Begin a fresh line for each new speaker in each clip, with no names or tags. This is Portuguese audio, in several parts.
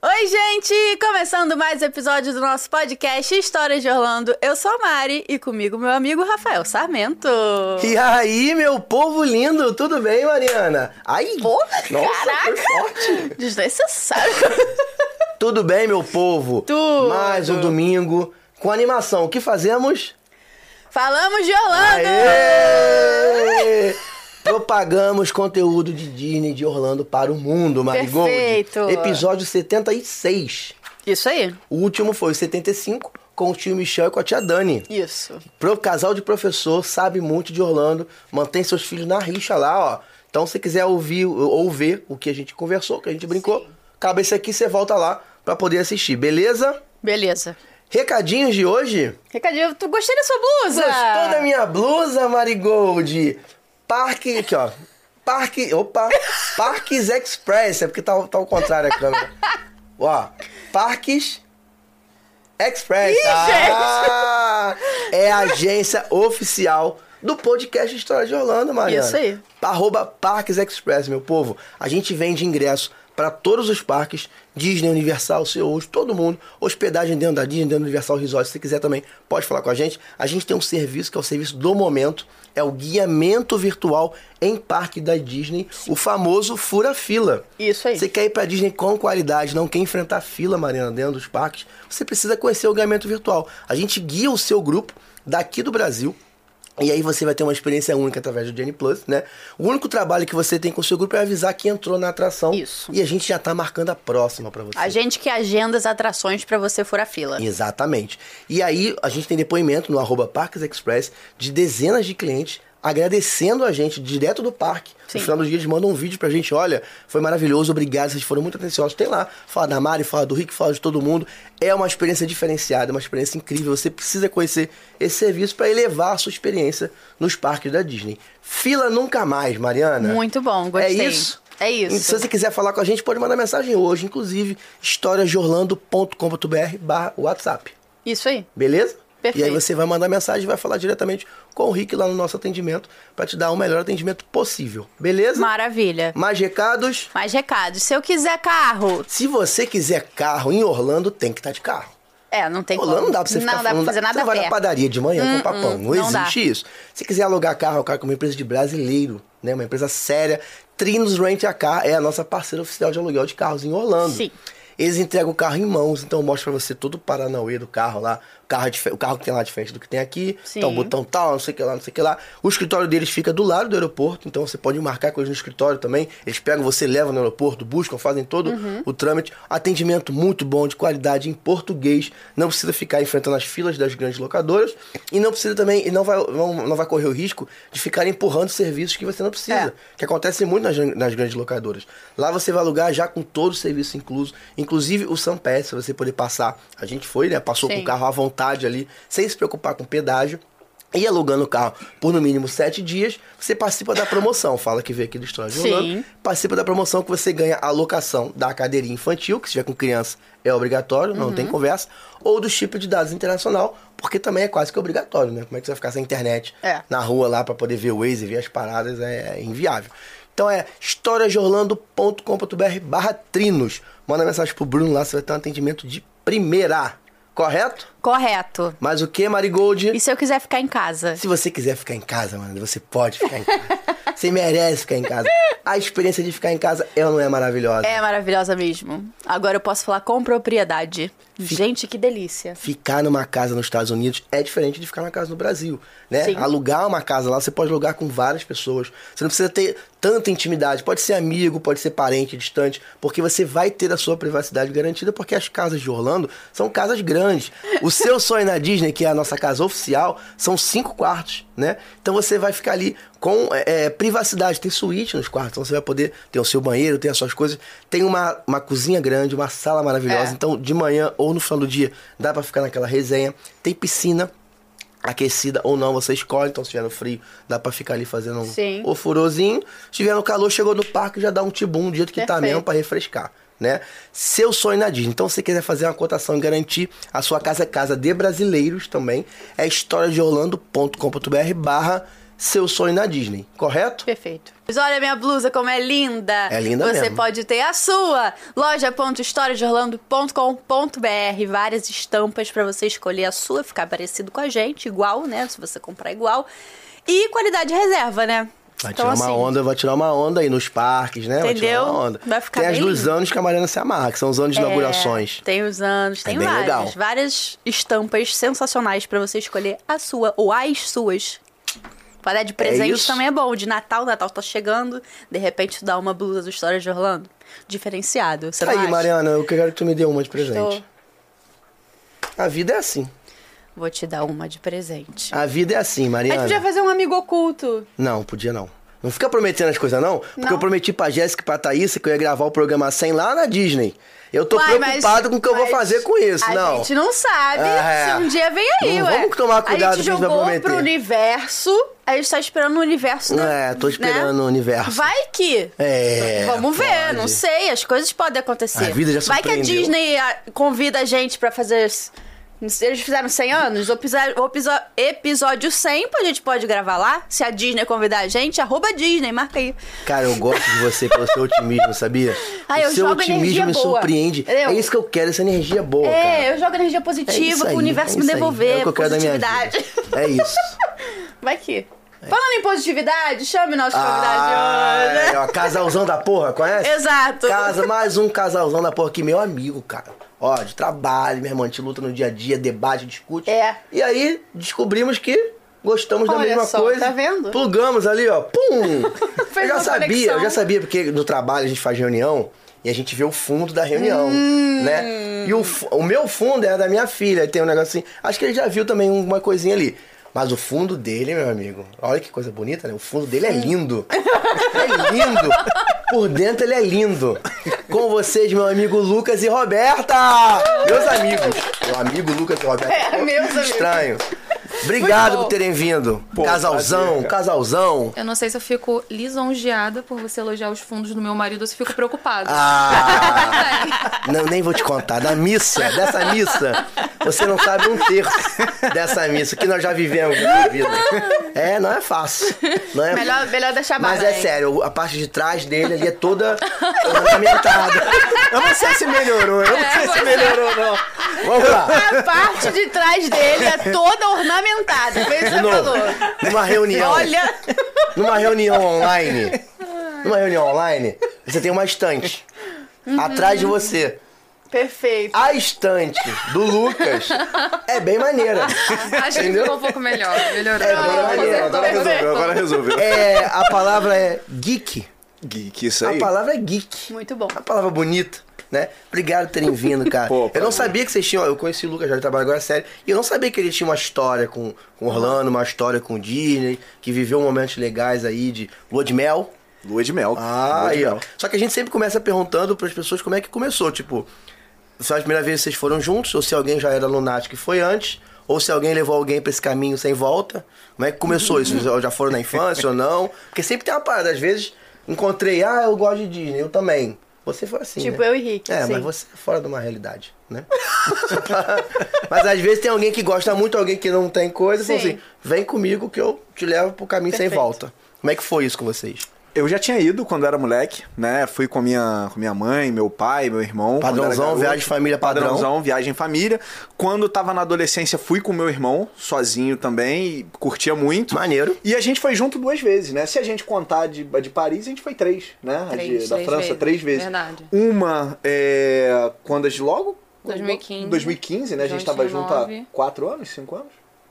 Oi, gente! Começando mais um episódio do nosso podcast Histórias de Orlando. Eu sou a Mari e comigo meu amigo Rafael Sarmento.
E aí, meu povo lindo, tudo bem, Mariana? Ai,
Porra,
nossa, foi forte.
Desnecessário.
Tudo bem, meu povo?
Tudo.
Mais um domingo com animação. O que fazemos?
Falamos de Orlando!
Aê! Propagamos conteúdo de Disney de Orlando para o mundo, Marigold.
Perfeito.
Episódio 76.
Isso aí.
O último foi o 75, com o tio Michel e com a tia Dani.
Isso.
Pro casal de professor sabe muito de Orlando, mantém seus filhos na rixa lá, ó. Então, se quiser ouvir ou ver o que a gente conversou, que a gente brincou, acaba esse aqui, você volta lá pra poder assistir, beleza?
Beleza.
Recadinhos de hoje?
Recadinho, tu gostei da sua blusa?
Gostou da minha blusa, Marigold? Parque, aqui, ó. Parque, opa, Parques Express, é porque tá, tá ao contrário a câmera. Ó, Parques Express. ah, É a agência oficial do podcast História de Orlando, Mariana.
Isso aí.
Arroba Parques Express, meu povo. A gente vende ingresso para todos os parques, Disney, Universal, CEOs, todo mundo. Hospedagem dentro da Disney, dentro do Universal Resort, se você quiser também, pode falar com a gente. A gente tem um serviço que é o serviço do momento, é o guiamento virtual em parque da Disney, o famoso fura fila.
Isso aí.
Você quer ir pra Disney com qualidade, não quer enfrentar fila, Mariana, dentro dos parques, você precisa conhecer o guiamento virtual. A gente guia o seu grupo daqui do Brasil. E aí você vai ter uma experiência única através do Disney Plus, né? O único trabalho que você tem com o seu grupo é avisar que entrou na atração.
Isso.
E a gente já tá marcando a próxima pra você.
A gente que agenda as atrações pra você furar fila.
Exatamente. E aí a gente tem depoimento no arroba Parques Express de dezenas de clientes agradecendo a gente direto do parque.
Sim.
No final do dia eles mandam um vídeo pra gente, olha, foi maravilhoso, obrigado, vocês foram muito atenciosos. Tem lá, fala da Mari, fala do Rick, fala de todo mundo. É uma experiência diferenciada, é uma experiência incrível. Você precisa conhecer esse serviço pra elevar a sua experiência nos parques da Disney. Fila nunca mais, Mariana.
Muito bom, gostei.
É isso?
É isso.
Se você quiser falar com a gente, pode mandar mensagem hoje, inclusive, historiasdeorlando.com.br barra WhatsApp.
Isso aí.
Beleza?
Perfeito.
E aí você vai mandar mensagem e vai falar diretamente com o Rick lá no nosso atendimento pra te dar o melhor atendimento possível. Beleza?
Maravilha.
Mais recados?
Mais recados. Se eu quiser carro.
Se você quiser carro em Orlando, tem que estar de carro.
É, não tem
Orlando
como.
não dá pra você
não
ficar...
dá pra fazer
Você
nada
não vai
a
na
pé.
padaria de manhã com papão. Não,
não dá.
existe isso. Se quiser alugar carro, cara, com uma empresa de brasileiro, né? Uma empresa séria, Trinos Rent a Car é a nossa parceira oficial de aluguel de carros em Orlando.
Sim.
Eles entregam o carro em mãos, então mostra pra você todo o Paranauê do carro lá, o carro, é dife- o carro que tem lá diferente do que tem aqui,
Sim.
então o botão tal, não sei o que lá, não sei o que lá. O escritório deles fica do lado do aeroporto, então você pode marcar com eles no escritório também. Eles pegam você, levam no aeroporto, buscam, fazem todo o trâmite. Atendimento muito bom, de qualidade, em português. Não precisa ficar enfrentando as filas das grandes locadoras e não precisa também, e não vai, não, não vai correr o risco de ficar empurrando serviços que você não precisa
É.
que acontece muito nas, nas grandes locadoras. Lá você vai alugar já com todo o serviço incluso, inclusive o Sampés, pra você poder passar. A gente foi, né? Passou
Sim.
com o carro à vontade ali, sem se preocupar com pedágio. E alugando o carro por no mínimo sete dias, você participa da promoção. Fala que veio aqui do História de
Sim.
Orlando. Participa da promoção que você ganha a locação da cadeirinha infantil, que se tiver com criança é obrigatório, não
Uhum.
tem conversa. Ou do chip de dados internacional, porque também é quase que obrigatório, né? Como é que você vai ficar sem internet
É.
na rua lá pra poder ver o Waze, ver as paradas, é inviável. Então é historiasdeorlando.com.br barra trinos. Manda mensagem pro Bruno lá, você vai ter um atendimento de primeira. Correto?
Correto.
Mas o que, Marigold?
E se eu quiser ficar em casa?
Se você quiser ficar em casa, mano, você pode ficar em casa. você merece ficar em casa. A experiência de ficar em casa, ela não é maravilhosa.
É maravilhosa mesmo. Agora eu posso falar com propriedade. Gente, que delícia.
Ficar numa casa nos Estados Unidos é diferente de ficar numa casa no Brasil, né?
Sim.
Alugar uma casa lá, você pode alugar com várias pessoas. Você não precisa ter tanta intimidade. Pode ser amigo, pode ser parente distante, porque você vai ter a sua privacidade garantida, porque as casas de Orlando são casas grandes. O seu sonho na Disney, que é a nossa casa oficial, são cinco quartos, né? Então você vai ficar ali com é, é, privacidade. Tem suíte nos quartos, então você vai poder ter o seu banheiro, ter as suas coisas. Tem uma, uma cozinha grande, uma sala maravilhosa.
É.
Então, de manhã ou no final do dia, dá pra ficar naquela resenha. Tem piscina aquecida ou não, você escolhe. Então, se tiver no frio, dá pra ficar ali fazendo um
Sim.
o furozinho. Se tiver no calor, chegou no parque, já dá um tibum do jeito que tá
Perfeito.
mesmo pra refrescar. Né? Seu sonho na Disney. Então, se você quiser fazer uma cotação e garantir, a sua casa é casa de brasileiros também. É historiadeorlando.com.br barra seu sonho na Disney, correto?
Perfeito. Mas olha minha blusa como é linda.
É linda
Você
mesmo.
pode ter a sua. loja.historiadeorlando.com.br Várias estampas pra você escolher a sua, ficar parecido com a gente, igual, né? Se você comprar igual. E qualidade reserva, né?
Vai tirar Ah, uma onda, vai tirar uma onda aí nos parques, né? Vai tirar
Entendeu?
uma onda.
Vai ficar
tem as
bem
dos
lindo.
anos que a Mariana se amarra, que são os anos de inaugurações.
É, tem os anos, tem
bem
várias.
legal.
Várias estampas sensacionais pra você escolher a sua ou as suas. Pra dar de presente
isso.
também é bom. De Natal, Natal tá chegando. De repente, tu dá uma blusa do História de Orlando. Diferenciado. Você não
Tá Aí,
acha?
Mariana, eu quero que tu me dê uma de presente.
Estou-
A vida é assim.
Vou te dar uma de presente.
A vida é assim,
A gente
Mariana.
podia fazer um amigo oculto.
Não, podia não. Não fica prometendo as coisas, não. Porque
Não.
eu prometi pra Jéssica e pra Thaís que eu ia gravar o programa 100 lá na Disney. Eu tô
Uai, mas-
preocupado com o que eu vou
mas
fazer com isso,
a
não.
A gente não sabe
É.
se um dia vem aí,
Não,
ué.
vamos tomar cuidado
A gente
que a gente vai
jogou
prometer.
pro universo, a gente tá esperando o universo. né?
É, tô esperando
Né?
o universo.
Vai que.
É,
Vamos ver,
pode.
não sei, as coisas podem acontecer.
A vida já
Vai que a
surpreendeu.
Disney ah, convida a gente pra fazer. Eles fizeram 100 anos, o episódio, episódio 100 a gente pode gravar lá. Se a Disney convidar a gente, arroba Disney, marca aí.
Cara, eu gosto de você pelo seu otimismo, sabia?
Ah, eu
o seu
jogo energia
otimismo me
boa.
surpreende.
Eu-
É isso que eu quero, essa energia boa, cara.
É, eu jogo energia
isso
positiva
aí,
pro universo
é
me
isso aí.
devolver,
É o que eu quero da minha
positividade.
vida. É isso.
Vai que. Falando em positividade, chame o nosso convidado de hoje.
Ah, é, ó, casalzão da porra, conhece?
né? Exato.
Casa, mais um casalzão da porra aqui, meu amigo, cara. Ó, de trabalho, meu irmão, a gente luta no dia a dia, debate, discute.
É.
E aí, descobrimos que gostamos da
Olha
mesma
só,
coisa.
tá vendo?
Plugamos ali, ó, pum! eu
Fez
já
uma
sabia,
conexão.
eu já sabia, porque no trabalho a gente faz reunião e a gente vê o fundo da reunião,
Hum.
né? E o, fu- o meu fundo era da minha filha, aí tem um negócio assim. Acho que ele já viu também uma coisinha ali. Mas o fundo dele, meu amigo, olha que coisa bonita, né? O fundo dele é lindo. É lindo. Por dentro ele é lindo. Com vocês, meu amigo Lucas e Roberta! Meus amigos. Meu amigo Lucas e Roberta.
É, meus amigos.
Estranho. Obrigado
bom.
por terem vindo.
Pô,
casalzão,
prazer, cara.
casalzão.
Eu não sei se eu fico lisonjeada por você elogiar os fundos do meu marido ou se eu fico preocupada.
Ah! Não, nem vou te contar. Da missa, dessa missa, você não sabe um terço dessa missa que nós já vivemos na vida. É, não é fácil. Não é
Melhor, melhor deixar
Mas
bala,
é
hein?
sério, a parte de trás dele ali é toda ornamentada. Eu não sei se melhorou, eu não sei se melhorou, não. Vamos lá.
A parte de trás dele é toda ornamentada. Foi isso que
De
você
novo,
falou.
numa reunião.
Olha,
numa reunião online, numa reunião online, você tem uma estante atrás de você.
perfeito.
A estante do Lucas é bem maneira.
Acho que ficou um pouco melhor. Melhorou.
É, agora valeu,
Consertou.
Agora resolveu, agora resolveu.
É, a palavra é geek.
Geek, isso
A
aí.
palavra é geek.
Muito bom.
Uma palavra bonita, né? Obrigado por terem vindo, cara.
Pô,
eu não
cara.
sabia que vocês tinham. Eu conheci o Lucas já de trabalho agora, sério. E eu não sabia que ele tinha uma história com, com Orlando, uma história com Disney, que viveu momentos legais aí de lua de mel.
Lua de mel.
Ah,
Lua de
aí, ó.
mel.
Só que a gente sempre começa perguntando pras pessoas como é que começou. Tipo, se a primeira vez que vocês foram juntos, ou se alguém já era lunático e foi antes, ou se alguém levou alguém pra esse caminho sem volta. Como é que começou isso? Vocês Já foram na infância ou não? Porque sempre tem uma parada. Às vezes, encontrei, ah, eu gosto de Disney, eu também. Você foi assim.
Tipo
né?
eu e Rick,
É,
sim.
mas você é fora de uma realidade, né? mas às vezes tem alguém que gosta muito, alguém que não tem coisa, e fala
Sim.
assim: vem comigo que eu te levo pro caminho sem
Perfeito.
volta. Como é que foi isso com vocês?
Eu já tinha ido quando era moleque, né? Fui com minha, com minha mãe, meu pai, meu irmão. quando era
Padrãozão,
garoto.
viagem de família padrão.
Padrãozão, viagem em família. Quando tava na adolescência, fui com meu irmão, sozinho também, e curtia muito.
Maneiro.
E a gente foi junto duas vezes, né? Se a gente contar de, de Paris, a gente foi três, né? A
Três,
de- da
três
França,
vezes.
três vezes.
Verdade.
Uma, é, quando a gente logo...
2015.
2015, né? A gente tava junto há
2019.
quatro anos, cinco anos.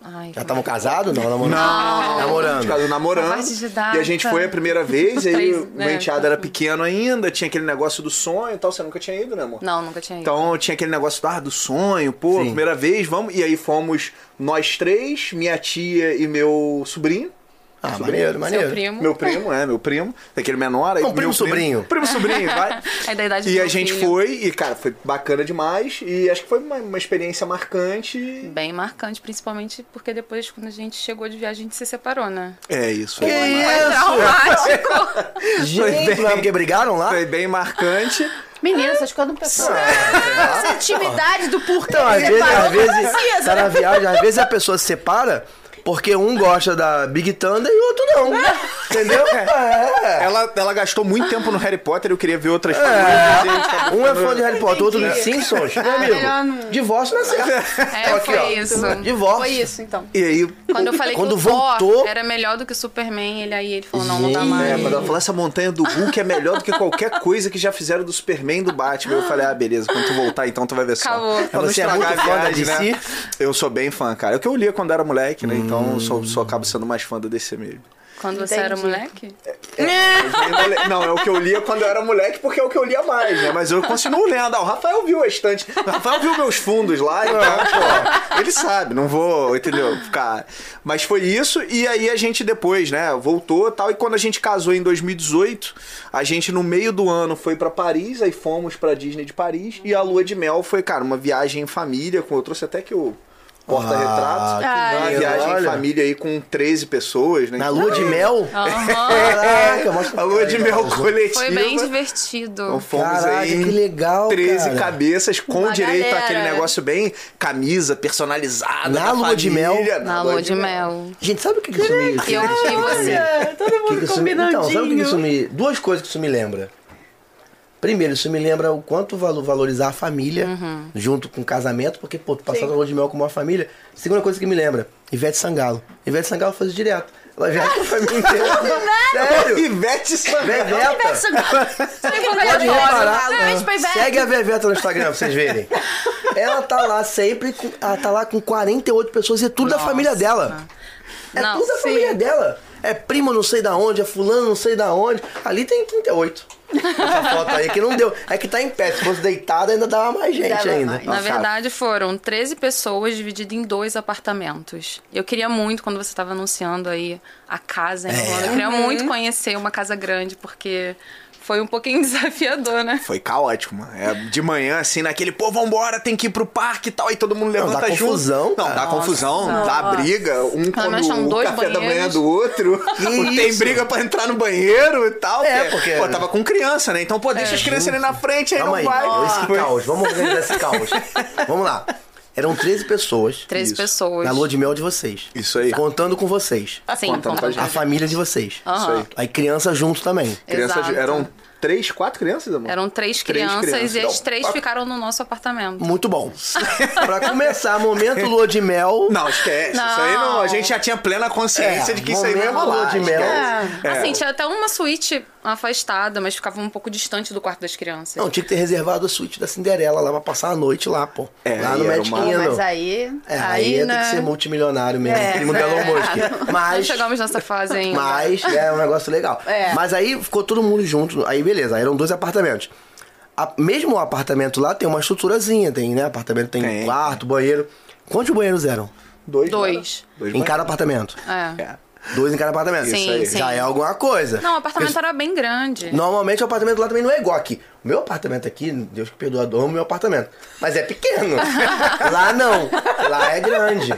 Ai,
Já tá estavam casados? Não, namorando.
Não.
de
Namorando.
casa namorando.
Covarde de data.
E a gente foi a primeira vez, e aí
Três,
o meu
né,
enteado era
assim.
pequeno ainda, tinha aquele negócio do sonho e tal. Você nunca tinha ido, né, amor?
Não, nunca tinha ido.
Então tinha aquele negócio do, ah, do sonho, pô,
Sim.
primeira vez, vamos. E aí fomos nós três, minha tia e meu sobrinho.
Ah, maneiro,
Seu
maneiro.
primo.
Meu primo, é, meu primo. Daquele menor aí.
Não,
meu
primo sobrinho.
Primo sobrinho, vai.
É da idade do
E a
meu
gente
filho.
foi, e cara, foi bacana demais. E acho que foi uma, uma experiência marcante.
É Bem marcante, principalmente porque depois, quando a gente chegou de viagem, a gente se separou, né?
É isso.
Que
Foi mar-
isso? Gente,
Foi
não é porque brigaram lá?
Foi bem marcante.
Menina, essas coisas não
Ah,
pensam. Essa
tá.
intimidade do porquê
Então, às
que
vezes,
separou não
às vezes,
precisa.
tá na viagem, às vezes a pessoa se separa Porque um gosta da Big Thunder e o outro não. Entendeu? É.
Ela, ela gastou muito tempo no Harry Potter, eu queria ver outras coisas. e a gente tá
É. Um é fã de Harry Potter, outro dos
Entendi.
Simpsons. Meu
melhor
amigo,
não.
divórcio Ah, não é certo.
É,
Aqui,
foi
ó.
isso.
Divórcio.
Foi isso, então.
E aí.
Quando eu falei
Quando
que o Thor
voltou-
era melhor do que o Superman, ele aí ele falou, não, não dá
Gente,
É,
mais.
quando ela falou essa montanha do Hulk é melhor do que qualquer coisa que já fizeram do Superman e do Batman. Eu falei, ah, beleza, quando tu voltar então tu vai ver só. assim,
Acabou.
Pra não
Você é
estragar
muito
a
fã da DC?
viagem, né? Eu sou bem fã, cara. É o que eu lia quando era moleque, né? Então eu só, só acabo sendo mais fã da DC mesmo.
Quando você
Entendi.
era moleque?
Eu ainda le- Não, é o que eu lia quando eu era moleque, porque é o que eu lia mais, né? Mas eu continuo lendo. Ah, o Rafael viu a estante. O Rafael viu meus fundos lá, então, pô, ele sabe, não vou, entendeu? Ficar. Mas foi isso, e aí a gente depois, né, voltou e tal. E quando a gente casou em 2018, a gente no meio do ano foi pra Paris, aí fomos pra Disney de Paris. E a lua de mel foi, cara, uma viagem em família. Com... Eu trouxe até que o
Ah,
porta-retratos.
que
Ah,
uma
maneiro,
viagem em
olha.
família aí com 13 pessoas, né?
Na lua de mel?
Aham.
Caraca, mostra
A lua de mel coletiva.
Foi bem
Então
divertido.
fomos
Caraca,
aí.
que legal,
13
cara.
cabeças com
Uma
direito
galera.
àquele negócio bem camisa personalizada.
Na
da
lua de
família,
mel.
Na lua de mel.
Gente, sabe o que, que isso me...
E eu e você.
Olha, todo
que
mundo
que isso me-
combinandinho.
Então, sabe o que que isso me... Duas coisas que isso me lembra. Primeiro, isso me lembra o quanto valo- valorizar a família junto com o casamento, porque, pô, tu passar
Sim.
na lua de mel com uma família. Segunda coisa que me lembra, Ivete Sangalo. Ivete Sangalo faz isso direto. Ela viaja com a família inteira. Sério?
É, Ivete Sangalo.
Veveta.
Isso- Isso aí foi
Pode
vergonha,
reparar. É.
realmente foi velho.
Segue a Veveta no Instagram pra vocês verem. Ela tá lá sempre, com, ela tá lá com 48 pessoas e é tudo da
Nossa.
família dela. É
Não,
tudo da
sim.
família dela. É primo não sei da onde, é fulano não sei da onde. Ali tem 38. Essa foto aí que não deu. É que tá em pé. Se fosse deitada, ainda dava mais gente
Dava
ainda.
mais.
Na verdade, foram 13 pessoas divididas em dois apartamentos. Eu queria muito, quando você estava anunciando aí a casa em Orlando, eu queria muito conhecer uma casa grande, porque foi um pouquinho desafiador, né?
Foi caótico, mano. É, de manhã, assim, naquele, pô, vambora, tem que ir pro parque e tal. E todo mundo levanta
dá
junto.
confusão,
Não,
cara.
dá confusão, dá briga. Um come
mas são
o
dois
café da
banheiros.
manhã do outro. tem
isso?
briga pra entrar no banheiro e tal.
É, porque-
Pô, tava com criança, né? Então, pô, deixa
É.
as crianças ali na frente, aí
um
Calma
não
aí.
vai.
Esse
Foi-
caos. Vamos organizar esse caos. Vamos lá. Eram 13 pessoas.
13
Isso.
pessoas.
Na lua de mel de vocês.
Isso aí.
Contando com vocês.
Sim,
Conta
conta
pra
pra
gente.
A família de vocês.
Aham.
Isso aí.
Aí criança junto também.
Crianças,
Exato.
eram três, quatro crianças, amor?
Eram três,
Três
crianças,
crianças. um
e as
Não,
três
pa-
ficaram no nosso apartamento.
Muito bom. pra começar, momento lua de mel.
Não, esquece. Isso aí não.
Não.
A gente já tinha plena consciência
É,
de que isso aí não ia
momento
rolar.
lua de mel.
esquece. É.
Assim, tinha até uma suíte afastada, mas ficava um pouco distante do quarto das crianças.
Não, tinha que ter reservado a suíte da Cinderela lá pra passar a noite lá, pô.
É,
lá no
aí era
Magic
uma-
Pô,
Kingdom.
Mas aí.
É, aí ia ter
né? É.
que ser multimilionário mesmo, primo da Elon Musk.
Não
Mas,
chegamos nessa fase ainda.
mas é um negócio legal.
né? É.
Mas aí ficou todo mundo junto, aí beleza, aí eram dois apartamentos. A- mesmo o apartamento lá tem uma estruturazinha, tem, né? Apartamento tem,
Tem.
quarto, banheiro. Quantos banheiros eram?
Dois.
Dois.
né? Dois
em
mais-
cada apartamento?
É.
É.
Dois em cada apartamento.
Sim, Isso aí. sim.
Já é alguma coisa.
Não, o apartamento era bem grande.
Normalmente o apartamento lá também não é igual aqui. O meu apartamento aqui, Deus que perdoa, eu amo meu apartamento. Mas é pequeno. lá não. Lá é grande.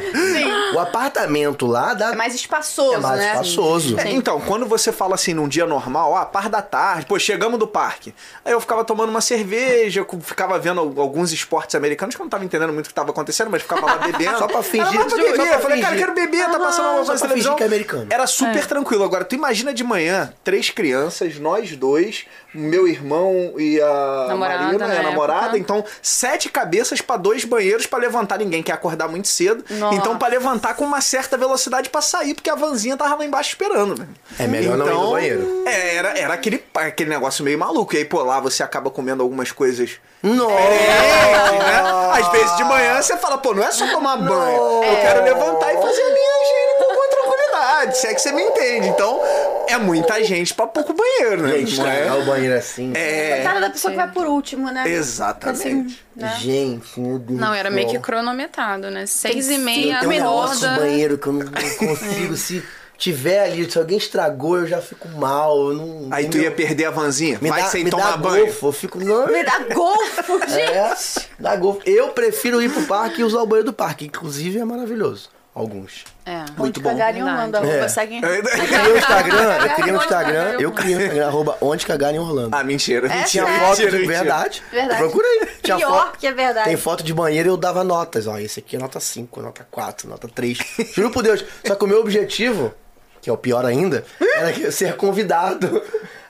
O apartamento lá dá
É mais espaçoso,
é mais
né?
espaçoso.
É, então, quando você fala assim num dia normal, ah, par da tarde, pô, chegamos do parque. Aí eu ficava tomando uma cerveja, eu ficava vendo al- alguns esportes americanos que eu não tava entendendo muito o que tava acontecendo, mas ficava lá bebendo.
Só pra fingir,
Era mais pra
só pra
beber. eu falei,
fingir.
cara, eu quero beber, tá passando alguma
Só
coisa na
pra fingir
televisão.
que é americano.
Era super tranquilo. Agora, tu imagina de manhã, três crianças, nós dois, meu irmão e a
Namorada,
Marina,
na
a namorada.
época.
Então, sete cabeças pra dois banheiros pra levantar. Ninguém quer acordar muito cedo.
Nossa.
Então, pra levantar com uma certa velocidade pra sair, porque a vanzinha tava lá embaixo esperando, velho.
É melhor não ir no banheiro.
é, era, era aquele, pa- aquele negócio meio maluco. E aí, pô, lá você acaba comendo algumas coisas.
É. Nossa!
diferentes, né? Às vezes de manhã você fala, pô, não é só tomar banho. Eu quero levantar e fazer a minha higiene com alguma tranquilidade. Se é que você me entende. Então, é muita gente pra pouco banheiro, né?
Gente,
Não é?
estragar o banheiro assim.
É,
Coitada da pessoa que vai por último, né?
exatamente.
Gente, meu Deus.
Não,
do
era meio
céu.
que cronometrado, né? Seis e
cinco
meia,
Tem um negócio no
acorda.
banheiro que eu não não consigo. se tiver ali, se alguém estragou, eu já fico mal. Eu não,
Aí tu ia perder a vanzinha.
me
Vai
dá,
sem
me
tomar
dá
banho.
Golfo, eu fico. Não,
Me dá golfo, gente.
É, dá golfo. Eu prefiro ir pro parque e usar o banheiro do parque. Inclusive, é maravilhoso. alguns.
É.
Muito
Onde
bom.
cagarem
Verdade.
Orlando, arroba,
É.
segue.
Eu ainda-
Criei um Instagram, eu criei um
Onde
Instagram,
cagarem
eu criei um Instagram, arroba onde cagar em Orlando.
Ah, mentira.
É
mentira,
Tinha
sério?
foto de
mentira, mentira.
verdade.
Verdade.
Procura aí. Tinha
Pior
foto-
que é verdade.
Tem foto de banheiro e eu dava notas. Ó, esse aqui é nota 5, nota 4, nota 3. Juro por Deus. Só que o meu objetivo, que é o pior ainda, era que eu ser convidado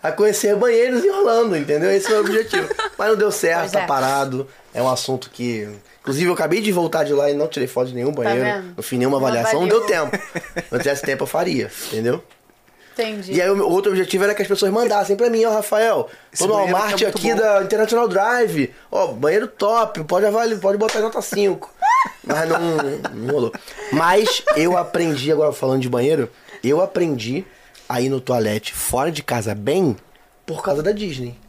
a conhecer banheiros em Orlando, entendeu? Esse é o meu objetivo. Mas não deu certo,
Pois
tá
é.
parado. É um assunto que. Inclusive, eu acabei de voltar de lá e não tirei foto de nenhum banheiro.
Tá vendo?
não fiz nenhuma
Não
avaliação. Não deu
avaliou.
tempo. Se eu tivesse tempo, eu faria, entendeu?
Entendi.
E é aí o meu outro objetivo era que as pessoas mandassem pra mim, ó, Rafael,
Esse
tô no
banheiro
Walmart
aqui é muito
aqui
bom.
da International Drive, ó, banheiro top, pode avaliar, pode botar nota 5. Mas não, não rolou. Mas eu aprendi, agora falando de banheiro, eu aprendi a ir no toalete fora de casa bem por causa da Disney.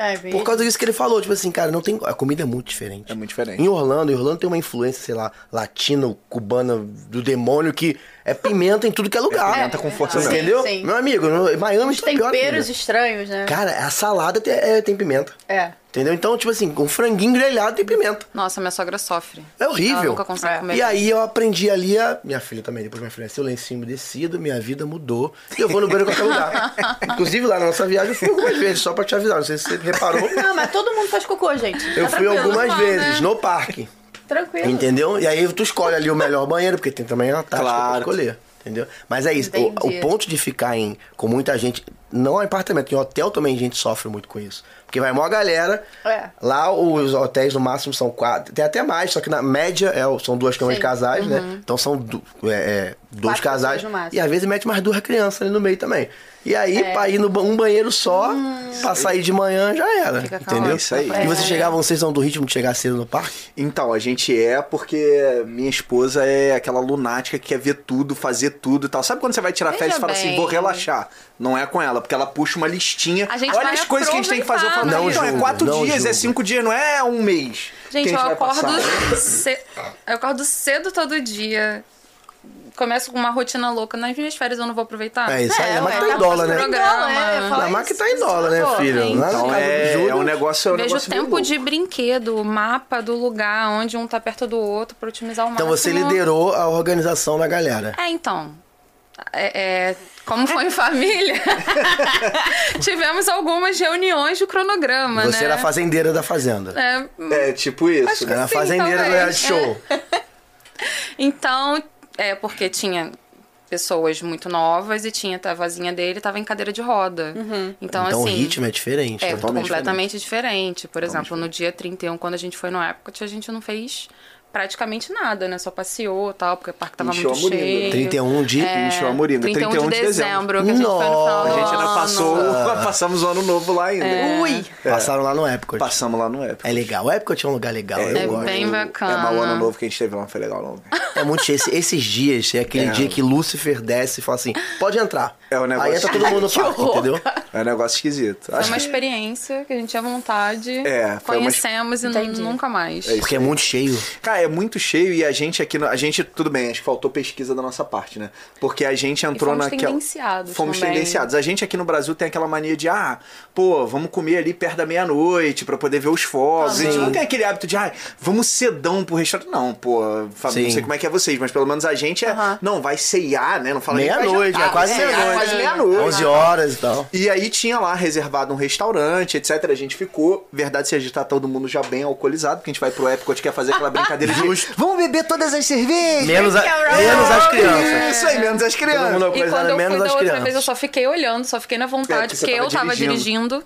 Ai, bem-
Por causa disso que ele falou, tipo assim, cara, não tem. A comida é muito diferente.
É muito diferente.
Em Orlando, em Orlando tem uma influência, sei lá, latina, cubana, do demônio, que é pimenta em tudo que é lugar.
pimenta com força
Você
mesmo.
entendeu?
Sim, sim.
Meu amigo, no, Miami
Os
está pior
temperos
ainda.
estranhos, né?
Cara, a salada tem, é, tem pimenta.
É.
Entendeu? Então, tipo assim, um franguinho grelhado tem pimenta.
Nossa, minha sogra sofre.
É horrível.
Ah,
Ela nunca consegue comer.
E aí eu aprendi ali a. Minha filha também, depois minha filha nasceu lá em cima descido, minha vida mudou. E eu vou no banheiro em qualquer lugar. Inclusive lá na nossa viagem eu fui algumas vezes, só pra te avisar. Não sei se você reparou.
Não, mas todo mundo faz cocô, gente.
Eu
Tá
fui
tranquilo.
algumas
normal,
vezes
né?
no parque.
Tranquilo.
Entendeu? E aí tu escolhe ali o melhor banheiro, porque tem também a tática pra
Claro.
escolher. Entendeu? Mas é isso. O,
Entendi.
o ponto de ficar em com muita gente, não em apartamento, em hotel também a gente sofre muito com isso. Porque vai mó galera.
É.
Lá os hotéis no máximo são quatro. Tem até mais, só que na média é o- são duas camas
Sim. Uhum.
de casais, né? Então são du- é, é, dois
Quatro
casais.
pessoas no máximo. É.
E às vezes mete mais duas crianças ali no meio também. E aí, pra ir no ba- um banheiro só,
Hum.
pra sair de manhã já era.
Fica
entendeu?
caótico.
É Isso aí.
E
É.
vocês chegavam, vocês são do ritmo de chegar cedo no parque?
Então, a gente é porque minha esposa é aquela lunática que quer ver tudo, fazer tudo e tal. Sabe quando você vai tirar
Veja
férias e fala assim,
bem.
vou relaxar? Não é com ela, porque ela puxa uma listinha.
A gente
Olha
vai
as coisas que a gente tem que fazer. Eu falo,
aproveitar,
não,
né?
então, é
Não
quatro
julgo, não
dias, é
julgo.
cinco dias, não é um mês. que
Gente,
a
eu
vai
acordo,
passar.
ce- eu acordo cedo todo dia. Começo com uma rotina louca. Nas minhas férias eu não vou aproveitar.
É isso aí,
É,
ainda mais
ué,
que tá em
tá
dólar,
fazendo
né?
Programa.
É, eu falo
Ainda mais que tá em dólar, né,
Pô,
filho?
sim.
Lá
Então,
na casa do
é, é um
Júlio,
negócio... É um
Vejo
negócio meio
tempo
louco.
de brinquedo, mapa do lugar, onde um tá perto do outro pra otimizar o
Então você
assim,
máximo.
liderou a organização da galera.
É, então. É, é, como foi em família, tivemos algumas reuniões de cronograma,
Você
né?
era a fazendeira da fazenda.
É,
É, tipo isso.
Acho que
né?
Era a
Sim,
fazendeira do
talvez.
reality show.
Então, é porque tinha pessoas muito novas e tinha a vozinha dele tava em cadeira de roda.
Uhum.
Então,
Então o
assim,
ritmo é diferente.
é
né?
totalmente
completamente diferente. Por exemplo, no dia 31, quando a gente foi no Epcot, a gente não fez praticamente nada, né? Só passeou e tal, porque o parque tava
Encheu
muito
a Murilo, né?
cheio.
31 de.
É,
Encheu a Murilo.
31, de,
31 de
dezembro, que a gente foi no final
um Nossa.
A
do
gente ainda
ano.
passou... Passamos o ano novo lá ainda.
É.
Ui.
É.
Passaram lá no Epcot.
Passamos lá no Epcot.
É legal. O Epcot é um lugar legal. eu
é
gosto.
bem
eu-
bacana.
É, mas o ano novo que a gente teve lá não foi legal, não.
É muito cheio. Esse- Esses dias é aquele
É.
dia que Lúcifer desce e fala assim: pode entrar.
É um negócio-
Aí entra todo mundo no parque, entendeu?
É um negócio esquisito.
Foi
Acho
uma
que-
experiência que a gente tinha vontade.
É, foi uma-
conhecemos e
Entendi.
nunca mais.
É isso.
Porque é muito cheio.
Cara, é muito cheio e a gente aqui. no- A gente, tudo bem, acho que faltou pesquisa da nossa parte, né? Porque a gente entrou
fomos
naquela.
tendenciados
Fomos
também.
tendenciados. A gente aqui no Brasil tem aquela mania de, ah, pô, vamos comer ali perto da meia-noite pra poder ver os fogos. A gente não tem aquele hábito de, ah, vamos cedão pro restaurante. Não, pô, Fábio,
Sim.
não sei como é que é vocês, mas pelo menos a gente é. Não, vai ceiar, né? Não fala nem que vai
Meia-noite,
jantar,
é quase
vai ceiar,
meia-noite.
Quase meia-noite.
11 horas e tal.
E aí tinha lá reservado um restaurante, etc. A gente ficou. Verdade seja, tá todo mundo já bem alcoolizado, porque a gente vai pro Epcot quer fazer aquela brincadeira de. Vamos beber todas as cervejas!
Menos, a- menos as crianças.
Isso aí, menos as
Todo mundo
E
crianças.
quando
alcoolizado,
eu fui
menos
da
as
outra
crianças.
vez, eu só fiquei olhando, só fiquei na vontade,
É,
porque
porque você
eu
tava
tava dirigindo.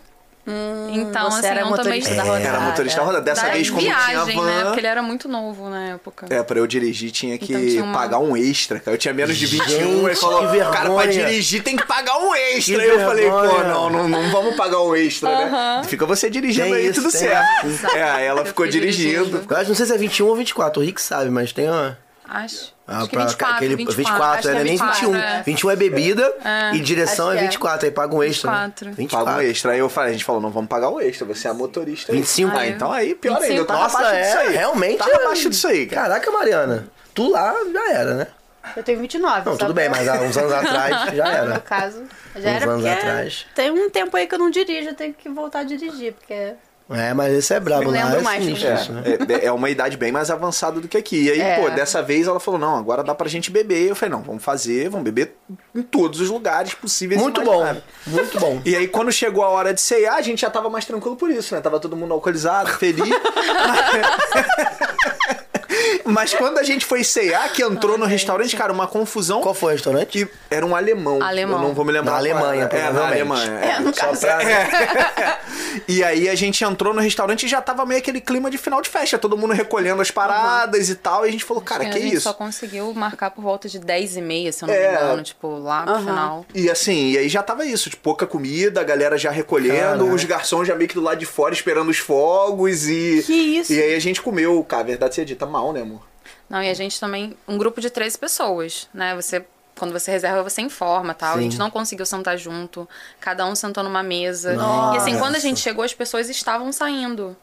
então,
Hum, você
assim,
era
eu não também
motorista da rodada.
Era um motorista da rodada. É. Dessa
da
vez, como
É, viagem,
tinha
né?
van.
Porque ele era muito novo na época.
É, pra eu dirigir tinha que
Então tinha uma-
pagar um extra, cara. Eu tinha menos de 21,
Gente,
ele falou,
que
cara, pra
vergonha.
dirigir tem que pagar um extra.
Que
Aí eu falei, pô,
vergonha.
não, não, não vamos pagar um extra, né? Fica você dirigindo
Tem
aí,
isso,
tudo
tem
certo.
isso.
É, aí ela
Eu
ficou
fiquei
dirigindo.
dirigindo.
Eu acho, não sei se é 21 ou 24, o Rick sabe, mas tem uma.
Acho,
Ah,
acho que
pra-
24,
aquele-
24.
24,
acho
era
né?
que
nem 21.
É.
21 é bebida e direção
acho
é
que é.
24, aí paga um extra. né?
24.
24.
Paga um extra. Aí eu falei, a gente falou, não, vamos pagar um extra, você é motorista. aí.
25.
Ah, então aí, pior ainda.
25,
Tá
Nossa,
abaixo disso
é,
aí.
realmente.
Tá
é-
abaixo disso aí, cara.
Caraca, Mariana, tu lá já era, né?
Eu tenho 29.
Não,
só
tudo bem,
pra-
mas há uns anos atrás já
No
era.
caso, já
Uns
era
anos
porque
atrás.
tem um tempo aí que eu não dirijo, eu tenho que voltar a dirigir, porque
É, mas esse é brabo,
Eu
lá
lembro
é
mais
sinistro
disso.
isso, né?
É, é- é uma idade bem mais avançada do que aqui. E aí,
É.
pô, dessa vez ela falou: não, agora dá pra gente beber. Eu falei: não, vamos fazer, vamos beber em todos os lugares possíveis. e
Muito bom,
imagináveis."
muito bom.
é E aí, quando chegou a hora de ceiar, a gente já tava mais tranquilo por isso, né? Tava todo mundo alcoolizado, feliz. Mas quando a gente foi ceiar, que entrou no restaurante, cara, uma confusão.
Qual foi o restaurante?
Que era um alemão.
Alemão.
Eu não vou me lembrar.
Na
qual era.
Alemanha,
é, na
provavelmente.
Alemanha. É,
no
Só
caso,
pra...
e aí a gente entrou no restaurante e já tava meio aquele clima de final de festa, todo mundo recolhendo as paradas e tal. E a gente falou, cara, que
a gente
isso?
só conseguiu marcar por volta de 10 e meia, se eu não
É.
me engano, tipo, lá pro
Aham.
final.
E assim, e aí já tava isso, tipo, pouca comida, a galera já
Caraca.
recolhendo, os garçons já meio que do lado de fora esperando os fogos e.
Que isso?
E aí a gente comeu, cara, a verdade seja dita, mal, né, amor?
Não, e a gente também, um grupo de 13 pessoas, né? Você, quando você reserva, você informa, tal. A gente não conseguiu sentar junto, cada um sentou numa mesa. E assim, quando a gente chegou, as pessoas estavam saindo.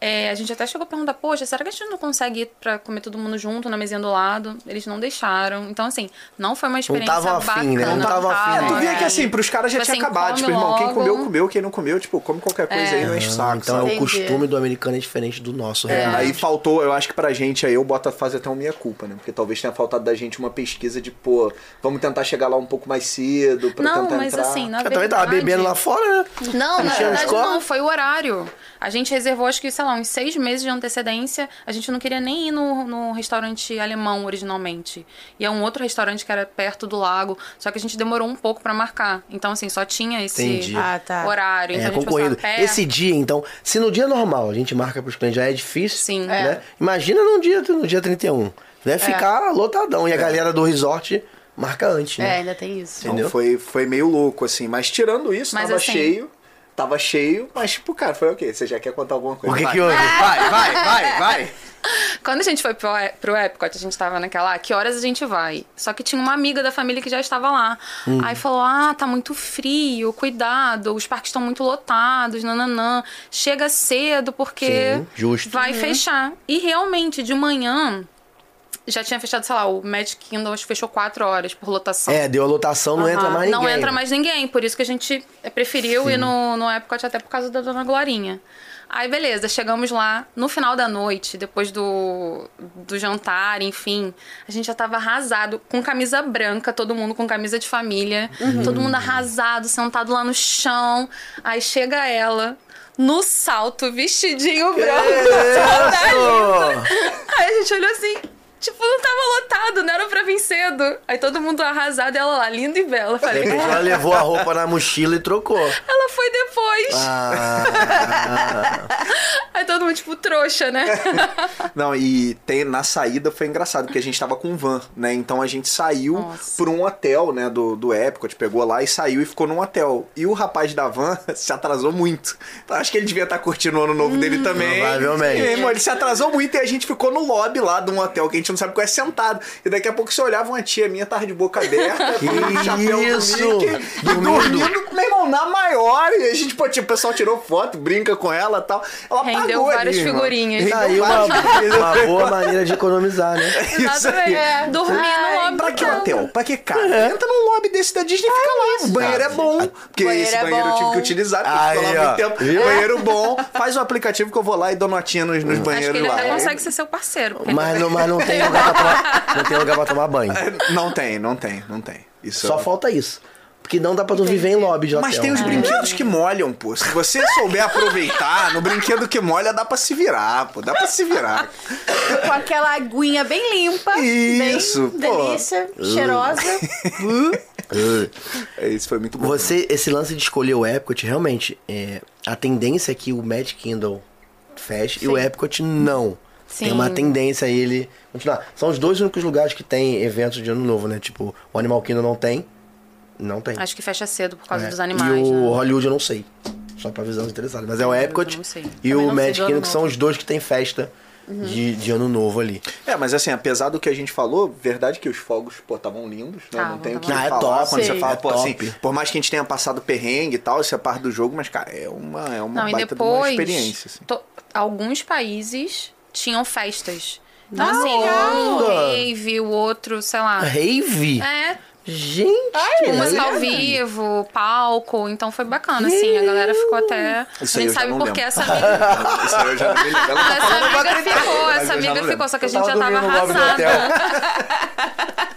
É, a gente até chegou a perguntar, poxa, será que a gente não consegue ir pra comer todo mundo junto na mesinha do lado? Eles não deixaram. Então, assim, não foi uma experiência
tava
bacana.
afim, né? Não tava afim,
É,
né?
tu via
né?
que assim, pros caras já
Tipo assim,
tinha acabado.
come
Tipo, irmão, quem
logo. um
comeu, comeu, quem não comeu, tipo, come qualquer coisa aí, não enche o
Ah,
saco.
então
sabe?
é o
Entendi.
costume do americano é diferente do nosso,
É,
realmente.
Aí faltou, eu acho que pra gente, aí eu boto a fazer até uma minha culpa, né? Porque talvez tenha faltado da gente uma pesquisa de, pô, vamos tentar chegar lá um pouco mais cedo pra
Não,
tentar
mas
entrar.
assim, na
Eu também tava
verdade-
bebendo lá fora, né?
Não, na
Encheu os
verdade
copos?
não, foi o horário. A gente reservou, acho que, sei lá, uns seis meses de antecedência. A gente não queria nem ir no, no restaurante alemão originalmente. E é um outro restaurante que era perto do lago, só que a gente demorou um pouco pra marcar. Então, assim, só tinha esse
Entendi.
Ah, tá.
horário. Então,
É,
a gente
concorrido.
passava perto.
Esse dia, então, se no dia normal a gente marca pros clientes já é difícil,
Sim. É.
né?
É.
Imagina num dia, no dia 31. Deve né? ficar lotadão. E a
É.
galera do resort marca antes,
É,
né?
ainda tem isso.
Então
Entendeu?
foi, foi meio louco, assim. Mas tirando isso,
Mas,
tava
assim-
cheio. Tava cheio, mas tipo, cara, foi o quê? Você já quer contar alguma coisa?
O que
Vai.
que houve?
Vai, vai, vai, vai.
Quando a gente foi pro, E- pro Epcot, a gente tava naquela, "Ah, que horas a gente vai? Só que tinha uma amiga da família que já estava lá.
Hum.
Aí falou, ah, tá muito frio, cuidado, os parques estão muito lotados, nananã. Chega cedo porque
Sim, justo. Uhum.
vai fechar. E realmente, de manhã, já tinha fechado, sei lá, o Magic Kingdom acho que fechou quatro horas por lotação.
É, deu a lotação, não entra mais
Ah, Não
ninguém.
entra mais ninguém, por isso que a gente eh, preferiu ir no, no Epcot até por causa da Dona Glorinha. Aí, beleza, chegamos lá. No final da noite, depois do, do jantar, enfim, a gente já tava arrasado, com camisa branca, todo mundo com camisa de família,
Uhum.
todo mundo arrasado, sentado lá no chão. Aí chega ela, no salto, vestidinho branco, toda Aí a gente olhou assim, tipo, não tava lotado, não era pra vir cedo. Aí todo mundo arrasado, e ela lá, linda e bela. Eu
De
Falei,
repente ela levou a roupa na mochila e trocou.
ela foi depois.
Ah,
Aí todo mundo, tipo, trouxa, né?
Não, e tem- na saída foi engraçado, porque a gente tava com van, né? Então a gente saiu
Nossa.
por um hotel, né, do, do Epcot, pegou lá e saiu e ficou num hotel. E o rapaz da van se atrasou muito. Então acho que ele devia estar curtindo o ano novo dele também.
Provavelmente.
E, meu irmão, ele se atrasou muito e a gente ficou no lobby lá de um hotel, que a gente não sabe qual é, sentado. E daqui a pouco você olhava uma tia minha, tava de boca aberta,
Que
com um chapéu do
isso?
Mickey, e
Dormindo.
dormindo, meu irmão, na maior. E a gente, pô, tipo, o pessoal tirou foto, brinca com ela e tal. Ela
Rendeu
pagou
várias
ali, irmão.
figurinhas.
Rendeu
tá aí uma,
várias figurinhas.
uma boa maneira de economizar, né?
Isso aí.
É, dormir
Ai,
no lobby.
Pra que
do
hotel? Pra que cara? Entra num lobby desse da Disney e fica lá. o banheiro é
cara.
bom. Porque
Banheiro
esse
é
banheiro eu tive
bom.
que utilizar, porque
Aí,
ficou lá muito
ó.
tempo. Banheiro bom. Faz um aplicativo que eu vou lá e dou notinha nos, nos
Acho que
banheiros
ele
lá.
até consegue ser seu parceiro. porque ele-
Mas não, mas não tem lugar pra tomar, não tem lugar pra tomar banho.
É, Não tem, não tem, não tem. Isso
Só falta isso. Porque não dá pra tu viver em lobby de hotel. É.
Mas
É.
tem os brinquedos que molham, pô. Se você souber aproveitar, no brinquedo que molha dá pra se virar, pô. Dá pra se virar.
Com aquela aguinha bem limpa.
Isso,
bem
pô.
Delícia, cheirosa.
Uh.
Isso foi muito bom.
Você, esse lance de escolher o Epcot, realmente, é, a tendência é que o Magic Kindle feche e o Epcot não. Tem
Sim.
uma tendência a ele continuar. São os dois únicos lugares que tem eventos de ano novo, né? Tipo, o Animal Kingdom não tem. Não tem.
Acho que fecha cedo por causa
É.
dos animais.
E o
né?
Hollywood eu não sei. Só pra avisar os interessados. Mas é o
Hollywood eu
Epcot
não sei.
e
Também não
o
sei
Magic
do ano
Kingdom, que são
novo.
os dois que tem festa
Uhum.
de, de ano novo ali.
É, mas assim, apesar do que a gente falou, verdade que os fogos, pô, estavam lindos, né?
Tavam,
não tem o que
tavam.
Ah, é
falar
top,
quando
sim.
você fala,
É
pô,
top.
assim, por mais que a gente tenha passado perrengue e tal, isso é parte do jogo, mas, cara, é uma, é uma
Não, e
baita de
depois.
uma experiência, assim.
to- Alguns países tinham festas. Então,
Ah,
assim, um
olha!
É
rave, o outro, sei lá.
Rave?
É,
Gente!
Tipo,
olha.
música ao vivo, palco, então foi bacana, assim, a galera ficou até.
Isso
a
aí
gente
eu já
sabe
não
porque
lembro.
essa amiga.
Isso aí eu já não me lembro. Ela tá
Essa
falando, eu vou
amiga
acreditar.
ficou, essa
Mas eu já
amiga
não lembro.
ficou, só que a
Eu
gente já tava
dormindo no lobby do
arrasada.
hotel.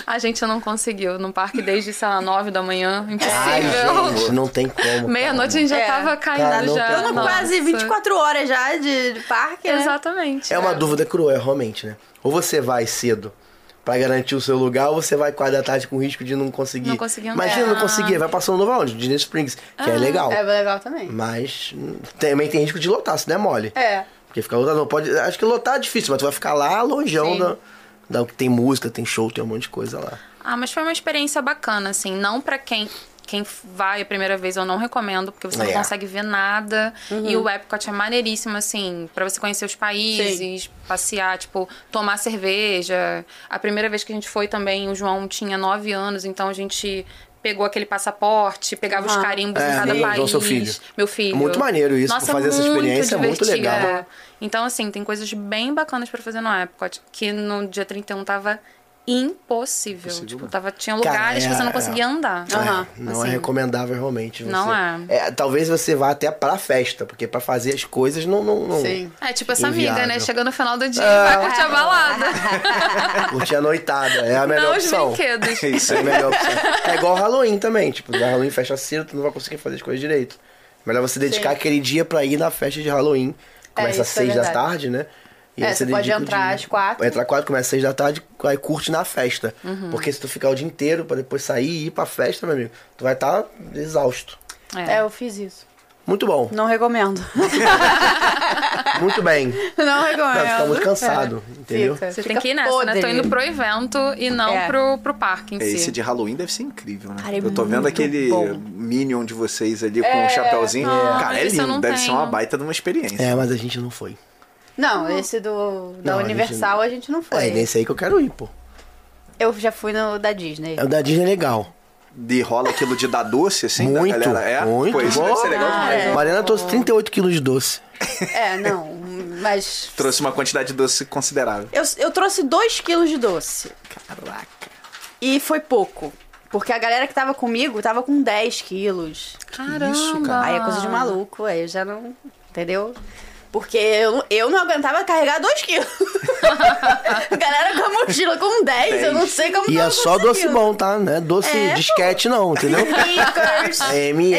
A gente não conseguiu no parque desde, sei lá, 9 da manhã.
Ai,
Impossível.
gente, Tá não tem como.
Meia-noite a gente já
É.
tava caindo
Cara, não
já.
tem
Eu não
Nossa.
quase 24 horas já de, de parque, né?
Exatamente.
É uma dúvida cruel, realmente, né? Ou você vai cedo pra garantir o seu lugar, ou você vai quatro da tarde com risco de não conseguir.
Não conseguir andar. Ah,
Imagina, não conseguir. Vai passando novo aonde? Disney Springs, que é legal.
É legal também.
Mas hum, também tem risco de lotar, se der mole.
É.
Porque ficar lotado não pode... Acho que lotar é difícil, mas tu vai ficar lá longeão
Sim.
da... da... Tem música, tem show, tem um monte de coisa lá.
Ah, mas foi uma experiência bacana, assim. Não pra quem quem vai a primeira vez eu não recomendo, porque você
É.
não consegue ver nada. E o Epcot é maneiríssimo, assim, pra você conhecer os países, passear, tipo, tomar cerveja. A primeira vez que a gente foi também, o João tinha nove anos, então a gente pegou aquele passaporte, pegava os
Aham.
carimbos
É,
em cada
sim.
país.
João, seu filho.
Meu filho.
Muito maneiro isso,
Nossa,
fazer essa experiência, é muito
divertido,
legal.
é. Então, assim, tem coisas bem bacanas pra fazer no Epcot, que no dia 31 tava impossível. Tipo, tava, tinha
Cara,
lugares que você não
é-
conseguia andar.
Aham,
É, não é
assim.
recomendável realmente.
Não é.
você- É, Talvez você vá até pra festa, porque pra fazer as coisas não. não, não...
Sim.
É tipo essa amiga,
Inviável. Ah.
né? Chega no final do dia e vai curtir a balada.
Curtir a noitada. É a melhor
Não os
opção.
brinquedos.
É isso
É a
aí.
melhor opção. É igual Halloween também. Tipo, na Halloween fecha cedo, tu não vai conseguir fazer as coisas direito. Melhor você dedicar
Sim.
aquele dia pra ir na festa de Halloween. Começa às
isso é
seis da
verdade.
tarde, né? E
É,
aí
você pode
dedica o
entrar
dia.
às quatro. Uhum.
Entra às quatro, começa às seis da tarde, aí curte na festa. Porque se tu ficar o dia inteiro pra depois sair e ir pra festa, meu amigo, tu vai estar exausto.
É,
É.
eu fiz isso.
Muito bom.
Não recomendo.
Muito bem.
Não recomendo.
Vai ficar muito cansado, entendeu?
Fica.
Você
Fica
tem que ir nessa, né? Tô
podre.
indo pro evento e não
É.
pro, pro parque em
É,
si.
Esse de Halloween deve ser incrível, né?
Cara, é
eu tô vendo
muito
aquele
bom. É,
Minion de vocês ali com o chapéuzinho. Cara, é
esse eu
lindo.
não
Deve ser uma
tenho.
baita de uma experiência.
É, mas a gente não foi.
Não, esse do da
Não, a
Universal a gente não foi.
É nesse aí que eu quero ir, pô.
Eu já fui no da Disney.
É o da Disney é legal.
De rola aquilo de dar doce, assim,
Muito,
da galera. É,
muito
Pô, isso
bom.
deve ser legal demais.
É.
Mariana trouxe 38 quilos de doce.
É, não, mas
Trouxe uma quantidade de doce considerável.
eu, eu trouxe 2 quilos de doce
Caraca.
e foi pouco. Porque a galera que tava comigo tava com 10 quilos.
Caramba.
isso, cara?
Aí é
Ah.
coisa de maluco, aí eu já não. Entendeu? Porque eu, eu não aguentava carregar 2 quilos. a galera com a mochila com 10, eu não sei como
Então
E
tava
é só doce
conseguindo.
bom, né? tá? Não é doce
É,
disquete, não, entendeu?
Snickers,
MM,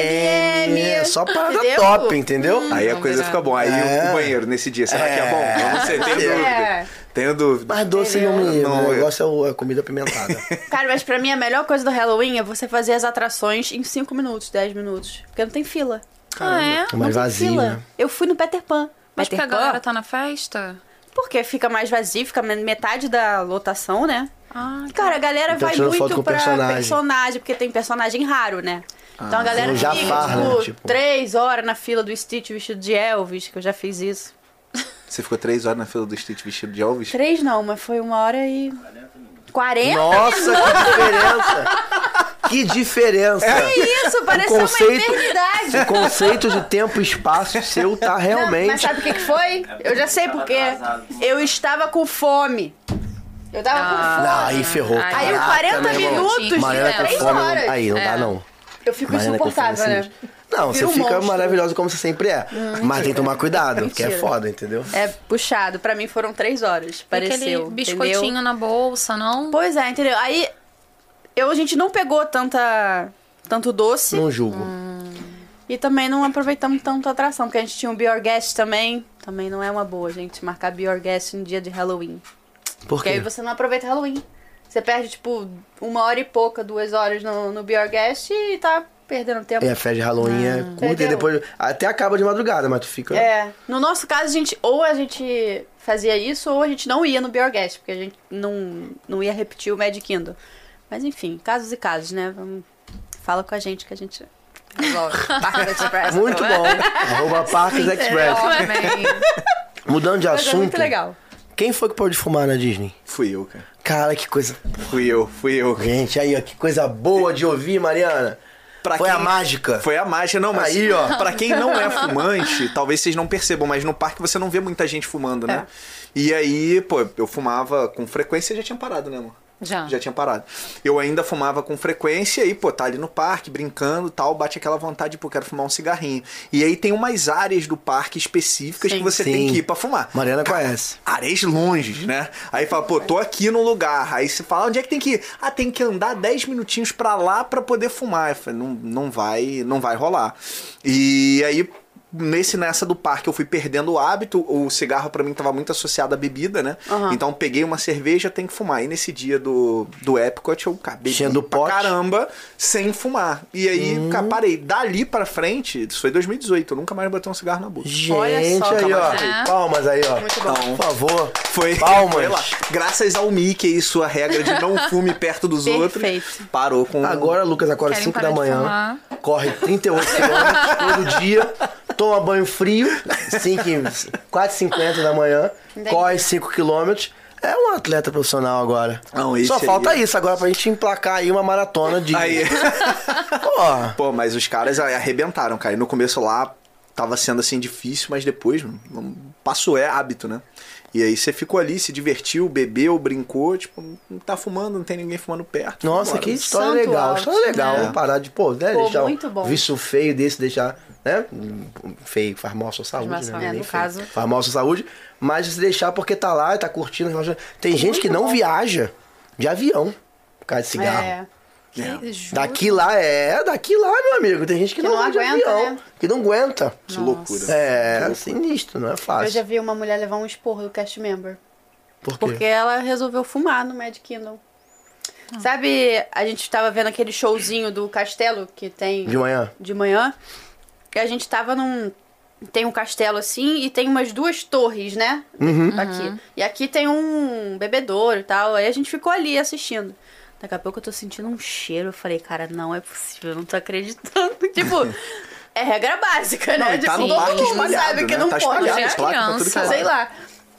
é só parada top, entendeu?
Hum,
Aí a coisa
combinado.
fica bom. Aí
É.
o banheiro nesse dia, será que é bom? Eu não sei, tenho
É.
dúvida. Tenho dúvida.
Mas doce não me.
Não,
o
eu-
negócio é o- é a comida apimentada.
Cara, mas pra mim a melhor coisa do Halloween é você fazer as atrações em 5 minutos, 10 minutos. Porque não tem fila.
Ah, é?
É mais
não tem
vazio,
fila.
né?
Eu fui no Peter Pan.
Mas porque
Peter
a galera tá na festa?
Porque fica mais vazio, fica men- metade da lotação, né?
Ah,
Cara, a galera
Então,
vai
tirando foto
muito
com o
pra
personagem.
personagem. porque tem personagem raro, né? então a galera
o
fica,
Jafar,
tipo,
né? Tipo-
três horas na fila do Stitch vestido de Elvis, que eu já fiz isso.
Você ficou três horas na fila do Street vestido de Elvis?
Três não, mas foi uma hora e... 40?
Nossa, que diferença! Que diferença!
Que É isso, pareceu
É um conceito-
uma eternidade.
O conceito de tempo e espaço seu tá
Não, mas
realmente.
sabe o que, que foi? Eu já sei porque. Eu estava com fome. Eu tava com fome.
Ah, aí ferrou.
Aí
Aí,
eu
o
caraca,
40
meu irmão.
minutos de
Mariana com
três
fome. não-
horas.
Aí, não
É.
dá, não.
Eu fico
Mariana é com fome,
insuportável, né?
assim, Não,
Vira um
você fica
monstro.
maravilhosa como você sempre é. mas tem que tomar cuidado, porque é
Mentira.
foda, entendeu?
É puxado. Pra mim foram três horas. Pareceu.
aquele biscoitinho
Entendeu?
na bolsa, não?
Pois é, entendeu? Aí eu, a gente não pegou tanta, tanto doce
Não julgo.
Hum. e também não aproveitamos tanto a atração, porque a gente tinha um Be Our Guest também. Também não é uma boa, gente, marcar Be Our Guest no dia de Halloween.
Por
Porque aí
quê?
você não aproveita Halloween. Você perde, tipo, uma hora e pouca, duas horas no, no Be Our Guest e tá perdendo tempo.
É, a festa de Halloween é curta e
Ah, Entendeu?
depois. Até acaba de madrugada, mas tu fica.
É. No nosso caso, a gente ou a gente fazia isso ou a gente não ia no Be Our Guest, porque a gente não, não ia repetir o Mad Kingdom. Mas enfim, casos e casos, né? Vamos- Fala com a gente que a gente resolve. Parque da Express.
Muito bom.
é?
Arroba Parques Express.
Homem.
Mudando de
Mas é
assunto.
muito legal.
Quem foi que parou de fumar na Disney?
Fui eu, cara.
Cara, que coisa.
Fui eu, fui eu.
Gente, aí, ó, que coisa boa de ouvir, Mariana.
Pra
foi a
quem-
mágica.
Foi a mágica, não, mas
Aí, ó.
pra quem não é fumante, talvez vocês não percebam, mas no parque você não vê muita gente fumando, né? E aí, pô, eu fumava com frequência e já tinha parado, né, amor?
Já.
Já tinha parado. Eu ainda fumava com frequência e, pô, tá ali no parque, brincando tal, bate aquela vontade, pô, quero fumar um cigarrinho. E aí tem umas áreas do parque específicas
Sim.
que você
Sim.
tem que ir pra fumar.
Mariana conhece.
Areias longes, né? Aí fala, pô, tô aqui num lugar. Aí você fala, onde é que tem que ir? Ah, tem que andar 10 minutinhos pra lá pra poder fumar. Eu falei, não, não vai, não vai rolar. E aí nesse nessa do parque eu fui perdendo o hábito, o cigarro pra mim tava muito associado à bebida, né?
Aham.
Então peguei uma cerveja, tem que fumar. E nesse dia do, do Epcot eu acabei
Tinha do
pra
pote?
caramba sem fumar. E aí, cara, parei. Dali pra frente, isso foi 2018, eu nunca mais botei um cigarro na boca.
Olha
Gente,
só, né?
aí, ó.
é.
Palmas aí, ó.
Muito bom.
Então,
Por favor.
foi,
Palmas.
foi lá. Graças ao Mickey e sua regra de não fume perto dos outros,
Perfeito.
parou com
Agora, Lucas, acorda às
um
5
Querem parar
da
de
manhã,
fumar?
corre 38 quilômetros todo dia, toma banho frio, 5, e- 4 50 da manhã, corre 5 quilômetros. É um atleta profissional agora.
Não, esse
Só
aí
falta
é-
isso agora pra gente emplacar aí uma maratona de.
Aí. é.
Pô,
Pô, mas os caras arrebentaram, cara. E no começo lá tava sendo assim difícil, mas depois hum, passou, é hábito, né? E aí você ficou ali, se divertiu, bebeu, brincou, tipo, não tá fumando, não tem ninguém fumando perto.
nossa,
Vambora.
que história
Santo
legal.
alto,
história legal.
né?
Vamos parar de, pô, né,
Pô,
deixar
muito
um
bom.
vício feio desse, deixar, né? Feio, faz mal à sua saúde,
Faz
né?
mal,
Nem
é, no
feio.
caso.
Faz mal à sua saúde, mas se deixar porque tá lá, tá curtindo. Tem gente que não viaja de avião por causa de cigarro.
É.
Que
Daqui lá é, daqui lá, meu amigo. Tem gente que,
Que
não,
não
vai de
aguenta,
avião,
né?
que não aguenta.
Que loucura.
É sinistro, não é
Eu
fácil.
já vi uma mulher levar um esporro do cast member.
Por quê?
Porque ela resolveu fumar no Mad Kingdom. Sabe, a gente tava vendo aquele showzinho do castelo que tem
De manhã.
de manhã. E a gente tava num. Tem um castelo assim e tem umas duas torres, né?
Uhum.
Aqui. E aqui tem um bebedouro e tal. Aí a gente ficou ali assistindo. Daqui a pouco eu tô sentindo um cheiro. Eu falei, cara, não é possível, eu não tô acreditando. tipo, é regra básica, né?
Não, e tá
tipo,
no
todo
parque
mundo
espalhado,
sabe que
né?
não
tá
pode.
espalhado,
né?
já é
claro, pra tudo que é
criança.
Sei
lado.
lá.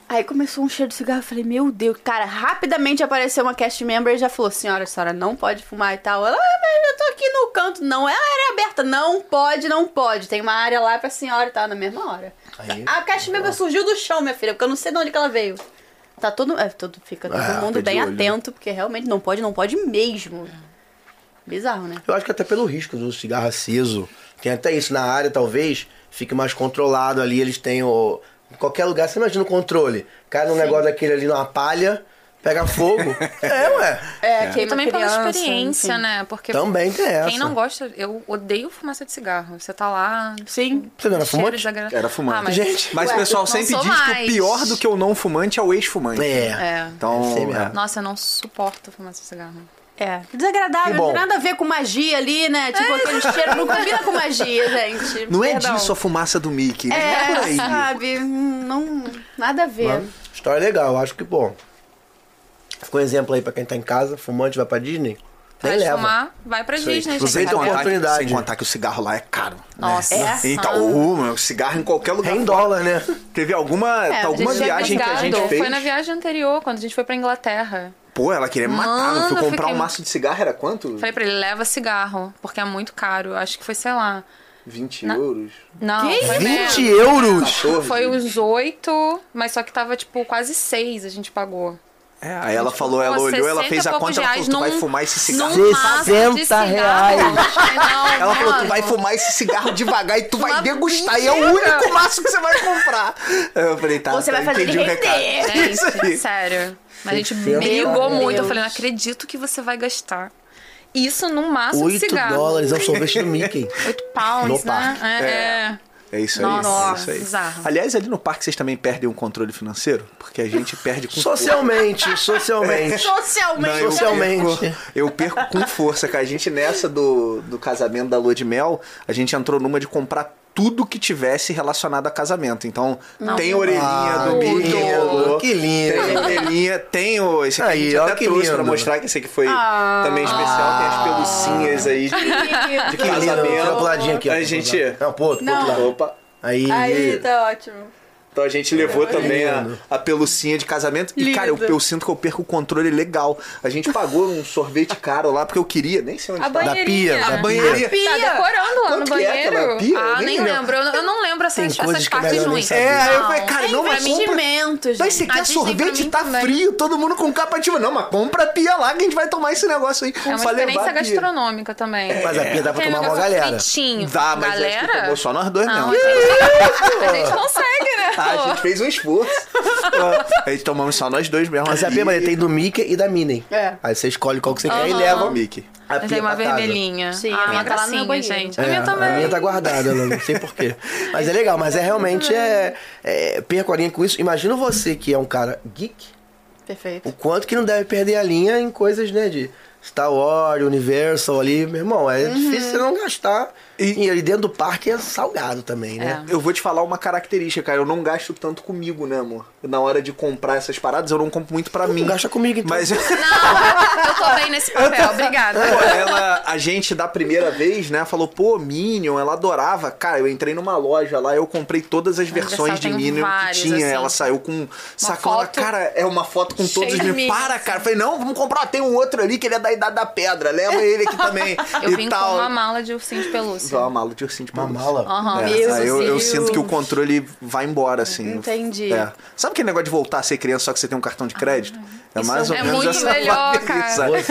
Aí começou um cheiro de cigarro. Eu falei, meu Deus, cara, rapidamente apareceu uma cast member e já falou: senhora, a senhora não pode fumar e tal. Ela, ah, mas eu tô aqui no canto. Não, é a área aberta. Não pode, não pode. Tem uma área lá pra senhora e tal, na mesma hora.
Aí,
a cast member surgiu do chão, minha filha, porque eu não sei de onde que ela veio. Tá todo. É, todo fica todo
Ah,
mundo
fica de
bem
olho, né?
atento, porque realmente não pode, não pode mesmo. Bizarro, né?
Eu acho que até pelo risco do cigarro aceso. Tem até isso na área, talvez, fique mais controlado ali. Eles têm o. Em qualquer lugar, você imagina o controle. Cai num negócio daquele ali numa palha, pega fogo. é, ué.
É, queima
também pela
criança,
experiência,
enfim.
né? Porque
Também tem essa.
Quem não gosta, eu odeio fumaça de cigarro. Você tá lá.
Sim.
Você não era
cheiro
fumante?
desagra-
Era fumante.
Ah, mas-
Gente.
Mas o
Ué,
pessoal
não
sempre
sou
diz que o
mais.
pior do que o não fumante é o ex-fumante.
É.
É.
Então,
Deve ser mesmo.
é.
Nossa, eu não suporto fumaça de cigarro.
É,
Que
desagradável,
bom.
não tem nada a ver com magia ali, né? Tipo, aquele cheiro não combina com magia, gente.
não é
Perdão.
disso a fumaça do Mickey. né? Não é por
É,
aí.
sabe? hum, Não, nada a ver.
Mano, história legal, acho que, pô. Ficou um exemplo aí pra quem tá em casa, fumante, vai pra Disney. Nem
Vai
leva.
fumar, vai pra Disney, gente.
tem
Vai
Sem contar,
pra-
que,
oportunidade.
sem contar que o cigarro lá é caro. né?
Nossa.
É.
Então, o meu cigarro em qualquer
É
lugar.
em dólar, né?
Teve alguma,
É,
alguma
a gente já
viagem que a
tinha
gente
Obrigado.
fez.
Foi na viagem anterior, quando a gente foi pra Inglaterra.
Pô, ela queria me matar.
Mano,
não fui
eu
comprar
fiquei-
um maço de cigarro, era quanto?
Falei pra ele, leva cigarro, porque é muito caro. Acho que foi, sei lá.
20 euros.
Não,
Que
foi
20
menos.
euros!
14.
Foi um uns oito, mas só que tava, tipo, quase seis a gente pagou.
É, aí ela falou, ela
Pô,
olhou, ela
60
fez
e
a
poucos
conta, ela falou,
reais
tu vai
num-
fumar esse cigarro.
num maço de
60
cigarro.
reais.
Não,
Ela falou, tu
mano.
vai fumar esse cigarro devagar e tu vai
Uma
degustar. E é o
mentira.
único maço que você vai comprar. Eu falei, tá,
Ou você
tá,
vai fazer
entendi o
ele
recado.
render.
Isso
Gente,
aí.
É sério. Mas a gente
Meu
brigou
Deus.
muito. Eu falei, não acredito que você vai gastar. Isso num maço de
8
cigarro.
dólares é o sorvete do Mickey.
Oito pounds,
No
né?
parque.
É,
É isso aí.
Nossa,
é isso aí.
bizarro.
Aliás, ali no parque vocês também perdem o controle financeiro? Porque a gente perde com
Socialmente, socialmente.
Socialmente.
eu
Socialmente.
perco- Eu perco, com força, cara. A gente, nessa do, do casamento da lua de mel, a gente entrou numa de comprar tudo que tivesse relacionado a casamento. Então, tem a orelhinha
Ah,
do
que
Mickey,
lindo,
do-
que lindo.
Tem a orelhinha, tem o... Esse aqui
Aí,
a gente
ó,
até
que
trouxe pra
lindo.
mostrar, que esse aqui foi também especial. Tem as
Ah.
pelucinhas aí de, de
Que lindo,
casamento.
tira pro ladinho aqui. ó.
A gente...
Não, pô, outro
Não.
lado.
Opa.
É um Aí.
Aí, tá ótimo.
Então a gente
É.
levou também a,
Lindo.
a pelucinha de casamento. E,
Lindo.
cara, eu, eu sinto que eu perco o controle legal. A gente pagou um sorvete caro lá porque eu queria, nem sei onde
A
tá.
Da pia,
banheirinha.
da
A banheirinha.
Tá decorando lá
Quanto
no
que é aquela
banheiro?
pia?
ah,
Eu
nem
nem
lembro. Eu, eu não lembro essas,
Tem coisas
essas
que é
partes
melhor nem
ruins.
saber.
É, aí eu falei, cara,
Tem
não, mas compra.
investimentos,
Daí você
gente.
A
quer
Disney pra
é sorvete,
mim
tá
também.
frio, todo mundo com capa ativa. Não, mas compra a pia lá que a gente vai tomar esse negócio aí.
É uma
Pra levar
experiência
a pia. É,
gastronômica É, também.
Mas a pia dá pra
Aquele
tomar uma
negócio
galera.
fritinho.
Dá, mas acho que
um galera.
tomou só nós dois
Não, a
mesmo.
gente, a gente consegue, né?
Ah, a
pô?
gente fez um esforço. Ah, a gente tomamos só nós dois mesmo.
Mas a pia,
E-
mano, tem do Mickey e da Minnie.
É.
Aí você escolhe qual que você quer e
Aí
Aham.
leva
leva.
o Mickey.
A
Mas
pia
tem uma
pra casa.
vermelhinha.
Sim,
ah,
a
uma
minha tá lá no meu
gracinha,
banheiro.
gente.
Tá, É,
a minha também.
A minha tá guardada, eu não sei porquê. Mas é legal, mas é realmente é, é perco a linha com isso. Imagina você que é um cara geek, o
Perfeito.
quanto que não deve perder a linha em coisas, né, de Star Wars, Universal ali, meu irmão,
Uhum.
é difícil você não gastar. E, ali dentro do parque é salgado também, né?
Eu vou te falar uma característica, cara. Eu não gasto tanto comigo, né, amor? Na hora de comprar essas paradas, eu não compro muito pra mim.
Não gasta comigo, então.
Mas
Não, eu tô bem nesse papel, obrigada.
Pô, ela, a gente da primeira vez, né, falou, pô, Minion, ela adorava. Cara, eu entrei numa loja lá, eu comprei todas as versões
Universal
de
tem
Minion
vários,
que tinha.
assim.
Ela saiu com um sacola.
foto
Cara, é uma foto com
cheia
todos os
de
Minions.
Minions, assim.
Para, cara. Falei, não, vamos comprar. Tem um outro ali que ele é da Idade da Pedra. Leva ele aqui também.
Eu
e
vim
tal.
com uma mala assim. de ursinho de pelúcia.
Só uma mala de ursinho de
Uma
pelúcia.
mala.
Aham.
É,
Meu
aí eu, eu
Deus.
sinto que o controle vai embora, assim.
Entendi.
É. Sabe aquele negócio de voltar a ser criança só que você tem um cartão de crédito? É mais ou
é
menos
muito
essa
melhor,
vibe,
cara.
sabe?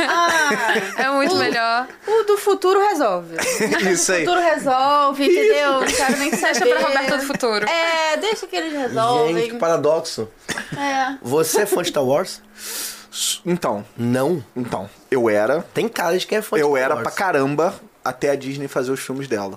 É
Uhum.
muito melhor.
Tá
O do futuro resolve.
Isso
O
aí.
futuro resolve, entendeu? Não quero nem saber.
Deixa pra Roberta do futuro.
É, deixa que eles
Gente,
resolvem.
que paradoxo.
É.
Você é fã de Star Wars?
Então,
Não.
então, eu era.
Tem cara de quem é fã de
Eu
Star
era
Wars.
pra caramba até a Disney fazer os filmes dela.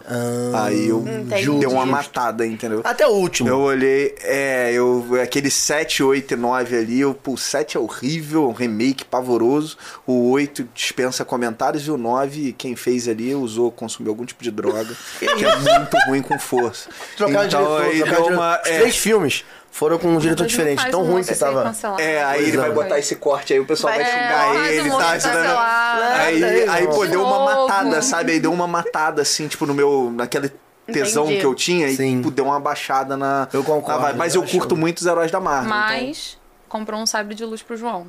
Ah,
Aí eu
entendi.
dei uma
Justo.
matada, entendeu?
Até o último.
Eu olhei, é, eu, aquele 7, 8 e 9 ali, eu, pô, o 7 é horrível, um remake pavoroso, o 8 dispensa comentários e o 9, quem fez ali, usou, consumiu algum tipo de droga, que é muito ruim com força.
Trocaram
então,
de
aí
diretor.
deu
Trocaram de...
uma...
Os
é,
três filmes foram com um diretor
Mas não
diferente.
faz
Tão
um
ruim
monte
que
de
tava.
cancelado.
É, aí ele vai botar esse corte aí, o pessoal vai,
Vai- é,
xingar
faz um
ele,
monte
tá?
de
tá, tá,
cancelada.
Aí,
Nada,
aí pô,
de
deu uma
novo.
matada, sabe? Aí deu uma matada, assim, tipo, no meu. naquele tesão
Entendi.
que eu tinha
Sim.
e pô, deu uma baixada na.
Eu concordo,
na vibe. Mas eu
eu
curto
acho.
muito os heróis da Marvel. então-
Mas comprou um sabre de luz pro João.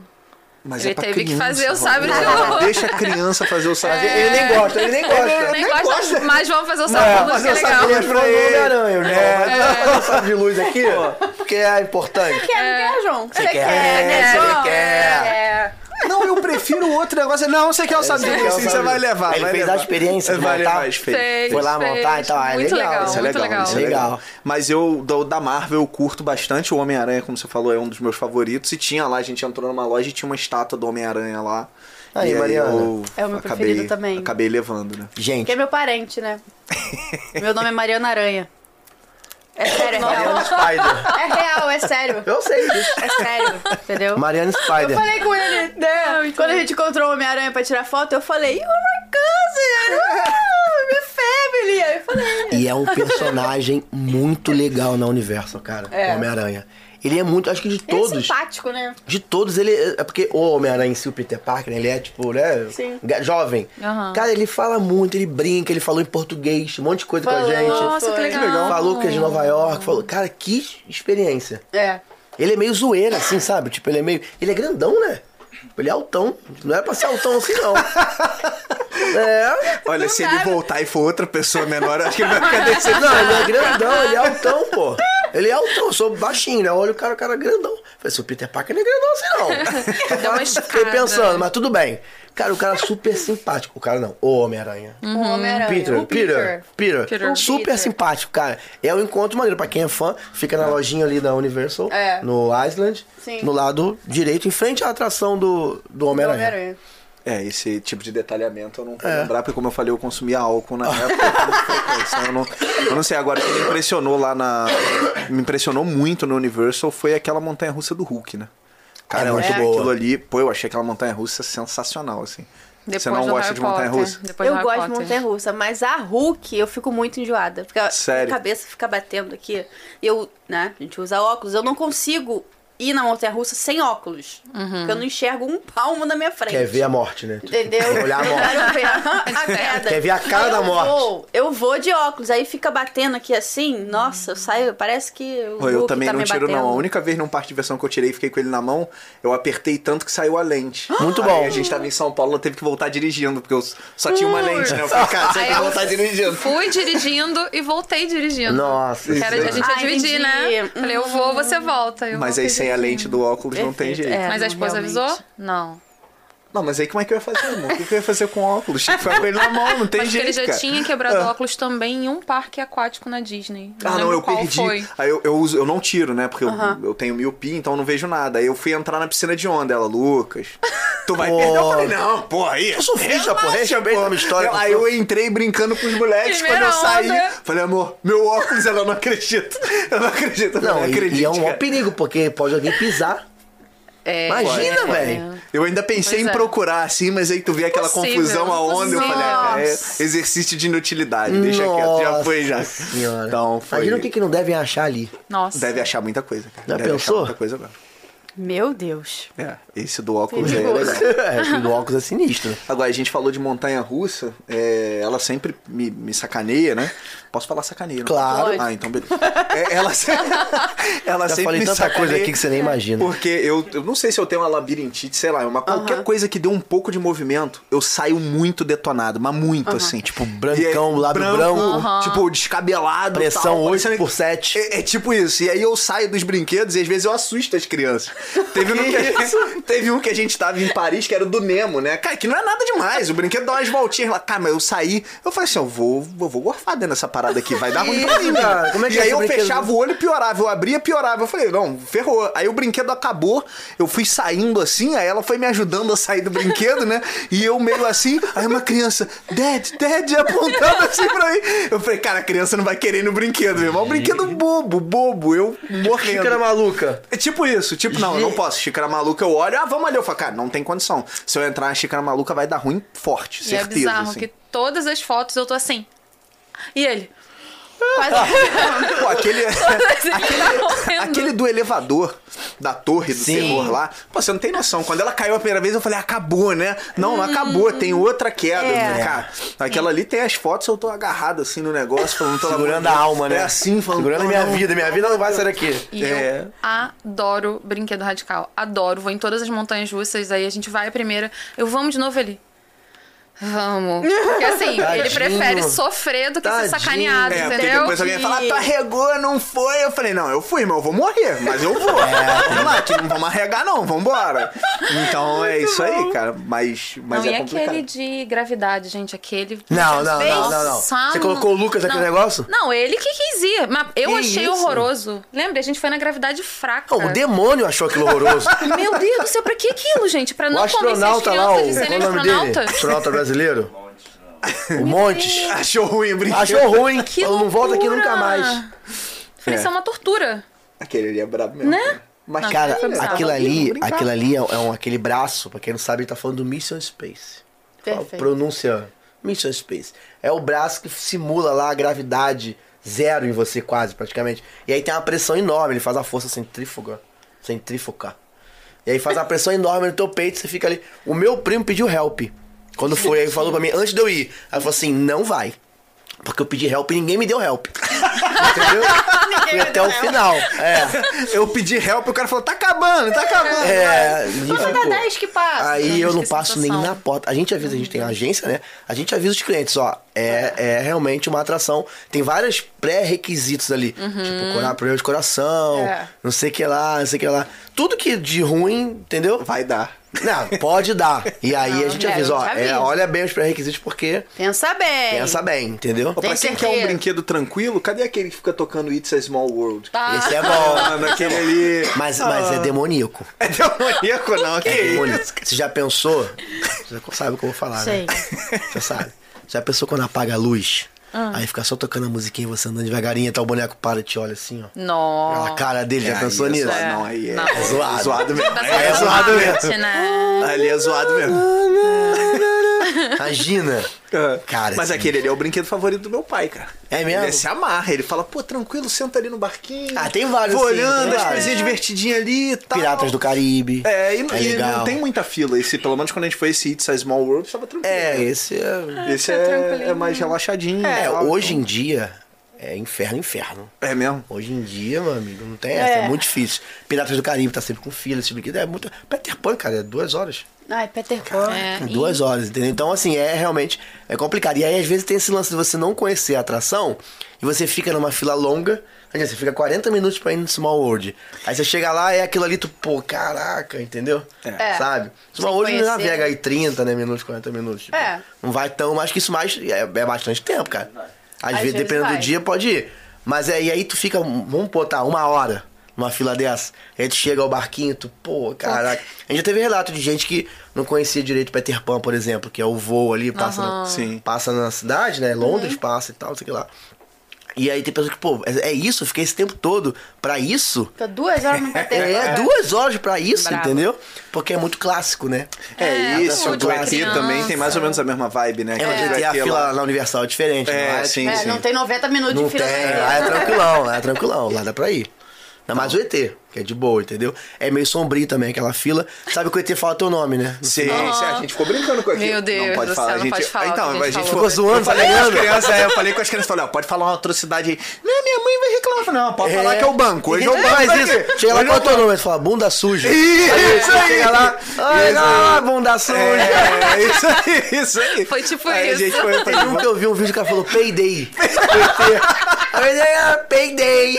mas é
ele
pra
teve que
criança,
fazer o
Roberto.
sabre de luz.
Deixa a criança fazer o sabre.
Ele nem gosta, ele nem gosta.
Nem
nem
gosta,
gosta.
mas vamos fazer o
É,
sabre de luz,
mas
que é
eu sabia
legal.
que
Pra
foi
ele. é
o Homem-Aranha, né? Mas eu sabia de luz aqui, ó, porque é importante.
Quer, não quer, João? Você
quer,
né,
você
João?
quer.
É.
Não, eu prefiro outro negócio. Não, você quer o sabre de
É, Você quer
luz,
o
sim, você
sabre.
vai levar.
Ele
vai
fez a
levar.
experiência de
Vai
montar.
levar, fez.
Fez,
Foi lá
fez.
montar, então, ah, é
Muito
legal,
legal,
isso
Isso é
muito
legal,
legal.
isso é
Legal.
legal. Mas eu, do- da Marvel, eu curto bastante. O Homem-Aranha, como você falou, é um dos meus favoritos. E tinha lá, a gente entrou numa loja e tinha uma estátua do Homem-Aranha lá.
Aí,
e
Mariana.
eu
É o meu
acabei,
preferido também.
Acabei levando, né?
Porque é
Gente,
meu parente, né? Meu nome é Mariana Aranha. É sério, é real.
Mariana Spider.
É real, é sério.
Eu sei disso.
É sério, entendeu?
Mariana
Eu
Spider.
falei com ele, né? Quando a gente encontrou o Homem-Aranha pra tirar foto, eu falei, you're my cousin! Ah, minha family! Aí eu falei,
E é um personagem muito legal na Universal, cara.
É.
o Homem-Aranha. Ele é muito, acho que de
ele é
todos.
simpático, né?
De todos, ele. É porque o Homem-Aranha em si, o Peter Parker, né, ele é tipo, né?
Sim.
ga- Jovem.
Aham.
Cara, ele fala muito, ele brinca, ele falou em português, um monte de coisa com
Falou.
a gente.
Nossa, que
Foi.
legal.
Falou que é de Nova York, falou. Cara, que experiência.
É.
Ele é meio zoeira, assim, sabe? Tipo, ele é meio. Ele é grandão, né? Ele é altão. Não era pra ser altão assim, não. é.
Olha, se
né?
ele voltar e for outra pessoa menor, acho que ele vai ficar desse.
Não, ele é grandão, ele é altão, pô. Ele é altão, eu sou baixinho, né? Olha o cara, o cara é grandão. Eu Falei, seu Peter Parker não é grandão assim, não.
Deu uma
Fiquei
esticada.
pensando, mas tudo bem. Cara, o cara é super simpático. O cara não, o Homem-Aranha.
O
Uhum.
Homem-Aranha.
Peter,
é o Peter.
Peter, Peter,
Peter.
super
O Peter.
simpático, cara. É um encontro maneiro pra quem é fã. Fica na lojinha ali da Universal,
É.
no Island,
Sim.
no lado direito, em frente à atração do, do Homem-Aranha.
Homem-Aranha.
É, esse tipo de detalhamento eu não
É.
vou lembrar, porque como eu falei, eu consumia álcool na época. Então, eu, não, eu não sei, agora o que me impressionou lá na. Me impressionou muito no Universal foi aquela montanha russa do Hulk, né? Cara,
É
eu
muito
achei
boa.
aquilo ali. Pô, eu achei aquela montanha russa sensacional, assim.
Depois
Você não
do
gosta
Harry
de montanha
Potter.
russa?
Depois do
Eu
Harry
gosto de
Potter.
montanha russa, mas a Hulk eu fico muito enjoada. Porque a-
Sério?
a cabeça fica batendo aqui. Eu, né, a gente usa óculos, eu não consigo ir na montanha russa sem óculos. Porque eu não enxergo um palmo na minha frente.
Quer ver a morte, né?
Entendeu?
Quer olhar a
Eu
morte.
quero ver a, a queda.
Quer ver a cara
eu
da morte.
Vou, eu vou de óculos, aí fica batendo aqui assim, nossa, eu saio, parece que o
Pô, eu
Hulk
também
tá
não
me
tiro,
batendo.
não. A única vez num parque de diversão que eu tirei e fiquei com ele na mão, eu apertei tanto que saiu a lente.
Muito
Aí
bom.
a gente tava em São Paulo, ela teve que voltar dirigindo, porque eu só tinha uma lente, né? Eu falei, cara, você
Aí
tem que
eu
voltar dirigindo.
Fui dirigindo e voltei dirigindo.
Nossa.
Que era de a gente ia
Ah,
dividir, né?
entendi.
Falei, eu vou, você volta. Eu
Mas
voltei
aí sem a
dirigindo.
lente do óculos não tem
Perfeito,
jeito.
é.
Mas a
Não,
esposa
realmente.
avisou? Não.
Não, mas aí como é que eu ia fazer, irmão? O que que eu ia fazer com óculos? Tinha que ficar com ele na mão, não tem
Acho que
jeito,
ele já
cara.
tinha quebrado óculos também em um parque aquático na Disney.
Ah, não,
lembro
eu
qual
perdi.
Foi.
Aí eu, eu, uso, eu não tiro, né? Porque eu- eu, tenho miopia, então eu não vejo nada. Aí eu fui entrar na piscina de onda, ela, Lucas. Tu vai
Pô.
perder. Eu falei, não, porra, isso.
Eu sou fista, um porra. Respeito a minha história.
aí eu entrei brincando com os moleques.
Primeira
Quando eu saí,
onda.
falei, amor, meu óculos, ela não acredita. Eu não acredito, eu não,
Não,
não
e-
acredito.
e é um maior
cara.
perigo, porque pode alguém pisar.
É,
Imagina, velho.
Eu ainda pensei
Pois
em
é.
procurar, assim, mas aí tu vê aquela
Impossível,
confusão, a onda, eu falei, ah, cara, é
impossível.
exercício de inutilidade, deixa quieto, já foi já.
Senhora.
Então foi.
Imagina o que, que não devem achar ali.
Nossa.
Deve achar muita coisa, cara.
Já
Deve achar
pensou?
muita coisa agora.
Meu Deus.
É, esse do óculos aí é
Perigoso.
legal.
é, o óculos é sinistro.
Agora, a gente falou de montanha russa, é, ela sempre me, me sacaneia, né? Posso falar sacaneia, não?
Claro.
Pode.
Ah, então beleza. É, ela se- ela
Já
Tá sempre
falei
me
tanta
sacaneia.
coisa aqui que você nem imagina.
Porque eu, eu não sei se eu tenho uma labirintite, sei lá, é uma qualquer coisa que dê um pouco de movimento, eu saio muito detonado, mas muito assim, tipo
brancão, lábio é branco.
tipo descabelado,
Pressão
tal,
8
parecendo-
por 7.
é, é tipo isso. E aí eu saio dos brinquedos e às vezes eu assusto as crianças. Teve, um que a gente, teve um que a gente tava em Paris, que era o do Nemo, né? Cara, que não é nada demais. O brinquedo dá umas voltinhas lá. Cara, mas eu saí, eu falei assim: eu vou, eu vou gorfar dentro dessa parada aqui, vai dar ruim pra mim,
Cara,
mano.
como é que
E
é
aí
esse
eu
brinquedo?
fechava o olho e piorava. Eu abria e piorava. Eu falei, não, ferrou. Aí o brinquedo acabou, eu fui saindo assim, aí ela foi me ajudando a sair do brinquedo, né? E eu meio assim, aí uma criança, Dad, Dad, apontando assim pra mim. Eu falei, cara, a criança não vai querer ir no brinquedo, meu irmão. É um brinquedo bobo, bobo, eu
Xícara
morrendo.
maluca.
É tipo isso, tipo, não, eu não posso. Xícara maluca, eu olho, ah, vamos ali. Eu falo, cara, não tem condição. Se eu entrar na xícara maluca, vai dar ruim forte,
E é
certeza.
bizarro
assim.
que todas as fotos eu tô assim. E ele?
Pô, aquele.
Ele tá morrendo.
Ah, Aquele do elevador da torre do
Sim.
terror lá, pô, você não tem noção. Quando ela caiu a primeira vez, eu falei, acabou, né? Não, não acabou, tem
Hum.
outra queda. né,
É.
Cara, aquela ali tem as fotos, eu tô agarrado assim no negócio, falando, pelo amor
Segurando
de
a
Deus.
alma, né?
É assim, falando.
Segurando a
pô,
minha
não.
vida. Minha vida não vai sair daqui.
E
É.
eu adoro brinquedo radical. Adoro. Vou em todas as montanhas russas, aí a gente vai a primeira. Eu vamos de novo ali. Vamos. Porque assim, ele
Tadinho.
prefere sofrer do que
Tadinho.
ser sacaneado,
É, porque
entendeu?
depois alguém fala,
E-
tu arregou, não foi. Eu falei, não, eu fui, mas eu vou morrer, mas eu vou.
É,
vamos lá, que não vamos arregar, não, vambora. Então é isso aí, cara. Mas, mas
Não, e
é complicado.
aquele de gravidade, gente, aquele.
Não, não, não, não, não.
Nossa,
Você colocou o Lucas naquele negócio?
Não, ele que quis ir. Mas eu
Que
achei
isso?
horroroso. Lembra? A gente foi na gravidade fraca.
Não, o demônio achou aquilo horroroso.
Meu Deus do céu, pra que aquilo, gente? Pra
O
não convencer as
astronauta lá,
crianças
o,
de
qual
serem
o nome dele?
astronautas?
Astronauta brasileiro? O Montes.
Achou ruim, brinquedo.
Achou ruim.
Que
Eu não volto aqui
loucura!
nunca mais.
Falei,
É.
isso é uma tortura.
Aquele ali é brabo mesmo.
Né?
Mas,
Não,
Cara,
Sim,
aquilo
tava
ali,
vindo, brincar.
aquilo ali é um, aquele braço, pra quem não sabe, ele tá falando do Mission Space. Fala-
Perfeito.
Pronuncia Mission Space. É o braço que simula lá a gravidade zero em você, quase, praticamente. E aí tem uma pressão enorme, ele faz a força centrífuga. Centrífuga. E aí faz uma pressão enorme no teu peito, você fica ali. O meu primo pediu help. Quando foi, aí ele falou pra mim, antes de eu ir. Aí eu falei assim, não vai. Porque eu pedi help e ninguém me deu help. Entendeu? Fui até o final. É.
Eu pedi help e o cara falou, tá acabando, tá acabando.
É, e ficou.
dar 10 que passa.
Aí
Gente,
eu não
que
passo nem
sensação.
na porta. A gente avisa, a gente tem agência, né? A gente avisa os clientes, ó. É, é realmente uma atração. Tem vários pré-requisitos ali. Tipo, cora- problema de coração,
É.
não sei o que lá, não sei o que lá. Tudo que de ruim, entendeu?
Vai dar.
Não, pode dar. E aí a gente
é,
avisa,
eu
ó.
te
é,
aviso.
olha bem os pré-requisitos, porque
Pensa bem.
pensa bem, entendeu?
Pô, pra
Tem
quem quer um
certeza.
brinquedo tranquilo, cadê aquele que fica tocando It's a Small World?
Tá.
Esse é bom.
Mano, aquele ali.
Mas, mas é demoníaco.
É demoníaco, não, que
É
isso?
demoníaco. Você já pensou? Você sabe o que eu vou falar, né?
Sei.
Você sabe? Já pensou quando apaga a luz? Aí fica só tocando a musiquinha e você andando devagarinho, até o boneco para e te olha assim, ó. Aquela
Nossa.
cara dele, já
É,
pensou
aí é
nisso?
zoado, Não, aí é,
Não.
é zoado.
Zoado.
zoado mesmo.
Tá
É,
é
sendo
zoado
dramático, né?
Ali é zoado mesmo.
Imagina.
É.
Cara,
Mas
assim-
aquele ali é o brinquedo favorito do meu pai, cara.
É mesmo?
Ele se amarra, ele fala, pô, tranquilo, senta ali no barquinho.
Ah, tem vários
Vou
assim,
olhando,
tem
as
vários.
coisinhas divertidinhas ali e tal.
Piratas do Caribe.
É,
é
e, e
legal.
não tem muita fila. Esse, pelo menos quando a gente foi esse It's a Small World, tava tranquilo.
É, esse é...
Esse
tá
é,
tranquilinho.
é mais relaxadinho.
É,
tal.
hoje em dia é inferno, inferno.
É mesmo?
Hoje em dia, meu amigo, não tem essa, é,
É.
muito difícil. Piratas do Caribe tá sempre com fila, esse brinquedo é muito... Peter Pan, cara, é duas horas.
Ai, Peter Pan.
É,
Em
e-
duas horas, entendeu? Então, assim, é realmente é complicado. E aí, às vezes, tem esse lance de você não conhecer a atração e você fica numa fila longa. Quer dizer, Você fica 40 minutos pra ir no Small World. Aí você chega lá é aquilo ali, tu, pô, caraca, entendeu?
É.
Sabe? Small
Sem
World
conhecer.
navega aí 30 né, minutos, 40 minutos. tipo.
É.
Não vai tão, mas que isso mais é, é bastante tempo, cara. Às,
Às
vezes,
vezes
dependendo do
vai.
dia, pode ir. Mas é, e aí tu fica, vamos botar, uma hora numa fila dessa. Aí tu chega ao barquinho, tu, pô, caraca. A gente já teve relato de gente que não conhecia direito Peter Pan, por exemplo, que é o voo ali, passa, na,
Sim.
passa na cidade, né? Londres passa e tal, não sei o que lá. E aí tem pessoas que, pô, é, é isso? Eu fiquei esse tempo todo pra isso?
Fica duas horas no Peter Pan.
É, duas horas pra isso,
Bravo.
entendeu? Porque é muito clássico, né?
É,
É,
isso.
tá
O do
bom.
ET também tem mais ou menos a mesma vibe, né?
É, mas
Aquele
tem a
ET lá.
fila na Universal é diferente,
É,
não é?
sim,
É,
sim.
não tem 90 minutos
Não
de fila.
tem,
pra
lá
ver.
é tranquilão, lá é tranquilão, lá dá pra ir. Ainda mais o ET, que é de boa, entendeu? É meio sombrio também aquela fila. Sabe que o ET fala teu nome, né?
Sim, sim, a gente ficou brincando com aquilo.
Meu Deus
não pode
do
falar,
céu,
a
não
gente...
pode falar o que a
Então,
gente
a gente
falou.
Ficou zoando,
Eu falei com as
falando.
crianças, aí eu falei com as crianças, falei, ó, pode falar uma atrocidade aí. Não, minha mãe vai reclamar. Eu falei, Não, pode falar que é o banco. Hoje é o
Ninguém
banco.
faz
aqui.
isso. Chega lá,
Hoje
qual é
o
o teu nome? Você fala, bunda suja.
Isso aí!
Chega lá, ai, lá, bunda suja.
É, isso aí, isso aí.
Foi tipo
Aí
isso.
A gente foi, tipo,
Teve um que eu vi um vídeo que ela falou, payday. Payday, ah, payday.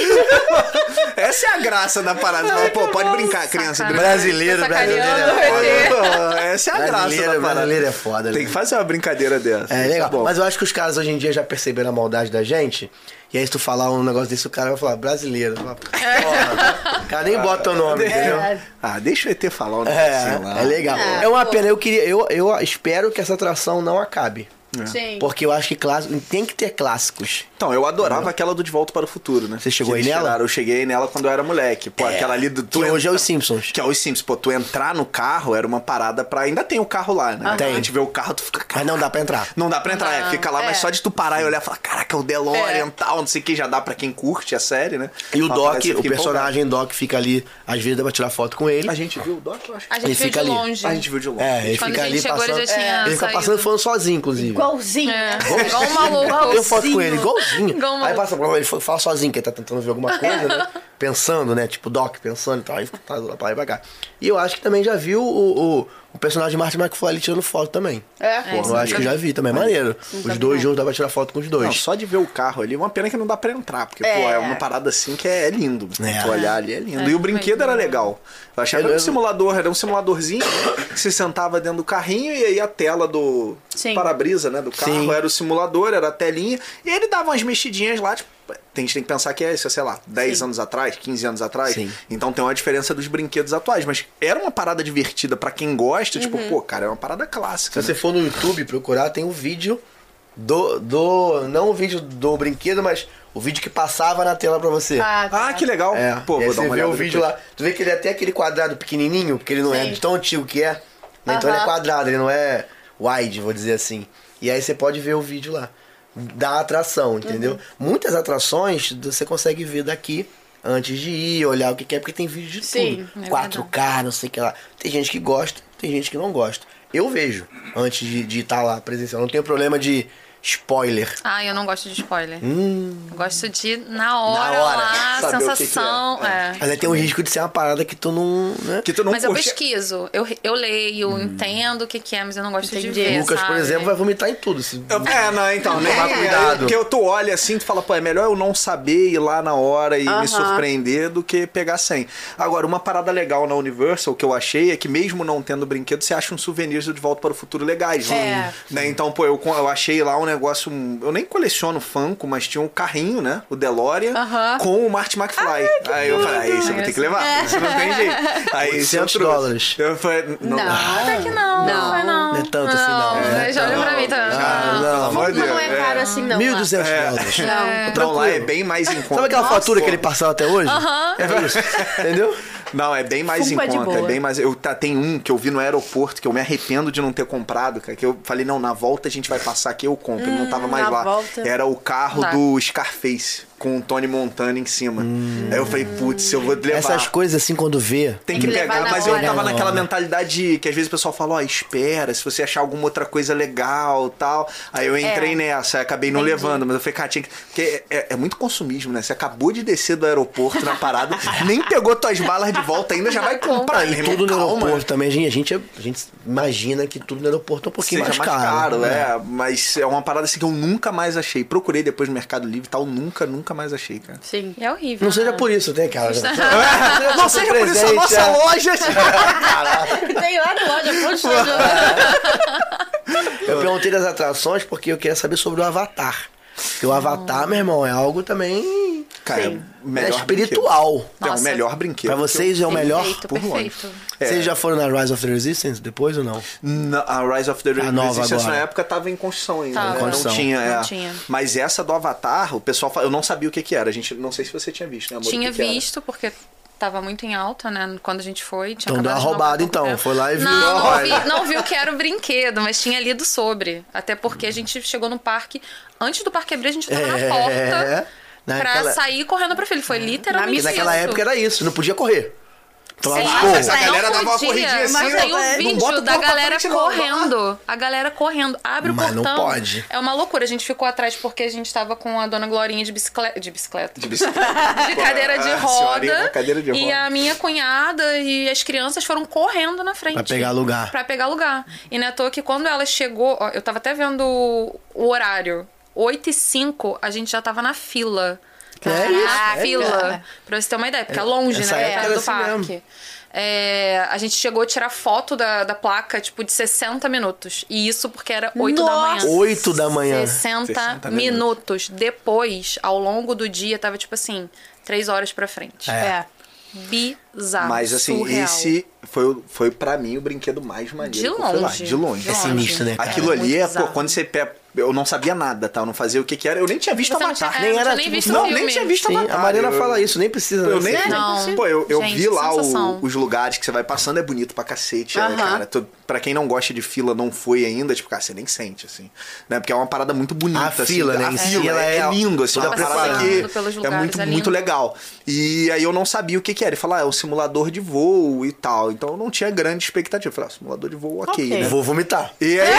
essa é a graça da parada. Fala, Pô, pode brincar, criança.
Sacanagem.
Brasileiro,
brinca.
Tô sacaneando
brasileiro é
o ET.
Pô, Essa é a graça da
Brasileiro,
parada.
brasileiro é foda.
Tem
né?
que fazer uma brincadeira dessa.
É legal.
Tá bom.
Mas eu acho que os caras hoje em dia já perceberam a maldade da gente. E aí, se tu falar um negócio desse, o cara vai falar brasileiro. Fala,
É.
Porra, o cara nem bota o nome, entendeu?
É.
Ah, deixa o ET falar um negocinho lá.
É, é legal. É uma pena, eu queria. Eu, eu espero que essa atração não acabe.
Sim.
Porque eu acho que clássico, tem que ter clássicos.
Então, eu adorava aquela do De Volta para o Futuro, né?
Você chegou
Que
aí
eles
nela?
tiraram. Eu cheguei nela quando eu era moleque. Pô,
É.
aquela ali do...
Que hoje é os Simpsons.
Que é os Simpsons. Pô, tu entrar no carro era uma parada pra... Ainda tem o carro lá, né?
Tem.
A gente vê o carro, tu fica...
Mas não dá pra entrar.
Não dá pra entrar, é,
Não,
fica lá, mas
é.
só de tu parar e olhar e falar, caraca, o DeLorean
É.
tal, não sei o que, já dá pra quem curte a série, né?
E o
Então,
Doc,
parece que
o
fica
personagem Doc fica ali, às vezes dá pra tirar foto com ele.
empolgado. A gente viu o Doc, eu acho que...
A
Ele
gente veio
fica
de
ali.
longe.
A gente viu de longe.
É, ele
Quando
fica
a gente
ali
chegou,
passando. É,
ele já tinha
ele fica
saído.
passando falando sozinho, inclusive.
Igualzinho.
É, igual um maluco.
Eu foto com ele, igualzinho.
Igual uma-
Aí passa, ele fa- fala sozinho, que ele tá tentando ver alguma coisa, né? Pensando, né? Tipo, Doc pensando e tal. Aí fica pra lá pra lá e pra cá. E eu acho que também já viu o, o, o personagem de Martin McFly ali tirando foto também.
É.
eu acho que já vi também, maneiro. Os dois juntos dá pra tirar foto com os
Não,
dois.
só de ver o carro ali, é uma pena que não dá pra entrar, porque,
É.
pô, é uma parada assim que é lindo.
É.
Tu olhar ali é lindo.
É,
e o brinquedo
foi
era
lindo.
legal. Eu achava que era um simulador, era um simuladorzinho que se sentava dentro do carrinho e aí a tela do
Sim.
para-brisa, né, do carro,
Sim.
era o simulador, era a telinha, e ele dava umas mexidinhas lá, tipo, tem- a gente tem que pensar que é isso, sei lá, 10 anos atrás, 15 anos atrás.
Sim.
Então tem uma diferença dos brinquedos atuais, mas era uma parada divertida pra quem gosta, tipo,
Uhum.
pô, cara, é uma parada clássica. né?
Se você for no YouTube procurar, tem um vídeo do. do não o vídeo do brinquedo, mas o vídeo que passava na tela pra você.
Ah, tá.
Ah, que legal.
É,
Pô,
e aí
vou
você
dar uma
vê
olhada
o vídeo
depois.
lá. Tu vê que ele é até aquele quadrado pequenininho, porque ele não é
Sim.
de tão antigo que é. né? Então ele é
Aham.
quadrado, ele não é wide, vou dizer assim. E aí você pode ver o vídeo lá. Da atração, entendeu?
Uhum.
Muitas atrações você consegue ver daqui antes de ir, olhar o que que é, porque tem vídeo de
Sim,
tudo.
é
4K, não sei o que lá. Tem gente que gosta, tem gente que não gosta. Eu vejo antes de estar de tá lá presencial. Não tenho problema de spoiler.
Ah, eu não gosto de spoiler. Gosto de na hora,
Hum. Na hora,
lá,
saber o que que é.
sensação. é.
Mas aí tem o risco de ser uma parada que tu não. Né?
Que tu não
Mas eu
curte-
pesquiso, eu, eu leio, entendo o que, que é, mas eu não gosto de
Entendi.
ver.
Lucas, por
sabe?
exemplo, vai vomitar em tudo. assim. Se...
Eu- É, não, então, né?
Tomar cuidado.
Porque eu- tu olha assim, tu fala, pô, é melhor eu não saber ir lá na hora e me
Aham.
surpreender do que pegar sem. Agora, uma parada legal na Universal que eu achei é que um mesmo não tendo brinquedo, você acha uns souvenirs do De Volta para o Futuro legais, né?
É.
Né, Então, pô, eu, eu achei lá um negócio. Eu nem coleciono Funko, mas tinha um carrinho, né? O DeLorean
Aham.
com o Marty McFly. aí eu falei, aí você vai ter que levar. Você não tem jeito. Aí
800
eu trouxe.
dólares.
Eu falei, não.
Até que não, não,
Não.
foi não.
Não é tanto assim, não.
né? Já olhou pra mim, tá?
Ah,
Ah,
Pelo
não.
amor de
Mas
Deus.
não é caro assim, não.
1.200
É.
dólares.
É.
Não, lá é
Tranquilo.
bem mais em conta.
Sabe aquela fatura
Nossa.
que ele passava até hoje?
Aham.
É isso. Entendeu?
Não, é bem mais
Funko é
em
de
conta. É
boa.
bem mais. Eu, tá, tem um que eu vi no aeroporto que eu me arrependo de não ter comprado, cara. Que eu falei, não, na volta a gente vai passar aqui, eu compro. Ele não tava mais
Hum, na
lá.
volta.
Era o carro
Tá.
do Scarface com o Tony Montana em cima. Aí eu falei, putz, eu vou levar.
Hum. Essas coisas assim, quando vê.
Tem
Tem
que
que
pegar,
levar na
mas eu
hora.
tava
Na
naquela
hora.
mentalidade que às vezes o pessoal fala, ó, espera, se você achar alguma outra coisa legal tal. Aí eu entrei nessa, aí acabei não levando, mas eu falei, cara, tinha que. Porque é, é muito consumismo, né? Você acabou de descer do aeroporto na parada, nem pegou tuas balas de volta ainda, já vai comprar.
E
irmão,
tudo no
calma. né?
aeroporto também. A gente, a, gente, a gente imagina que né? tudo no aeroporto é um pouquinho
Seja mais caro, é. Mas é uma parada assim que eu nunca mais achei. Procurei depois no Mercado Livre e tal, nunca, nunca mais achei, cara.
Sim.
E é horrível.
Não seja
né?
por isso, né, cara?
Não seja por isso a nossa loja.
Tem lá na loja, pode fazer.
Eu perguntei das atrações porque eu queria saber sobre o Avatar. Porque o Avatar, meu irmão, é algo também
Cara,
Sim.
o melhor
é espiritual.
brinquedo. É o
Nossa.
melhor brinquedo.
Pra vocês é o melhor.
Perfeito,
por longe.
perfeito.
Vocês já foram na Rise of the Resistance depois ou não?
Na- a Rise of the
A nova
Resistance
agora.
na época tava em construção ainda.
Tava.
né?
Construção.
Não tinha, é.
Não tinha.
Mas essa do Avatar, o pessoal fala, eu não sabia o que que era. A gente não sei se você tinha visto, né, amor?
Tinha
o que que era.
visto, porque tava muito em alta, né? Quando a gente foi. Tinha
Então deu
acabado
uma roubada,
de inovar há pouco
então.
tempo.
Foi lá e viu.
Não, não
Olha.
vi, não vi o que era o brinquedo, mas tinha lido sobre. Até porque a gente chegou no parque. Antes do parque abrir, a gente tava na
Hum. É,
porta
naquela-
pra sair correndo pra filho. Foi literalmente.
Porque naquela
isso.
época era isso, não podia correr. Tomava
Sim,
esporro.
mas
essa
não
galera dava uma
podia,
corridinha assim,
Mas
né?
tem um
Não bota
vídeo
o
da
corpo pra
galera
frente, não, vai lá.
correndo. A galera correndo. Abre o
Mas não
portão.
pode.
É uma loucura. A gente ficou atrás porque a gente tava com a dona Glorinha de bicicleta. De bicicleta.
De bicicleta.
de cadeira de
Ah,
roda.
senhorinha na cadeira de
E
roda.
a minha cunhada e as crianças foram correndo na frente.
Pra pegar lugar.
Pra pegar lugar. E não é à toa que quando ela chegou, ó, eu tava até vendo o o horário. 8 e 5, a gente já tava na fila.
Que é isso?
Na
É,
fila. Pra você ter uma ideia, porque é longe,
essa
né?
época era
do
assim
parque.
mesmo.
É, a gente chegou a tirar foto da, da placa, tipo, de 60 minutos. E isso porque era 8 da manhã.
Nossa!
8 da manhã.
60,
60
minutos. Depois, ao longo do dia, tava tipo assim, três horas pra frente.
É.
Bizarro.
Mas assim,
surreal.
esse foi, o- foi para mim o brinquedo mais maneiro.
De
que eu fui lá,
longe.
de longe.
De
É sinistro, né, cara?
Aquilo
É
ali
muito
é, pô,
bizarro.
quando você pega. Eu não sabia nada, tá? Eu não fazia o que que era. Eu nem tinha visto
Você não
Avatar.
tinha-
Nem
eu não
era,
tinha nem
tipo,
visto o
Não,
filme.
nem tinha visto
Sim,
Avatar.
a Mariana
Eu-
fala isso, nem precisa. né?
Eu nem.
é, Não.
Pô, eu, eu
Gente,
vi lá o-
sensação.
os lugares que você vai passando, é bonito pra cacete, é,
Aham.
cara. Tô, pra quem não gosta de fila, não foi ainda, tipo, cara, você nem sente, assim. Né? Porque é uma parada muito bonita.
A
assim,
fila, né?
A
Em si,
fila
ela
é,
é
lindo, assim.
toda
Uma parada
preparada.
que
Pelos
é
lugares,
muito,
é
muito
lindo.
legal. E aí eu não sabia o que que era. E falar, ah, é um simulador de voo e tal. Então eu não tinha grande expectativa. Eu Falei, ah, simulador de voo, ok,
Ok.
né?
Vou vomitar.
E aí...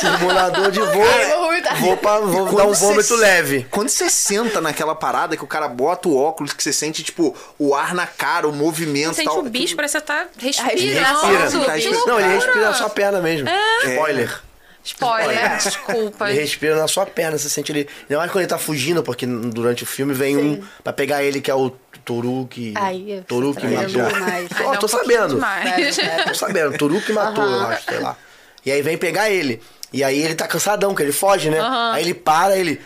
Simulador de voo.
vou vomitar.
Vou, pra, vou dar
Quando
um
você
vômito
se-
leve.
Quando você senta naquela parada que o cara bota o óculos, que você sente, tipo, o ar na cara, o movimento
Sente
tal.
o bicho, parece que você tá respirando.
Respira.
Respira.
Que
Tá respirando.
loucura.
Não, ele respira na sua perna mesmo. Spoiler.
Spoiler, desculpa.
Ele respira na sua perna, você sente ele. Ainda mais quando ele tá fugindo, porque n- durante o filme vem um pra pegar ele, que é o Toru que.
Ai,
Toru
você
que
tá
matou.
lembrando demais.
Ai,
Ó,
não,
tô
um pouquinho
sabendo. É,
demais.
Tô sabendo, Toru que matou, eu acho, sei lá. E aí vem pegar ele. E aí ele tá cansadão, que ele foge, né? Aí ele para, ele.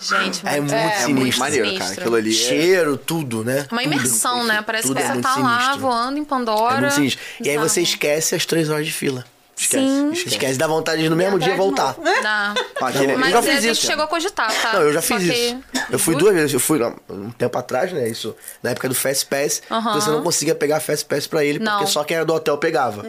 Gente,
É muito
É muito
sinistro.
maneiro, cara.
Sinistro.
Aquilo ali é...
Cheiro, tudo, né?
Uma
Tudo,
imersão, né? Parece
tudo
que
é
você
muito
tá lá
sinistro.
voando em
É
Pandora.
muito sinistro. E aí
Bizarro.
você esquece as três horas de fila.
Esquece,
Sim.
esquece.
Esquece, dá vontade de no mesmo dia
Entrar de
voltar.
Dá.
Aquele ali.
Né? Mas
já
é,
fiz
a gente
isso.
chegou a cogitar, tá?
Não, eu já
Só
fiz
que-
isso. Eu fui duas vezes, eu fui lá, um tempo atrás, né? Isso, na época do Fast Pass.
Aham.
Então você não conseguia pegar Fast Pass pra ele,
Não. Uhum.
porque só quem era do hotel pegava.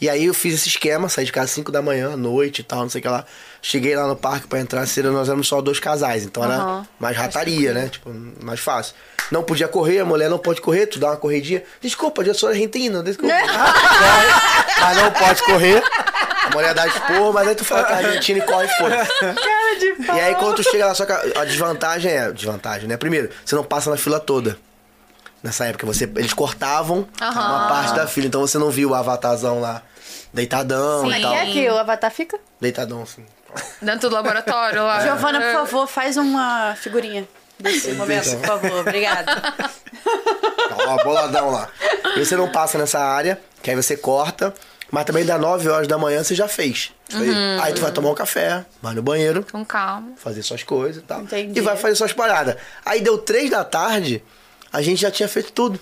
E aí eu fiz esse esquema, saí de casa às 5 da manhã, à noite e tal, não sei o que lá. Cheguei lá no parque pra entrar, cedo, nós éramos só dois casais, então era
Aham.
mais rataria, né? Tipo, mais fácil. Não podia correr, a mulher não pode correr, tu dá uma corridinha. Desculpa, já sou argentina, desculpa. corre, mas não pode correr. A mulher dá esporro, mas aí tu fala que é argentina e corre e foi.
Cara de pau.
E aí quando tu chega lá, só que a a desvantagem é. Desvantagem, né? Primeiro, você não passa na fila toda. Nessa época, você, eles cortavam
Aham.
uma parte da fila, então você não viu o avatarzão lá. Deitadão
Sim.
e
E
tal.
Então-
aqui, o Avatar fica?
Deitadão, assim.
Dentro do laboratório lá.
Giovana, por
É.
favor, faz uma figurinha desse momento, por favor. Obrigada.
Tá, ó, boladão lá. E você não passa nessa área, que aí você corta Mas também dá 9 horas da manhã você já fez. Isso aí.
Uhum.
Aí tu vai tomar um café, vai no banheiro,
Com calma.
fazer suas coisas e tal.
Entendi.
E vai fazer suas paradas. Aí deu 3 da tarde, a gente já tinha feito tudo.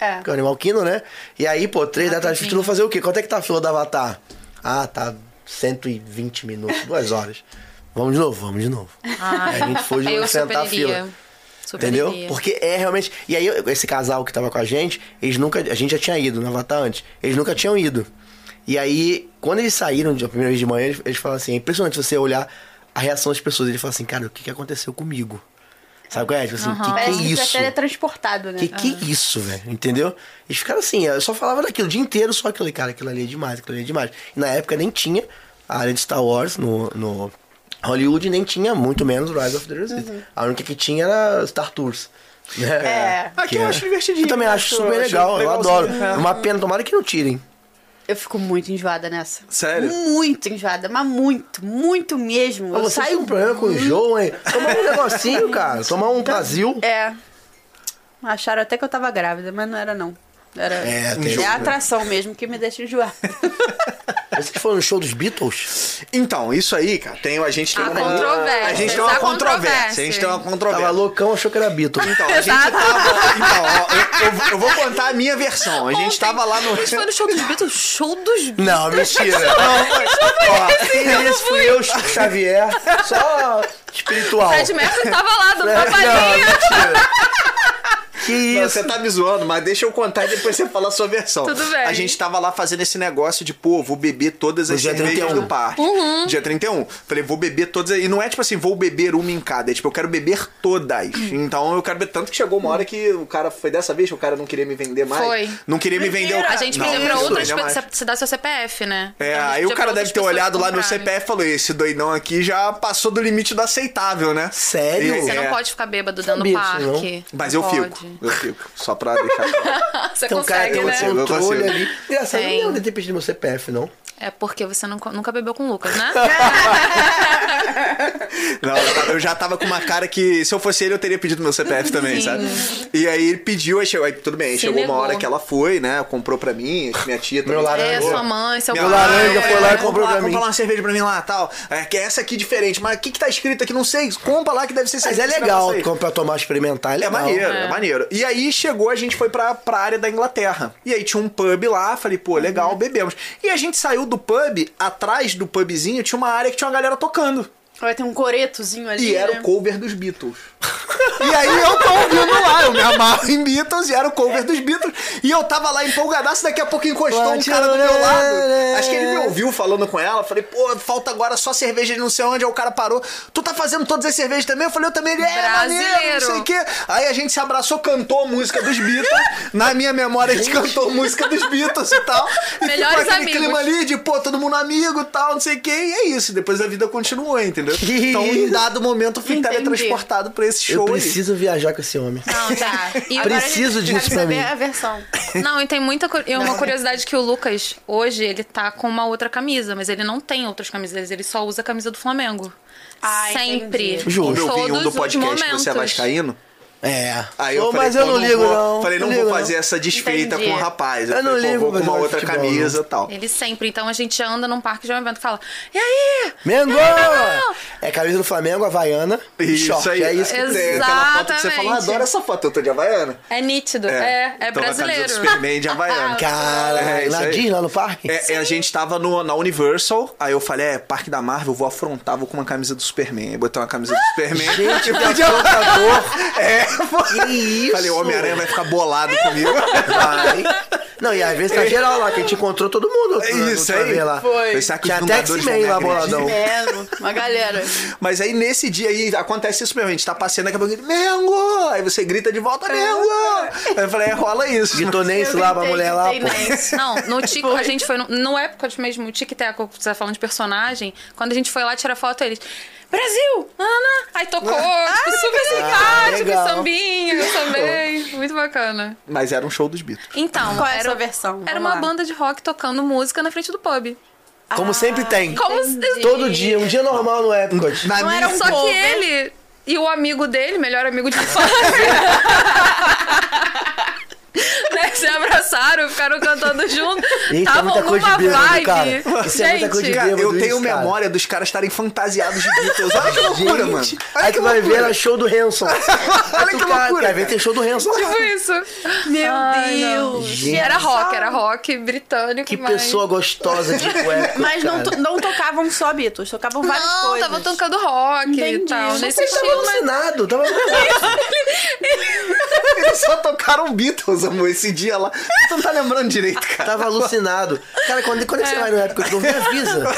É.
Que é o Animal Kingdom, né? E aí, pô, 3 da tarde, feito tudo, fazer o quê? Quanto é que tá a fila do Avatar? Ah, tá 120 minutos, 2 horas. Vamos de novo, vamos de novo. Aí a gente foi de
eu
novo sentar a
superiria.
fila.
Superiria.
Entendeu? Porque é realmente. E aí, eu- esse casal que tava com a gente, eles nunca. A gente já tinha ido no Avatar antes. Eles nunca tinham ido. E aí, quando eles saíram de- a primeira vez de manhã, eles, eles falam assim: é impressionante você olhar a reação das pessoas. Ele fala assim: cara, o que, que aconteceu comigo? Sabe qual é? Tipo assim, o que,
Parece
que é
que
isso?
foi teletransportado, né?
Que que é isso, velho? Entendeu? Eles ficaram assim, eu só falava daquilo o dia inteiro, só aquilo ali, cara, aquilo ali é demais, aquilo ali é demais. E na época nem tinha a área de Star Wars no, no Hollywood, nem tinha, muito menos Rise of the Resistance. A única que tinha era Star Tours.
Uhum. É.
Ah, que eu
era-
acho divertidinho,
Eu também
eu
acho
acho-
super
eu acho
legal, eu
legalzinho,
adoro.
é.
Uma pena, tomara que não tirem.
Eu fico muito enjoada nessa.
Sério?
Muito enjoada, mas muito, muito mesmo.
Mas
eu
você tem
saio
um problema com o enjoo, hein? Tomar um negocinho, cara, tomar um Brasil.
É. Acharam até que eu tava grávida, mas não era não. Era
É,
é,
tem jogo, né?
a atração mesmo que me deixa enjoar.
Vocês foram no show dos Beatles?
Então, isso aí, cara, tem, a gente tem
Há
uma...
controvérsias,
A gente tem uma
há
controvérsia. A gente tem uma
É.
controvérsia.
Tava loucão, achou que era Beatles.
Então, a gente
Exato.
tava... Então, ó, eu, eu vou- eu vou contar a minha versão. A gente
Ontem,
tava lá no...
A gente foi no show dos Beatles? Show dos Beatles?
Não, mentira.
Não, mas- ó,
Isso fui eu, Chico Xavier, só espiritual. Né?
Fred Mercury tava lá,
É,
dando
Não,
papadinha.
mentira. Que
Não,
isso?
Você tá me zoando, mas deixa eu contar e depois você fala a sua versão.
Tudo bem.
A gente tava lá fazendo esse negócio de, pô, vou beber todas
No
as
dia
cervejas
31.
do parque.
Uhum.
Dia 31. Falei, vou beber todas. E não é tipo assim, vou beber uma em cada. É tipo, eu quero beber todas. Então eu quero beber. Tanto que chegou uma hora que o cara foi dessa vez que o cara não queria me vender mais.
Foi.
Não queria me vender o cara.
A gente
não,
pediu pra
isso,
outras
não é
pessoas.
mais.
Você dá seu CPF, né?
É,
Então, a gente
aí
pediu
o cara
pra né?
deve
outras
ter
pessoas
olhado lá no
comprarem.
CPF e falou: esse doidão aqui já passou do limite do aceitável, né?
Sério?
E-
Você
é.
não pode ficar bêbado dentro do
Sabia disso, não.
parque.
Mas
Não
eu fico.
pode.
Eu fico. Só pra deixar claro.
Você
Então, cara,
consegue,
tem
eu
um
né?
consigo.
controle
consigo.
ali. Engraçado, eu
Tem.
não lembro de ter pedido meu CPF, não.
É porque você não- nunca bebeu com o Lucas, né?
Não, eu tava- eu já tava com uma cara que, se eu fosse ele, eu teria pedido meu CPF também, sabe? E aí ele pediu, aí, chegou, aí tudo bem,
Se
chegou
negou.
uma hora que ela foi, né? Comprou pra mim, acho que minha tia também.
Meu laranja.
É,
Boa.
sua mãe, seu
Minha
pai.
laranja foi lá e
"Compra
comprou pra mim."
Compra lá uma cerveja pra mim lá, tal. É, que é essa aqui diferente, mas o que que tá escrito aqui? Não sei, compra lá que deve ser
Mas é
esse
legal
negócio aí.
como pra tomar, experimentar, é
É
legal.
maneiro, é. maneiro. E aí chegou, a gente foi pra, pra área da Inglaterra. E aí tinha um pub lá, falei, pô, legal, bebemos. E a gente saiu do pub, atrás do pubzinho tinha uma área que tinha uma galera tocando.
Vai ter um coretozinho ali.
E era
né?
o cover dos Beatles. e aí eu tô ouvindo lá, eu me amarro em Beatles e era o cover dos Beatles. E eu tava lá empolgadaço, daqui a pouco encostou um cara do meu lado. Acho que ele me ouviu falando com ela. Falei, pô, falta agora só cerveja de não sei onde. Aí o cara parou. Tu tá fazendo todas as cervejas também? Eu falei, eu também. Ele, é, maneiro, não
Brasileiro.
sei o quê. Aí a gente se abraçou, cantou a música dos Beatles. Na minha memória, a gente cantou a música dos Beatles e tal. E
Melhores
ficou aquele
amigos.
clima ali de, pô, todo mundo amigo e tal, não sei o quê. E é isso. Depois a vida continuou, entendeu?
Que
Então, em dado momento, eu fui
Entendi.
teletransportado pra esse
Eu
show aí.
preciso viajar com esse homem.
Não, tá. E
Agora
agora-
Preciso
a gente
disso
quer
pra mim.
saber a versão.
Não, e tem muita cu- e uma curiosidade que o Lucas, hoje, ele tá com uma outra camisa, mas ele não tem outras camisas, ele só usa a camisa do Flamengo.
Ah,
Sempre.
entendi.
Justo.
Em
Como eu vi em um
todos
do
os
podcast que você é
momentos.
vascaíno,
É.
aí eu
Pô,
falei,
mas eu
pô,
não ligo,
vou,
não.
Falei, não,
Não
vou
ligo,
fazer essa desfeita
Entendi.
com o rapaz.
Eu não
falei, pô,
ligo
vou com
pra
uma
jogar
outra
futebol,
camisa
não.
e tal.
Ele sempre. Então a gente anda num parque de um evento que fala: E aí?
Mengão!
Mengão!
É camisa do Flamengo, Havaiana e short. É isso.
Tem aquela foto que você
"Ah,
falou,
Exatamente.
adoro essa foto, eu tô de Havaiana.
É nítido. É, é,
então, A
brasileiro.
camisa do Superman de Havaiana.
Cara,
É isso
na
aí.
Disney, lá no parque?
É, é, a gente tava no, na Universal, aí eu falei, é, parque da Marvel, eu vou afrontar, vou com uma camisa do Superman. Aí botei uma camisa do Superman.
Gente, que afrontador.
é, pô.
Que isso?
Falei, o Homem-Aranha vai ficar bolado comigo.
Vai. Não, e às vezes tá geral lá, que a gente encontrou todo mundo.
É
na-
isso
outra
aí.
vez Lá.
Foi.
Pensar que os
Tinha um até
Vingadores
X-Men
vão
lá,
me agredir.
boladão.
Mesmo, uma galera.
Mas aí nesse dia aí acontece isso mesmo, a gente tá passeando daqui a pouco, Mengo! Aí você grita de volta, Mengo! Aí eu falei, é, rola isso.
Guitonense lá pra mulher lá, pô.
Não, no Tico,
Foi.
a gente foi no, no Epcot mesmo, o Tic Teco, você tá falando de personagem. Quando a gente foi lá tirar foto, eles. Brasil! Ana! Aí tocou, tipo, super
Ah,
simpático,
legal.
sambinha, eu também. Muito bacana.
Mas era um show dos Beatles.
Então,
Qual é a
era,
sua versão?
era
Vamos
uma
lá.
banda de rock tocando música na frente do pub.
Como sempre tem.
Ah. Como
Todo dia, um dia normal no Epcot.
Na
Não era um
Só que
cover.
ele e o amigo dele, melhor amigo de infância. Nessa né, abraçaram, ficaram cantando junto.
Gente, é
Estavam
muita coisa de
numa
bêbado,
vibe.
cara. Isso é muita coisa de
Gente,
Cara, eu
Bêbado
tenho
isso, cara.
memória dos caras estarem fantasiados de Beatles. Olha que loucura, mano.
Gente,
Olha
Aí
que
tu vai ver
loucura.
era show do Hanson. Olha
que loucura,
Vai ver tem show do Hanson.
tipo isso.
Meu
Ai, não.
Deus.
Gente.
Era rock, era rock britânico.
Que
mas...
pessoa gostosa de cueca,
Mas não,
cara.
to- não tocavam só Beatles, tocavam várias
Não,
coisas.
tava tocando rock
Entendi.
e tal.
Mas
Nesse
Vocês estavam
estilo, mas
alucinado, tava
Eles só tocaram Beatles, amor, esse dia lá. Tu não tá lembrando direito, cara.
Tava alucinado. Cara, quando, quando é que você vai no época de novo? Me avisa.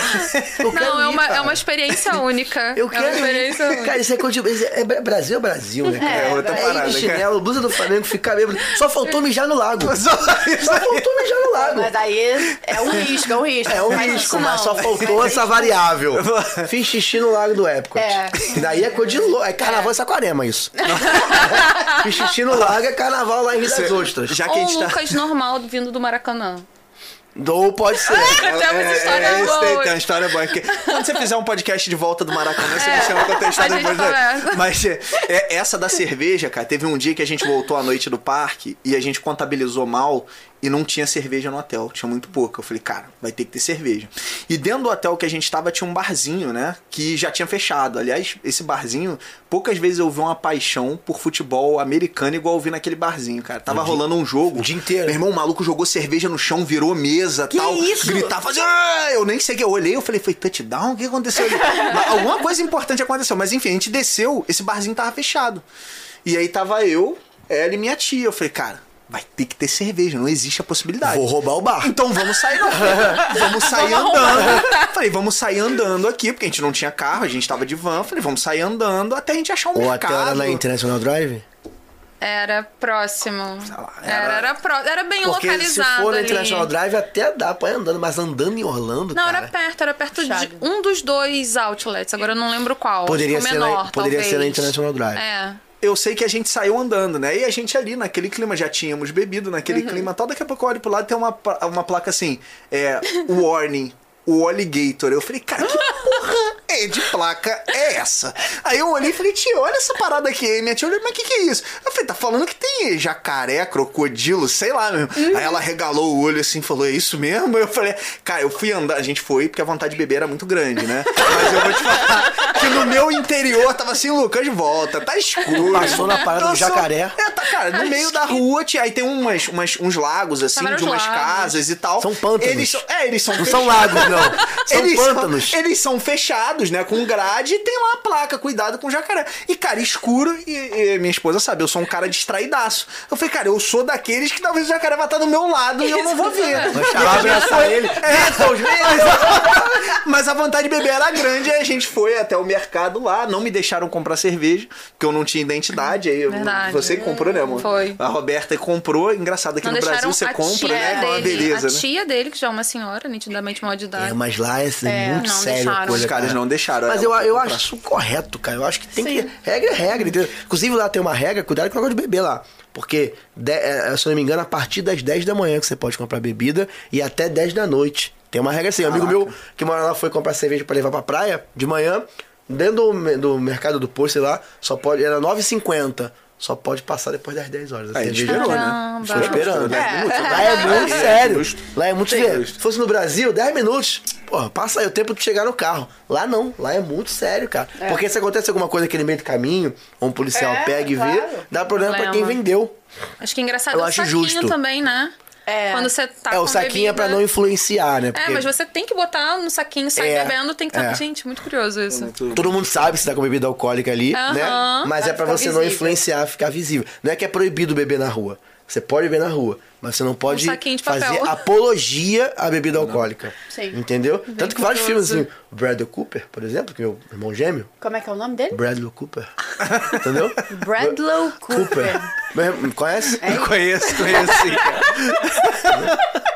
Eu quero
Não, é
ir,
uma,
cara.
é uma experiência única.
Eu
É uma
quero ir.
experiência única.
Cara, isso é, continu- isso é Bra- Brasil é Brasil, né, cara?
É, outra
ir
parada,
de
cara.
chinelo, blusa do Flamengo, ficar bêbado. Só faltou mijar no lago. Só faltou mijar no lago.
Mas aí é um risco, é um risco.
É um
Mas
risco,
isso
mas
não.
só faltou essa variável. Fiz xixi no lago do Epcot.
É.
Daí é coisa de louco. É carnaval em Saquarema, isso. Fiz xixi no lago, é carnaval lá em Rio das Ostras.
Já que a
Ou
gente
o
tá.
Lucas normal vindo do Maracanã.
Ou pode ser.
Temos história
é, isso
boa.
tem, tem uma história boa. Porque quando você fizer um podcast de volta do Maracanã, você
É.
me chama pra eu ter história
A gente
depois. né?
conversa.
Mas é, é, essa da cerveja, cara, teve um dia que a gente voltou à noite do parque e a gente contabilizou mal e não tinha cerveja no hotel. Tinha muito pouca. Eu falei, cara, vai ter que ter cerveja. E dentro do hotel que a gente tava tinha um barzinho, né? Que já tinha fechado. Aliás, esse barzinho, poucas vezes eu vi uma paixão por futebol americano igual eu vi naquele barzinho, cara. Tava rolando um jogo.
o dia inteiro.
Meu irmão, o maluco jogou cerveja no chão, virou mesa
Que
tal.
isso?
Gritava, fazia, "Ah!" eu nem sei o que. Eu olhei, eu falei, foi touchdown? O que aconteceu ali? Mas alguma coisa importante aconteceu. Mas enfim, a gente desceu, esse barzinho tava fechado. E aí tava eu, ela e minha tia. Eu falei, cara, vai ter que ter cerveja, não existe a possibilidade.
Vou roubar o bar.
Então vamos sair na rua. Vamos sair andando. Falei, vamos sair andando aqui, porque a gente não tinha carro, a gente tava de van. Falei, vamos sair andando até a gente achar um
Ou até
mercado.
era na International Drive?
Era próximo.
lá, era-
era... Era, pró- era bem
Porque se
localizado.
for na
ali.
International Drive até dá pra ir andando, mas andando em Orlando,
Não,
cara.
era perto, era perto
Puxado.
de um dos dois outlets, agora eu não lembro qual.
Poderia,
Tipo,
ser,
menor,
na, poderia
talvez.
ser na International Drive.
É.
eu sei que a gente saiu andando, né? E a gente ali, naquele clima, já tínhamos bebido, naquele clima tal. Daqui a pouco eu olho pro lado e tem uma, pla- uma placa assim, é, warning, o alligator. Eu falei, cara, que porra é de placa é essa? Aí eu olhei e falei, tia, olha essa parada aqui. Aí minha tia olhou, mas o que, que é isso? Eu falei, tá falando que tem jacaré, crocodilo, sei lá mesmo. Aí ela regalou o olho assim, falou, é isso mesmo? Eu falei, cara, eu fui andar, a gente foi porque a vontade de beber era muito grande, né? Mas eu vou te falar que no meu interior tava assim, Lucas, volta, tá escuro.
Passou na parada do
Passou-
jacaré.
É, tá, cara, no meio da rua, tia, aí tem umas, umas- uns lagos assim,
Tem vários
de umas
lagos.
casas e tal.
São pântanos.
Eles são, é, eles são
Não são
fechados.
lagos, não. São
Eles
pântanos.
eles são fechados, né? Com grade e tem lá a placa, cuidado com o jacaré. E, cara, escuro, e, e minha esposa sabe, eu sou um cara distraídaço. Eu falei, cara, eu sou daqueles que talvez o jacaré vá estar do meu lado e eu não vou ver.
Mas cara, abraçar ele.
Beatles, Beatles! Mas a vontade de beber era grande e a gente foi até o mercado lá. Não me deixaram comprar cerveja, porque eu não tinha identidade. Aí eu-
Verdade.
Você que comprou, né, amor?
Foi.
A Roberta comprou. Engraçado aqui
Não
no
deixaram
Brasil você
a
compra,
tia
É
né? Com uma
dele.
beleza,
a
né?
tia dele, que já é uma senhora, nitidamente maior de idade.
É, mas lá é, assim, muito
não
sério. a
deixaram. né?
Coisa,
Os
caras
cara.
não deixaram,
Mas
é,
eu,
eu
eu
vou
acho
comprar.
isso correto, cara. Eu acho que tem que. Regra é regra, entendeu? Inclusive lá tem uma regra, cuidado com o negócio de beber lá. Porque, de- é, se eu não me engano, a partir das 10 da manhã que você pode comprar bebida e até 10 da noite. Tem uma regra assim. Um amigo meu que mora lá foi comprar cerveja pra levar pra praia de manhã, dentro do, me- do mercado do posto, sei lá, só pode. Era 9h50. Só pode passar depois das 10 horas. A
Aí
cerveja. é
esperou, né?
Caramba.
Estou esperando.
É.
É. Lá é muito
É.
sério.
Justo.
Lá é muito sério. Se fosse no Brasil, 10 minutos. Pô, passa aí o tempo de chegar no carro. Lá não, lá é muito sério, cara.
É.
Porque se acontece alguma coisa aqui no meio do caminho, ou um policial
É,
pega e vê,
claro.
dá problema pra quem
Problema.
vendeu.
Acho que é engraçado
Eu
é o
acho
saquinho
justo.
também, né?
É.
Quando você tá
é,
com
o saquinho é pra
bebida.
não influenciar, né?
É,
Porque
mas você tem que botar no saquinho, sai
É,
bebendo, tem que
é.
estar. Gente, muito curioso isso.
Todo mundo sabe se tá com bebida alcoólica ali,
Aham.
né? Mas é
Vai
pra
ficar
você não
visível.
influenciar, ficar visível. Não é que é proibido beber na rua. Você pode beber na rua, mas você não pode
saquinho de
fazer
papel.
apologia à bebida alcoólica.
Sim.
Entendeu? Tanto que vários filmes,
curioso.
assim, o Bradley Cooper, por exemplo, que é meu irmão gêmeo,
Como é que é o nome dele?
Bradley Cooper. Entendeu?
Bradlow Cooper.
Meu irmão, Conhece?
É.
É.
Conheço, conheço. sim, cara.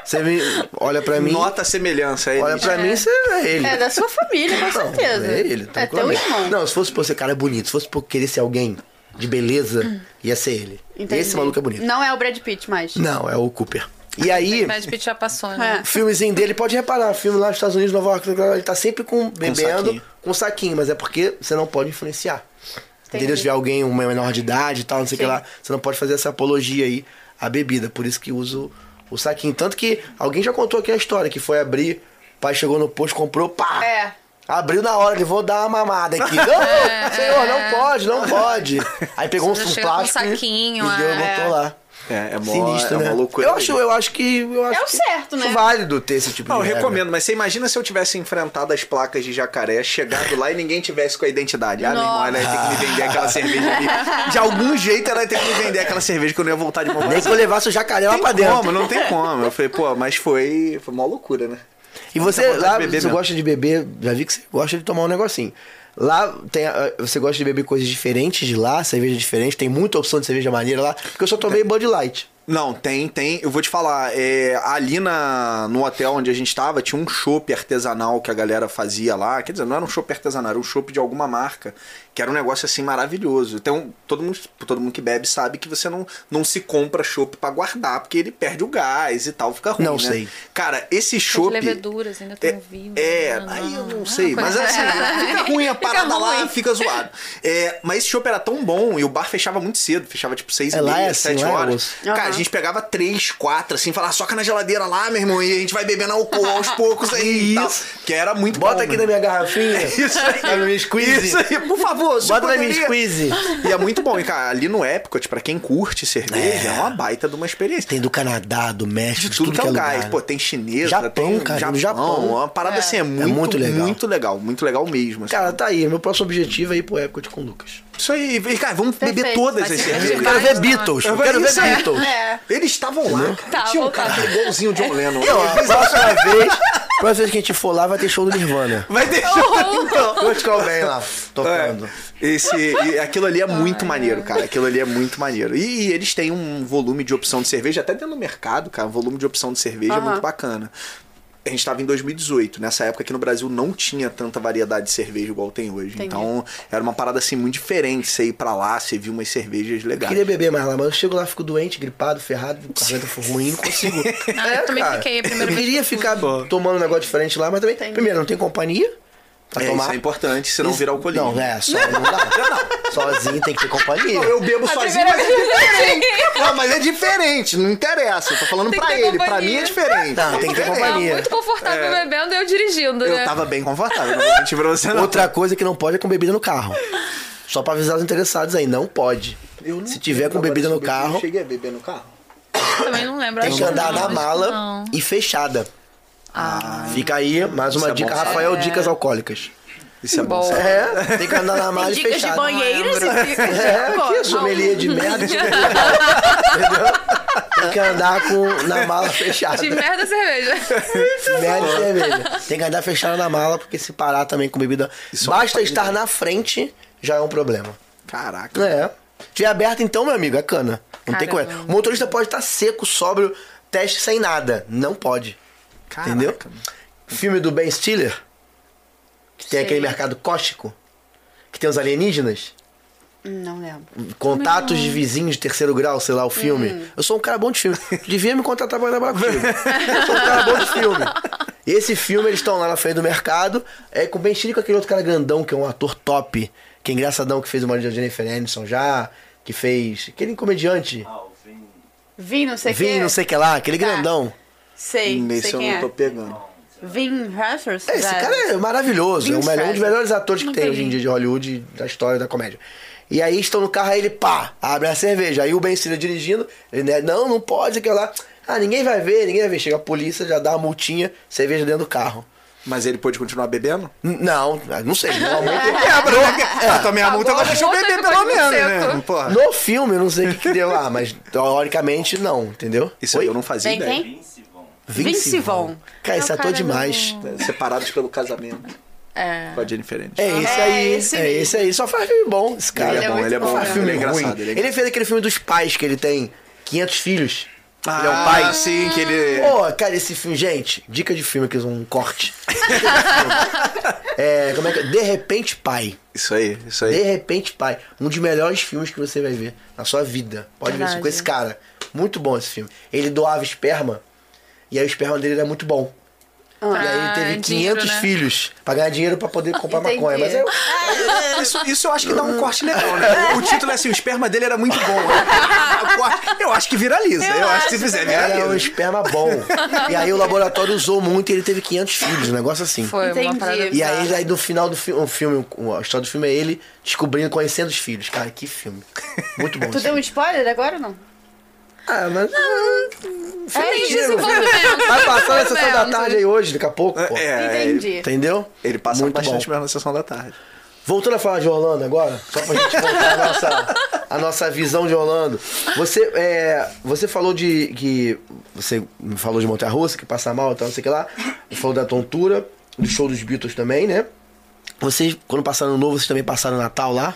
Você me- olha pra mim,
Nota a semelhança aí.
olha pra mim, você é ele.
É da sua família, com
Não,
certeza.
É ele,
é teu
tranquilamente.
irmão.
Não, se fosse por ser cara bonito, se fosse por querer ser alguém de beleza, ia ser ele.
Hum. Entendi.
Esse maluco é bonito.
Não é o Brad Pitt mais.
Não, é o Cooper. E aí,
Brad Pitt já passou, né?
É.
filmezinho dele, pode reparar, filme lá nos Estados Unidos, Nova York, ele tá sempre com, bebendo
saquinho.
com saquinho, mas é porque você não pode influenciar.
Entendi.
Entendeu? Se tiver alguém, uma menor de idade e tal, não sei o que
Sim.
lá, você não pode fazer essa apologia aí a bebida. Por isso que uso o saquinho. Tanto que alguém já contou aqui a história, que foi abrir, o pai chegou no posto, comprou, pá!
É.
Abriu na hora, ele vou dar uma mamada aqui. Não, senhor, não pode, não pode. Aí pegou um,
Você
um
chega com um
plástico
saquinho,
e deu, e
é.
botou lá.
É, é mó-
Sinistro,
é uma
né?
loucura.
Eu acho, eu acho que. Eu acho
É o
que-
certo, né?
acho válido ter esse tipo
Não, eu
de. regra.
recomendo, mas você imagina se eu tivesse enfrentado as placas de jacaré, chegado lá e ninguém tivesse com a identidade. Ah, meu irmão, ela ia ter que me vender aquela cerveja ali. De algum jeito ela ia ter que me vender aquela cerveja que eu não ia voltar de mão
Nem que eu levasse o jacaré lá pra
tem
dentro.
como, não tem como. Eu falei, pô, mas foi, foi uma loucura, né?
E
Muita
você
vontade
lá,
de beber
você
mesmo.
gosta de beber, já vi que você gosta de tomar um negocinho. Lá tem, ah, você gosta de beber coisas diferentes de lá, cerveja diferente, tem muita opção de cerveja maneira lá, porque eu só
É.
tomei Bud Light.
Não, tem, tem. Eu vou te falar, é, ali na, no hotel onde a gente tava, tinha um chopp artesanal que a galera fazia lá. Quer dizer, não era um chopp artesanal, era um chopp de alguma marca, que era um negócio assim maravilhoso. Então, todo mundo, todo mundo que bebe sabe que você não, não se compra chopp pra guardar, porque ele perde o gás e tal, fica ruim.
Não
né?
sei.
Cara, esse
As
chopp.
Tá leveduras ainda
É,
estão vivas.
é,
né?
aí eu não
Ah,
sei, mas
coisa-
assim, fica ruim a parada lá,
ruim.
fica zoado. É, mas esse shopping era tão bom e o bar fechava muito cedo, fechava tipo seis
É,
e
lá
meia,
é assim,
sete
lá é
horas.
osso.
Cara,
Aham.
a gente pegava três, quatro, assim, falava, soca na geladeira lá, meu irmão, e a gente vai bebendo álcool aos poucos aí e tal. Que era muito bom.
Bota aqui
né?
na minha garrafinha.
Isso aí.
Na minha squeeze.
Isso aí, por favor, você
Bota na minha
poderia-
squeeze.
E é muito bom, e cara, ali no Epcot, pra quem curte cerveja, é, uma baita de uma experiência.
Tem do Canadá, do México,
De tudo, que é lugar.
lugar. né?
Pô, tem chinesa,
Japão,
tem
cara,
Japão,
no Japão.
Uma parada assim, é muito,
muito
muito
legal.
legal. Muito legal, mesmo. assim.
Cara, tá aí, meu próximo objetivo é ir pro Epcot com o Lucas.
isso aí. E, cara, vamos
Perfeito,
beber todas
vai
as
ser
É Eu
cervejas.
quero ver
não.
Beatles, eu quero ver
Isso é.
Beatles.
É.
Eles estavam lá, cara.
Tá,
Tinha um
voltado.
cara igualzinho o John Lennon.
Eu, a próxima vez, a próxima vez que a gente for lá, vai ter show do Nirvana.
Vai
Tá
deixar então.
Kurt Cobain lá, tocando.
É, esse, e aquilo ali é muito maneiro, cara. Aquilo ali é muito maneiro. E, e eles têm um volume de opção de cerveja, até dentro do mercado, cara. Um volume de opção de cerveja é
Aham.
muito bacana. A gente estava em 2018, nessa época aqui no Brasil não tinha tanta variedade de cerveja igual tem hoje.
Entendi.
Então era uma parada assim muito diferente. Você ir pra lá, você viu umas cervejas legais.
Queria beber mais lá, mas eu chego lá, fico doente, gripado, ferrado, com a garganta ruim, não consigo. É,
Ah, eu também
Cara,
fiquei a
eu
primeira vez.
queria ficar tomando um negócio diferente lá, mas também,
Entendi.
primeiro, não tem companhia pra
É,
tomar.
isso é importante, senão vira alcoolismo.
Não, é, só não dá. Sozinho tem que ter companhia.
Não, eu bebo sozinho,
primeira
mas é diferente. Não, mas é diferente, não interessa. Eu tô falando
Tem que
pra
ter
ele, pra
companhia.
mim é diferente.
Não, tem que ter
Diferente.
Tava
companhia.
muito confortável bebendo e eu dirigindo, né?
é. Eu tava bem confortável, não vou mentir pra você não.
Outra coisa que não pode é com bebida no carro. Só pra avisar os interessados aí, não pode. Se tiver com bebida no carro,
cheguei a beber no carro.
Também não lembro.
tem
acho
que andar
não,
na
acho
mala
não.
e fechada.
Ah,
Fica aí mais
Isso
uma
é
dica,
bom.
Rafael, dicas alcoólicas.
Isso é bom.
bom.
É, tem que andar na mala e
Dicas de
fechada.
banheiros e dicas de
É, que
alcoólicos.
sommelier de merda. Entendeu? Tem que andar com, na mala fechada.
De merda cerveja.
Merda e cerveja. Tem que andar fechada na mala, porque se parar também com bebida.
Isso é uma
basta estar na frente, já é um problema.
Caraca.
É. Tiver aberto, então, meu amigo, é cana. Não tem
Caramba.
como. O motorista pode estar seco, sóbrio, teste sem nada. Não pode.
Caraca.
Entendeu? Filme do Ben Stiller, é que tem
Sei.
aquele mercado cóstico, que tem os alienígenas.
Não lembro.
Contatos de vizinhos de terceiro grau, sei lá, o filme.
Hum.
Eu sou um cara bom de filme. Devia me contratar pra trabalhar contigo. Eu sou um cara bom de filme. Esse filme, eles estão lá na frente do mercado, é com o Ben Stiller e com aquele outro cara grandão, que é um ator top, que é engraçadão, que fez o marido da Jennifer Aniston já, que fez... Aquele comediante,
Vim, não sei
Vin,
quem.
não sei o que lá, aquele
Tá.
grandão.
Sei,
Nesse
sei
eu
quem
não
é.
tô pegando.
Vin Hessers?
É, Esse cara é maravilhoso, é o
Vin
melhor, um dos
Diesel.
melhores atores que
Nunca
tem
vi.
hoje em dia de Hollywood, e da história da comédia. E aí estão no carro, aí ele pá, abre a cerveja. Aí o Ben Stiller dirigindo, ele né, não, não pode, aquilo lá. Ah, ninguém vai ver, ninguém vai ver. Chega a polícia, já dá uma multinha, cerveja dentro do carro.
Mas ele pôde continuar bebendo?
N- Não, ah, não sei. não, muito-
Quebrou. É. Eu tomei a multa,
Agora
ela deixou
multa
beber
tá
que
pelo
foi
menos,
seco.
né? Porra.
No filme, eu não sei o que, que deu lá, mas teoricamente não, entendeu?
Isso aí eu não fazia
Vem
ideia.
quem?
Vince
Vince
Vaughn.
Vaughn.
Cara,
É
esse
o
ator
cara
demais.
do-
É, Separados pelo casamento.
É.
Com a Jennifer Aniston.
É esse
É
aí,
esse
é
mesmo.
esse aí. Só faz filme bom, esse cara.
Ele é bom, ele é
Só
bom.
faz filme
Ele é engraçado,
ruim.
ele é
Ele fez aquele filme dos pais, que ele tem 500 filhos.
Ah,
ele é o pai.
sim, que ele... é.
Pô, cara, esse filme, gente, dica de filme, que um corte. é, como é que é? De Repente Pai.
Isso aí, isso aí.
De Repente Pai. Um dos melhores filmes que você vai ver na sua vida. Pode ver isso
Verdade.
com esse cara. Muito bom esse filme. Ele doava esperma, e aí o esperma dele era muito bom.
pra
E aí teve 500
dinheiro, né?
filhos pra ganhar dinheiro pra poder comprar
Entendi.
maconha. Mas é eu,
Isso, isso eu acho que dá um corte legal, né? O título Ah. é assim, o esperma dele era muito bom. né? O corte- Eu acho que viraliza. Eu, acho É, que se fizer,
era um
viraliza.
esperma bom. E aí o laboratório usou muito e ele teve 500 filhos, um negócio assim.
Foi
Entendi.
uma parada
E aí, aí no final do fi o filme, a história do filme é ele descobrindo, conhecendo os filhos. Cara, que filme. Muito bom.
Tu
esse
deu um
filme.
spoiler agora ou não?
Ah, mas... É,
Tem
Entendi.
desenvolvimento.
Vai passar na sessão da
Desenvolvimento.
tarde aí hoje, daqui a pouco, pô.
É,
Entendi.
Entendeu?
Ele passa
Muito
bastante
bom.
mesmo na sessão da tarde.
Voltando a falar de Orlando agora, só pra gente voltar a nossa, a nossa visão de Orlando. Você, é, você falou de que. Você me falou de Monte Russa, que passa mal e tal, não sei o que lá. Você falou da tontura, do show dos Beatles também, né? Vocês, quando passaram no novo, vocês também passaram Natal lá?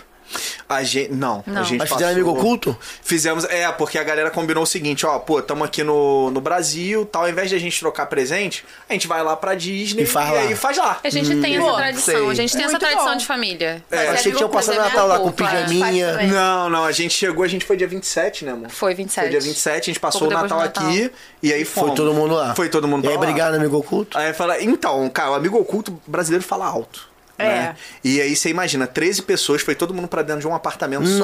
A gente. Não. A
Não.
gente
Mas fizeram
passou-
amigo oculto?
Fizemos. É, porque a galera combinou o seguinte: ó, pô, tamo aqui no, no Brasil, tal. Ao invés de a gente trocar presente, a gente vai lá pra Disney
E faz lá.
aí faz lá.
A gente tem essa
Hum,
Pô,
tradição,
sei.
a gente tem essa
Muito
tradição
bom.
de família.
Mas
Achei que
amigo
tinham
oculto,
passado
é
Natal lá com
roupa, é.
pijaminha.
Faz também.
Não, não, a gente chegou, a gente foi dia 27, né, amor?
Foi 27.
Foi dia 27, a gente passou o
Pouco
Natal,
depois do Natal.
aqui e aí
Foi
fomos.
todo mundo lá.
Foi todo
E
mundo pra
aí
lá.
brigaram no amigo oculto?
Aí fala, então, cara, o amigo oculto brasileiro fala alto.
É.
né? E aí você imagina, 13 pessoas, foi todo mundo pra dentro de um apartamento só.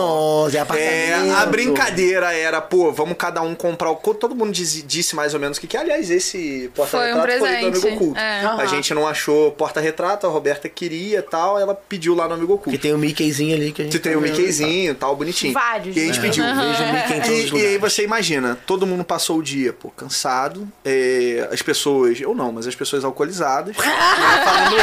Nossa, é
É,
apartamento.
a brincadeira era, pô, vamos cada um comprar o couro. Todo mundo diz- disse mais ou menos o que, que aliás, esse porta-retrato
Foi um
foi, do Amigo
presente,
Oculto.
é.
A
Aham.
gente não achou porta-retrato, a Roberta queria e tal, ela pediu lá no Amigo
Que
Oculto.
tem o Mickeyzinho ali que a gente.
Você tem o
tá vendo.
Mickeyzinho e tal, bonitinho.
Vários,
E a gente
né?
pediu.
Eu vejo o Mickey em todos os
E, e aí
lugares.
você imagina, todo mundo passou o dia, pô, cansado, é, as pessoas, eu não, mas as pessoas alcoolizadas, né, falando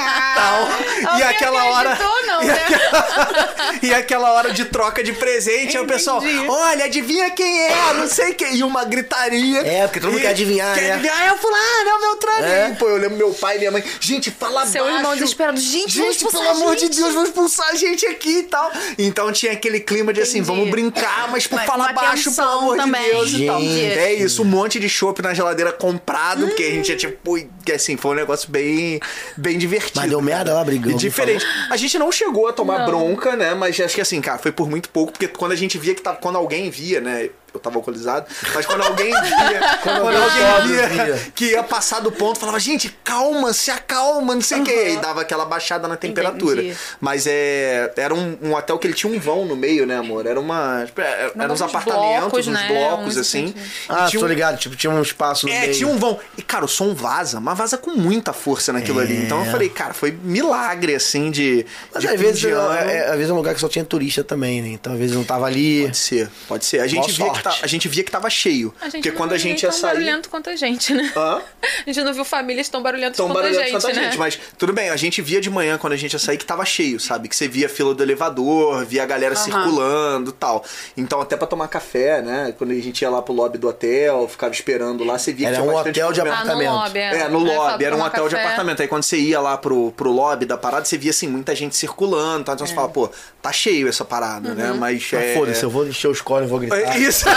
alto, tal, e
Alguém
aquela hora...
acreditou, não,
e,
né?
aquela, e aquela hora de troca de presente, aí o pessoal, olha, adivinha quem é, não sei quem, e uma gritaria.
É, porque todo mundo
E
quer adivinhar,
quer
né?
adivinhar, é o fulano, é o Beltrano.
É.
E, pô, eu lembro meu pai e minha mãe, gente, fala
Seu
baixo.
irmão desesperado, gente, vão
Gente,
expulsar
pelo
a
amor de
gente.
Deus, vão expulsar a gente aqui e tal. Então tinha aquele clima de assim,
Entendi.
vamos brincar, mas por
Mas
falar
uma
baixo, pelo
tensão
amor de
também.
Deus e tal.
Gente.
É isso, um monte de chopp na geladeira comprado, porque a gente é tipo, ui, que assim, foi um negócio bem, bem divertido.
Mas deu merda lá, brigão,
E
não
Diferente. A gente não chegou a tomar bronca, né? Mas acho que assim, cara, foi por muito pouco, porque quando a gente via que tava, quando alguém via, né? Eu tava alcoolizado, mas quando alguém via, quando, alguém
alguém
via,
via.
que ia passar do ponto, falava, gente, calma, se acalma, não sei o quê. E dava aquela baixada na temperatura.
Entendi.
Mas é, era um, um hotel que ele tinha um vão no meio, né, amor? Era uma. Era, eram
uns
uns apartamentos,
blocos,
uns
né?
blocos,
Uns
assim.
entendi.
E
Ah,
tinha
tô
um-
ligado. Tipo, tinha um espaço no
é,
meio.
tinha um vão. E, cara, o som vaza, mas vaza com muita força naquilo ali. Então eu falei, cara, foi milagre, assim, de.
É. Mas
de
às
fim
vezes,
de ano.
é, é- às vezes é um lugar que só tinha turista também, né? Então às vezes não tava ali.
Pode ser, pode ser. A gente,
Boa
via que,
sorte.
tá- a gente via que tava cheio.
A gente
porque
não
quando
viu
a gente
ninguém
ia
tão
sair.
barulhento quanto a gente, né?
Hã?
A gente não viu famílias tão barulhentas
Tão
quanto a
barulhento
gente,
quanto a
né?
gente, mas tudo bem, a gente via de manhã quando a gente ia sair que tava cheio, sabe? Que você via a fila do elevador, via a galera circulando e tal. Então, até pra tomar café, né? Quando a gente ia lá pro lobby do hotel, ficava esperando lá, você via
Era
que tinha
um
bastante
hotel de
Ah,
movimento.
no
apartamento.
lobby.
É, no
Aí fala,
lobby, era um
né? tomar
hotel de
café.
apartamento. Aí quando você ia lá pro, pro lobby da parada, você via assim, muita gente circulando. Tá? Então
É.
você fala, pô, tá cheio essa
Uhum.
parada, né? Mas.
Mas
é...
foda-se, eu vou encher os cones e vou gritar.
É isso aí.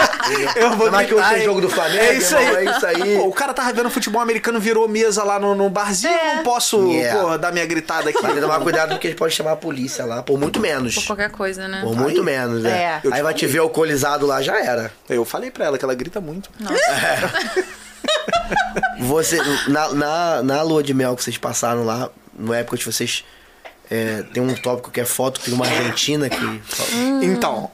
eu vou
Mas que
gritar,
hoje é
hein?
jogo do Flamengo,
É isso aí.
irmão, é isso aí.
Pô, o cara tava vendo futebol americano, virou mesa lá no, no barzinho.
É.
eu Não posso,
Yeah.
pô, dar minha gritada aqui.
Mas tem que tomar cuidado porque a gente pode chamar a polícia lá, por muito menos.
Por qualquer coisa, né?
Por muito menos, né?
É.
Eu
Aí
te
vai te ver alcoolizado lá, já era.
Eu falei pra ela que ela grita muito.
Você, na, na, na lua de mel que vocês passaram lá, na época de vocês. é, tem um tópico que é foto de uma argentina que.
Hum.
Então,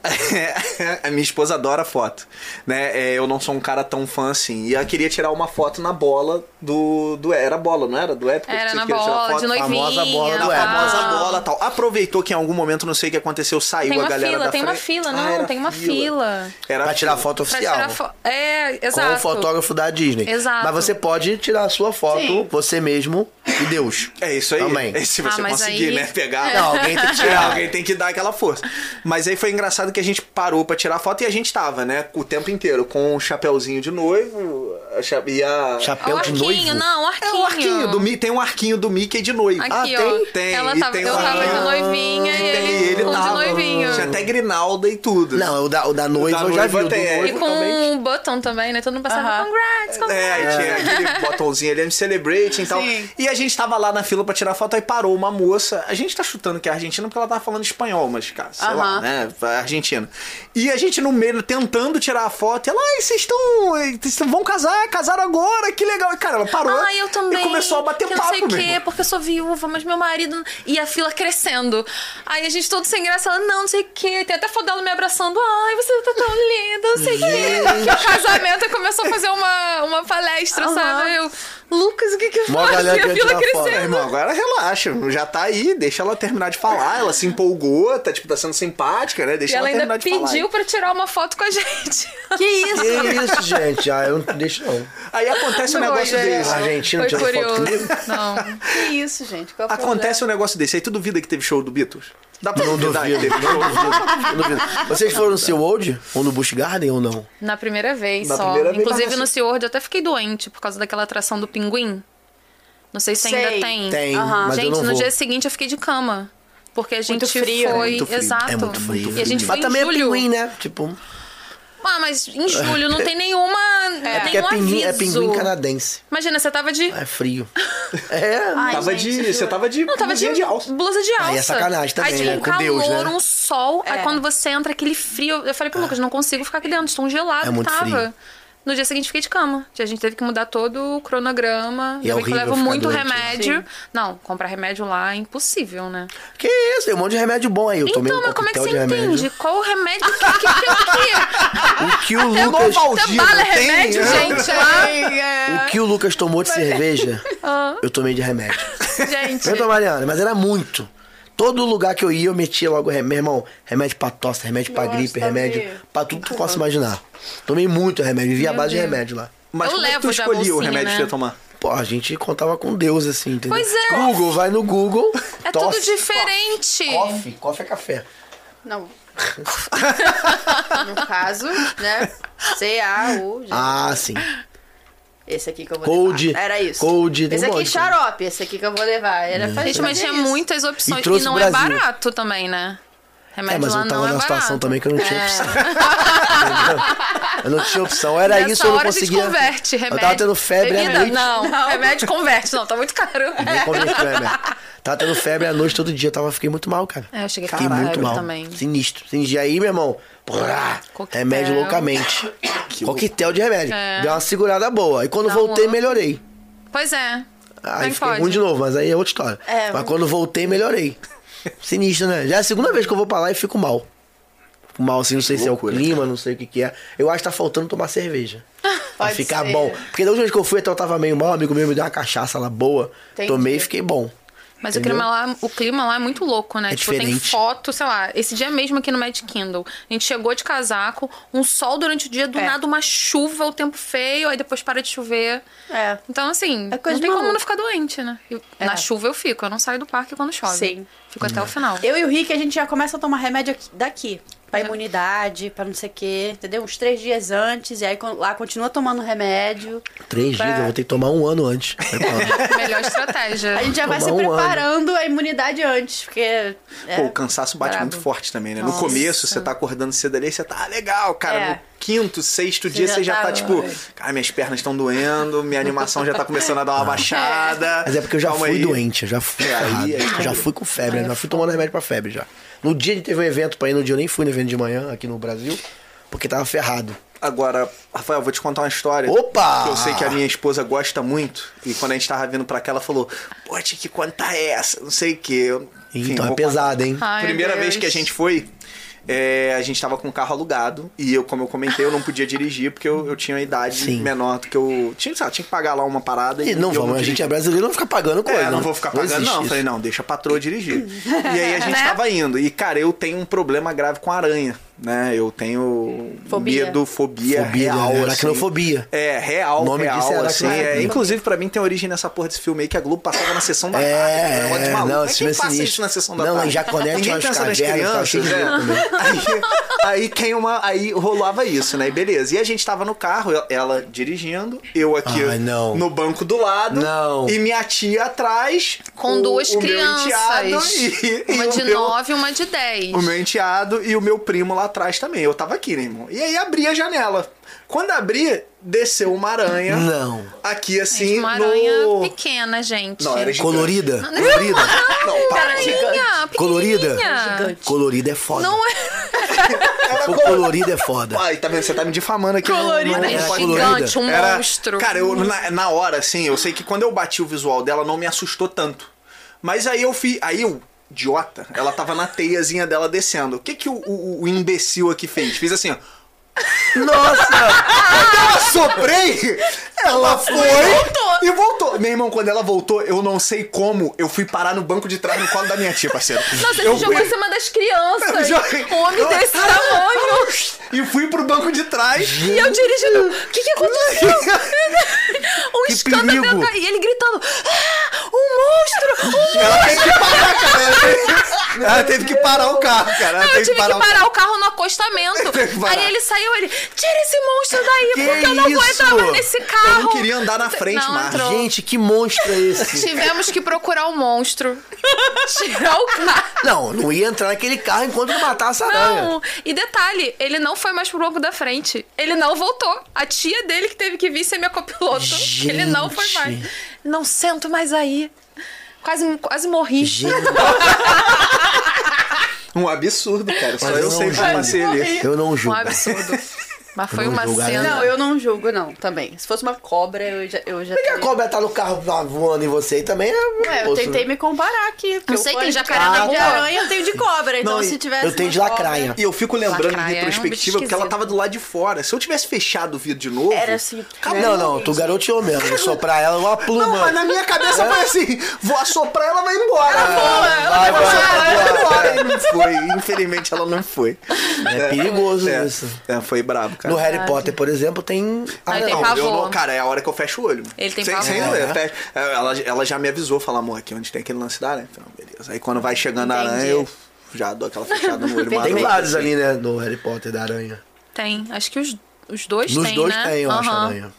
a minha esposa adora foto, né? É, eu não sou um cara tão fã assim. E ela queria tirar uma foto na bola do... do era bola, não era? Do época?
Era
Você
na
queria tirar
bola,
foto?
de noivinha.
famosa bola do Época.
da
tal.
famosa bola tal. Aproveitou que em algum momento, não sei o que aconteceu, saiu
Tem
a
uma
galera
fila,
da
tem uma
frente.
fila,
Ah, era
não, tem uma fila.
Era
Pra tirar
fila.
foto
Pra
oficial.
tirar foto. É,
com o
exato.
fotógrafo da Disney.
Exato.
Mas você pode tirar a sua foto,
Sim.
você mesmo e Deus.
É isso aí.
Também.
É, se você
Ah, mas
conseguir,
aí-
né? Pegar.
Não, alguém tem que
É,
tirar.
alguém tem que dar aquela força. Mas aí foi engraçado que a gente parou pra tirar foto e a gente tava, né? O tempo inteiro com o chapéuzinho de noivo a cha- e a.
É
Chapéu
o
de
arquinho,
noivo.
não, o arquinho.
É o arquinho do Mi- tem um arquinho do Mickey de noivo.
Aqui,
ah, tem,
ó.
tem.
Ela
e
tava,
tem
eu
um
tava de
arquinho.
noivinha
E
e
tem-
ele,
ele
com de
tava.
noivinho.
Tinha até grinalda e tudo.
Não, o da, o da noiva eu já vi.
noiva
o do
tem, é.
E
noivo
com
também.
um button também, né? Todo mundo passava,
Aham.
congrats, congrats.
É, aí tinha aquele botãozinho ali, I'm celebrating e tal.
Sim.
E a gente tava lá na fila pra tirar foto, aí parou uma moça. A gente tá chutando que é argentina porque ela tava falando espanhol, mas, cara, sei lá,
Aham.
né? Argentina. E a gente no meio, tentando tirar a foto, e ela, ai, vocês estão. Vocês tão- vão casar ué, casaram agora, que legal. E, Cara, ela parou
Ah, eu também.
e começou a bater
que
papo
Eu sei o
mesmo.
quê, porque eu sou viúva, mas meu marido. E a fila crescendo. Aí a gente todo sem graça, ela, não, não sei o quê. Tem até foto dela me abraçando. Ai, você tá tão linda, não sei o quê. Que o casamento começou a fazer uma, uma palestra,
Aham.
sabe? Eu, Lucas, o que que
Mó
foi?
galera
E a
queria
fila
tirar foto.
Meu
crescendo.
É, irmão, agora relaxa, já tá aí, deixa ela terminar de falar. Ela se empolgou, tá, tipo, tá sendo simpática, né?
E
Deixa
ela
terminar
ainda
de falar.
pediu pra tirar uma foto com a gente.
Que isso?
Que isso, gente? Ah, eu não Ah, deixo não.
Aí acontece um
Foi,
negócio
é.
desse.
A Argentina
Foi
tirou foto
curioso.
comigo?
Não.
Que isso, gente? Qual é o
Acontece um negócio desse. Aí tu duvida que teve show do Beatles? Dá pra
Não
duvidar
duvido,
que teve
não
show?
duvido, não duvido. Vocês foram no seu Old? Ou no Busch Garden ou não?
Na primeira vez
Na
só.
primeira vez,
Inclusive
mas-
no SeaWorld eu até fiquei doente por causa daquela atração do pinguim. Não sei se
Sei.
ainda tem.
Tem,
Aham.
mas
gente,
eu não
no
vou.
dia seguinte eu fiquei de cama. Porque a gente
Muito frio.
foi.
Muito frio.
Exato.
É muito frio.
E a gente foi
mas
em
também é
julho.
pinguim, né? Tipo,
Ah, mas em julho não tem nenhuma.
É
não
porque
tem
é
nenhum
pinguim, é
um aviso.
pinguim canadense.
Imagina, você tava de.
É frio. É.
Ai,
Tava
gente,
de.
juro.
Você tava de.
Não, tava de,
blusinha de alça.
blusa de alça.
Aí é sacanagem também,
Aí tinha
né?
um
Com
calor,
Deus, né?
um sol.
É.
Aí quando você entra, aquele frio. Eu falei pro Lucas, não consigo ficar aqui dentro, estou um gelado.
É muito
tava.
frio.
No dia seguinte fiquei de cama. A gente teve que mudar todo o cronograma.
E é
Eu vi que eu
horrível
levo
ficar
muito
doente, né?
remédio. Não, comprar remédio lá é impossível, né?
Que isso? Tem um monte de remédio bom aí. Eu tomei
então,
um
mas como é que
coquetel
você
de remédio.
entende? Qual o remédio que, que, que tem aqui?
O que o
Até
Lucas. né?
bom, até bala é remédio, gente. lá.
O que o Lucas tomou de
é
cerveja, eu tomei de remédio.
Ah, Gente.
Eu tô Mariana, mas era muito. Todo lugar que eu ia, eu metia logo remédio. Meu irmão, remédio pra tosse, remédio pra
Nossa,
gripe,
tá
remédio
meio-
pra tudo que tu
Uhum.
possa imaginar. Tomei muito remédio, vivia a base de remédio lá.
Mas
Eu
como é que tu
levo já a
escolhia o
bolsinha,
remédio
né?
que ia tomar?
Pô, a gente contava com Deus, assim, entendeu?
Pois é.
Google, vai no Google.
É
tosse,
tudo diferente.
Coffee, coffee é café.
Não. no caso, né? C-A-U. gente.
Ah, sim.
Esse aqui que eu vou
Cold,
levar. Era isso.
cold, Hum. tem
esse
um
aqui
monte, né?
xarope, esse aqui que eu vou levar. Era pra
Gente, mas
fazer
tinha
isso.
muitas
é E
opções. E,
trouxe
não
o
é
Brasil.
barato também, né? Remédio
É, mas
lá
eu tava
não é
numa situação
barato.
também que eu não tinha
É.
opção. Eu não tinha opção. Era
Nessa
isso, eu não
hora
conseguia.
a gente converte remédio.
Eu tava tendo febre à
Bebida?
noite.
Não, remédio converte. Não, tá muito caro.
Ninguém converteu remédio. Tava tendo febre à noite todo dia. Eu tava, fiquei muito mal, cara.
É, eu cheguei
Fiquei
com
muito
febre
mal.
também.
Sinistro. Sinistro. E aí, meu irmão, brá,
Coquetel.
remédio loucamente. Coquetel de remédio.
É.
Deu uma segurada boa. E quando
Dá
voltei,
um up.
melhorei.
Pois é.
Aí
Não
Ah, fiquei
pode.
ruim de novo, mas aí é outra história.
É.
Mas quando voltei, melhorei. Sinistro, né? Já é a segunda vez que eu vou pra lá e fico mal. Fico mal, assim, não sei se é o
loucura,
clima, não sei o que que é. Eu acho que tá faltando tomar cerveja. pra
Pode
ficar
ser.
bom. Porque da última vez que eu fui, até eu tava meio mal, um amigo meu me deu uma cachaça lá boa.
Entendi.
Tomei e fiquei bom.
Mas
Entendeu?
o clima, lá, o clima lá é muito louco, né?
É
tipo, tem
diferente.
foto, sei lá, esse dia mesmo aqui no Mad Kindle. A gente chegou de casaco, um sol durante o dia, do
É.
nada uma chuva, o tempo feio, aí depois para de chover.
É.
Então, assim,
É coisa
não
de
tem como
maluco.
não ficar doente, né? Eu-
É.
Na chuva eu fico, eu não saio do parque quando chove.
Sim.
Fico até o final.
Eu e o Rick, a gente já começa a tomar remédio aqui- daqui. Pra imunidade, pra não sei o quê, entendeu? Uns três dias antes, e aí con- lá continua tomando remédio.
Três
Pra-
dias, eu vou ter que tomar um ano antes. Vai pra lá.
Melhor estratégia.
A gente já vai
Tomar
se
um ano.
preparando a imunidade antes, porque. é,
Pô, o cansaço bate
brabo.
muito forte também, né? No
Nossa.
começo, você tá acordando cedo ali, você tá ah, legal, cara.
É.
No quinto, sexto dia,
já
você já
tá,
tá, tipo,
ai.
cara, minhas pernas estão doendo, minha animação já tá começando a dar uma baixada.
Mas é porque eu já
Calma
fui
aí.
doente, eu já fui
É, aí,
ferrado.
aí,
Eu já fui com febre, né? já fui tomando remédio pra febre já. No dia a gente teve um evento pra ir, no dia eu nem fui no evento de manhã aqui no Brasil, porque tava ferrado.
Agora, Rafael, vou te contar uma história.
Opa!
Que eu sei que a minha esposa gosta muito. E quando a gente tava vindo pra cá, ela falou: Pô, tinha que contar essa, não sei o quê. Enfim,
então é
vou
pesado, hein?
Ai, meu
Primeira vez
Deus.
que a gente foi, é, a gente tava com o carro alugado. E eu, como eu comentei, eu não podia dirigir porque eu, eu tinha uma idade
Sim.
menor do que eu. Tinha, sabe, tinha que pagar lá uma parada e.
E não
eu
vamos, a
dirigi.
gente é brasileiro, não fica pagando coisa.
É, não
né?
vou ficar pagando,
existe
não.
isso.
Falei, não, deixa a patroa dirigir. e aí a gente
Né?
tava indo. E, cara, eu tenho um problema grave com aranha, né? Eu tenho
Fobia.
medo, fobia,
Fobia,
real.
né?
assim.
Aracnofobia.
É, real,
O nome
real,
disso é
assim.
aracnofobia.
É, inclusive, pra mim, tem origem nessa porra desse filme aí que a Globo passava na sessão da tarde. né? Um monte de
É,
maluco.
não,
Mas
esse
quem
filme é
passa
sinistro.
isso na sessão da
não,
tarde?
em Jaconé
Ninguém
tinha umas
pensa nas
cavernas, tava cheio de
crianças,
louco,
né?
né?
aí, aí quem uma. Aí rolava isso, né? E beleza. E a gente tava no carro, eu- ela dirigindo, eu aqui
Ai, não.
no banco do lado.
Não.
E minha tia atrás.
Com
o-
duas
o meu
crianças.
enteado e-
uma
e o
de
meu-
nove e uma de dez.
O meu enteado e o meu primo lá atrás também. Eu tava aqui, né, irmão? E aí abri a janela. Quando abri, desceu uma aranha.
Não.
Aqui assim.
Gente, uma aranha
no...
pequena, gente.
Não, era gigante.
Colorida? Colorida?
Não, para.
Aranha, pequenininha.
Colorida?
Gigante.
Colorida é foda.
Não é.
Se for colorido é foda.
Ai, tá vendo? Você tá me difamando aqui. não-
Colorida,
não
é
pode-
gigante, um
Era-
monstro.
Cara, eu, na, na hora, assim, eu sei que quando eu bati o visual dela, não me assustou tanto. Mas aí eu fiz. Aí eu, idiota, ela tava na teiazinha dela descendo. O que que o, o- o imbecil aqui fez? Fiz assim, ó. é,
Nossa!
Ela soprei! Ela foi e voltou. Meu irmão, quando ela voltou, eu não sei como, eu fui parar no banco de trás no colo da minha tia, parceiro.
Nossa,
eu
ele jogou em cima das crianças.
Joguei.
Um homem desse tamanho.
E fui pro banco de trás.
E eu dirigindo. O que, que aconteceu? um
Que
escândalo.
perigo.
dentro da- E ele gritando. Ah, um monstro! Um
Ela teve que parar, cara. Ela teve, ela teve que parar o carro, cara. Ela
Eu
teve
tive
que parar,
que parar o carro no acostamento.
Teve que parar.
Aí ele saiu, ele, tira esse monstro daí,
Que
porque eu não vou
isso?
entrar mais nesse carro.
Eu não queria andar na frente,
Não,
Marcos.
entrou.
Gente, que monstro é esse?
Tivemos que procurar o monstro.
tirar o carro.
Não, não ia entrar naquele carro enquanto não matasse a aranha.
Não! E detalhe, ele não foi mais pro banco da frente. Ele não voltou. A tia dele que teve que vir ser minha copiloto.
Gente.
Ele não foi mais. Não sento mais aí. Quase, quase morri.
Gente,
Um absurdo, cara. Só
Mas
eu
não,
sei assim que eu
gente.
passei ali.
eu não
Um
julgo.
absurdo. Mas foi
não
uma
julgo,
cena.
Não, eu não julgo, não, também. Se fosse uma cobra, eu já. Eu já
Porque a
teria-
cobra tá no carro lá voando em você e também é.
É, eu
osso,
tentei
né?
me comparar aqui. porque
Não
eu
sei,
fui
tem jacaré
de
na rua.
aranha, eu tenho de cobra. Então,
Não,
se
eu
tivesse.
Eu tenho de
uma cobra-
lacraia.
E eu fico lembrando em
Lacraia é um bicho
retrospectiva porque ela
esquisito.
tava do lado de fora. Se eu tivesse fechado o vidro de novo.
Era
né?
assim.
Acabou.
Não, não, tu garoteou mesmo. Eu soprar ela uma pluma.
Não, mas na minha cabeça foi assim: vou assoprar, ela vai embora.
Vai,
Vou assoprar,
vai,
ela vai
vai,
embora. E não foi. Infelizmente ela não foi.
É perigoso
É,
isso.
é, foi brabo, cara.
No Harry Potter, por exemplo, tem. Ah,
tem
não.
pavor.
Eu não, cara, é a hora que eu fecho o olho.
Ele tem
sem,
pavor.
sem-
É.
eu fecho- ela, ela já me avisou, fala, amor, aqui onde tem aquele lance da aranha. Eu falei, beleza. Aí quando vai chegando a aranha,
Entendi.
eu já dou aquela fechada no olho.
Tem
Tem
maroto,
vários
assim.
ali, né? No Harry Potter da aranha.
Tem. Acho que os, os dois
Nos
tem,
dois
né?
tem, eu acho,
Aham.
aranha.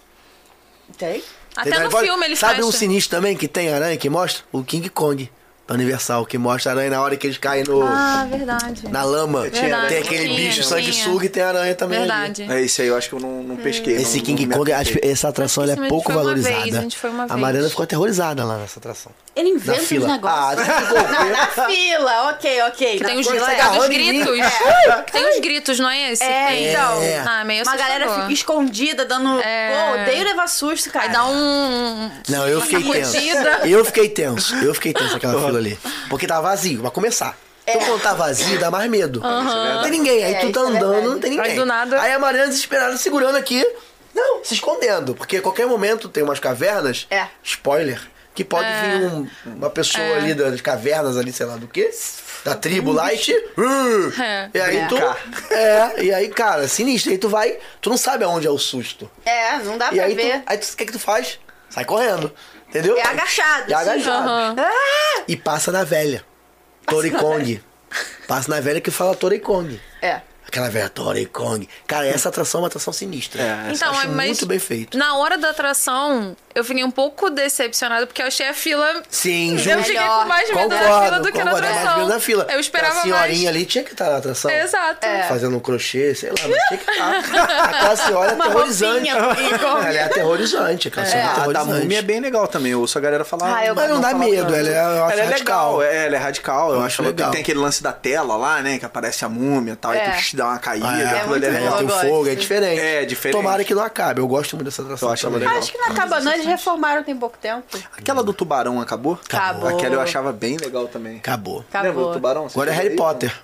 Tem?
Tem
Até
Harry
no
Potter.
filme ele
Sabe
fecha.
um sinistro também que tem aranha que mostra? O King Kong, da Universal, que mostra a aranha na hora que eles caem no,
Ah, verdade.
na lama.
Verdade,
tem aquele
tinha,
bicho
tinha.
sanguessuga e tem aranha também. ali.
Verdade.
É isso aí, eu acho que eu não, não pesquei.
Esse
não-
King
não me
Kong, acho que
atentei.
essa atração ela
Isso,
é
mas
pouco
foi uma vez,
valorizada.
a gente foi uma
a
vez.
Mariana ficou aterrorizada lá nessa atração.
Ele
Na
inventa os
fila.
negócios.
Ah, ficou
Na fila, ok, ok.
Que
Na
tem os,
fila,
tá
é.
tem os
agarrando em mim. É.
gritos. Que tem os gritos, não é esse?
É,
Tem.
então.
Ah, meio
Uma galera
assustador.
fica escondida, dando.
É.
Pô, odeio levar susto, cara.
Aí dá um...
Não, eu fiquei tenso.
sacudida.
Eu fiquei tenso. Eu fiquei tenso naquela fila ali. Porque tava vazio, pra começar. Então quando tá vazio, dá mais medo. Não tem ninguém. Aí
É,
tu
isso
tá
é
andando,
verdade.
não tem ninguém.
Aí do nada-
Aí a Mariana desesperada segurando aqui. Não, se escondendo. Porque a qualquer momento tem umas cavernas.
É.
Spoiler. Que pode
É.
vir um- uma pessoa ali das cavernas ali, sei lá do quê. Da tribo lá e te. Uh,
É.
E aí tu. É, e aí, cara, sinistro. Aí tu vai, tu não sabe aonde é o susto.
um-
É, não dá
E
pra
aí
ver.
tu, aí tu, o que que tu faz? Sai correndo, entendeu?
É agachado,
É
assim.
agachado.
Ah!
E passa na velha. Tori Kong. Passa na velha que fala Tori Kong.
É.
Aquela velha Tori Kong. Cara, essa atração é uma atração sinistra.
É,
Então,
Então,
acho
mas
muito bem feito.
Na hora da atração, eu fiquei um pouco decepcionada, porque eu achei a fila.
Sim,
Eu
justo.
fiquei com mais medo da fila
Concordo,
do que na
concordo. É
atração.
mais medo da fila.
Eu esperava
A senhorinha
mais.
ali tinha que estar na atração.
Exato.
Fazendo um crochê, sei lá, mas tinha que estar. Aquela senhora é aterrorizante.
roupinha, com-
Ela é aterrorizante. Aquela senhora é
A da
aterrorizante.
múmia é bem legal também. Eu ouço a galera falar.
Ah, eu
Mas não dá
fala
medo,
tanto.
ela é- eu
ela
acho
é
radical.
legal. É, ela é radical. Eu,
Eu
acho
acho
legal.
legal.
Tem aquele lance da tela lá, né? Que aparece a múmia e tal.
É.
E tu dá uma caída.
Ah,
aquilo
é.
ali
muito
Ela
legal.
tem
Eu gosto.
fogo, é diferente.
É, diferente.
Tomara que não acabe. Eu gosto muito dessa atração.
Eu acho ela
também.
legal.
Acho que na Cabanã eles reformaram tem pouco tempo.
Aquela do tubarão acabou?
Acabou.
Aquela eu achava bem legal também.
Acabou.
Lembra do
Acabou.
tubarão? Você
Agora é
lembra
Harry
aí?
Potter.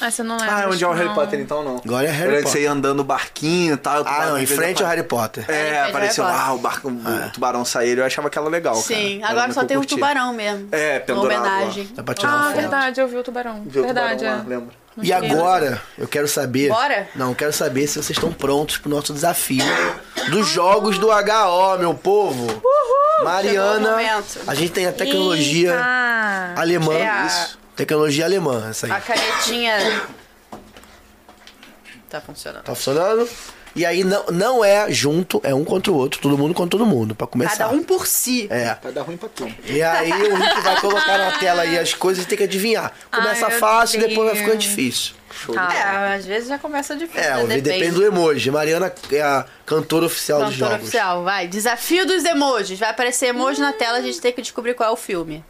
Ah, você não lembra.
Ah, onde é o
acho que
Harry
não.
Potter então não.
Agora é Harry
Era de
Potter.
Você ia andando no barquinho e tal. o
Ah,
tubarão
não. Em
às vezes
frente ao
apare-
Harry Potter. É.
É, em
É,
frente ao
apareceu
Harry Potter.
lá o barco, o tubarão sair. Eu achava aquela legal, cara.
Sim,
Era uma
agora
que
só
eu
tem um
curtia.
tubarão mesmo.
É,
Uma
pendurado lá.
homenagem.
Dá pra tirar
Ah,
uma foto.
verdade, eu vi o tubarão.
Viu o
verdade,
tubarão lá,
é.
lembra?
E agora, eu quero saber.
Bora?
Não, eu quero saber se vocês estão prontos pro nosso desafio dos jogos do HO, meu povo. Uhul!
Chegou o
Mariana,
momento.
a gente tem a tecnologia
Ah,
alemã.
É a-
Isso. Tecnologia alemã, essa aí.
A canetinha. Tá funcionando.
Tá funcionando? E aí não, não é junto, é um contra o outro, todo mundo contra todo mundo, pra começar.
Cada um por si.
É.
Vai dar ruim pra tu.
E aí o Rick vai colocar na tela aí as coisas e tem que adivinhar. Começa
Ai, meu
fácil, depois vai
Deus.
ficando difícil.
tá.
É, às vezes já começa difícil.
É,
né?
depende. do emoji. Mariana é a cantora oficial dos
Cantor
jogos.
oficial, vai. Desafio dos emojis. Vai aparecer emoji na tela, a gente tem que descobrir qual é o filme.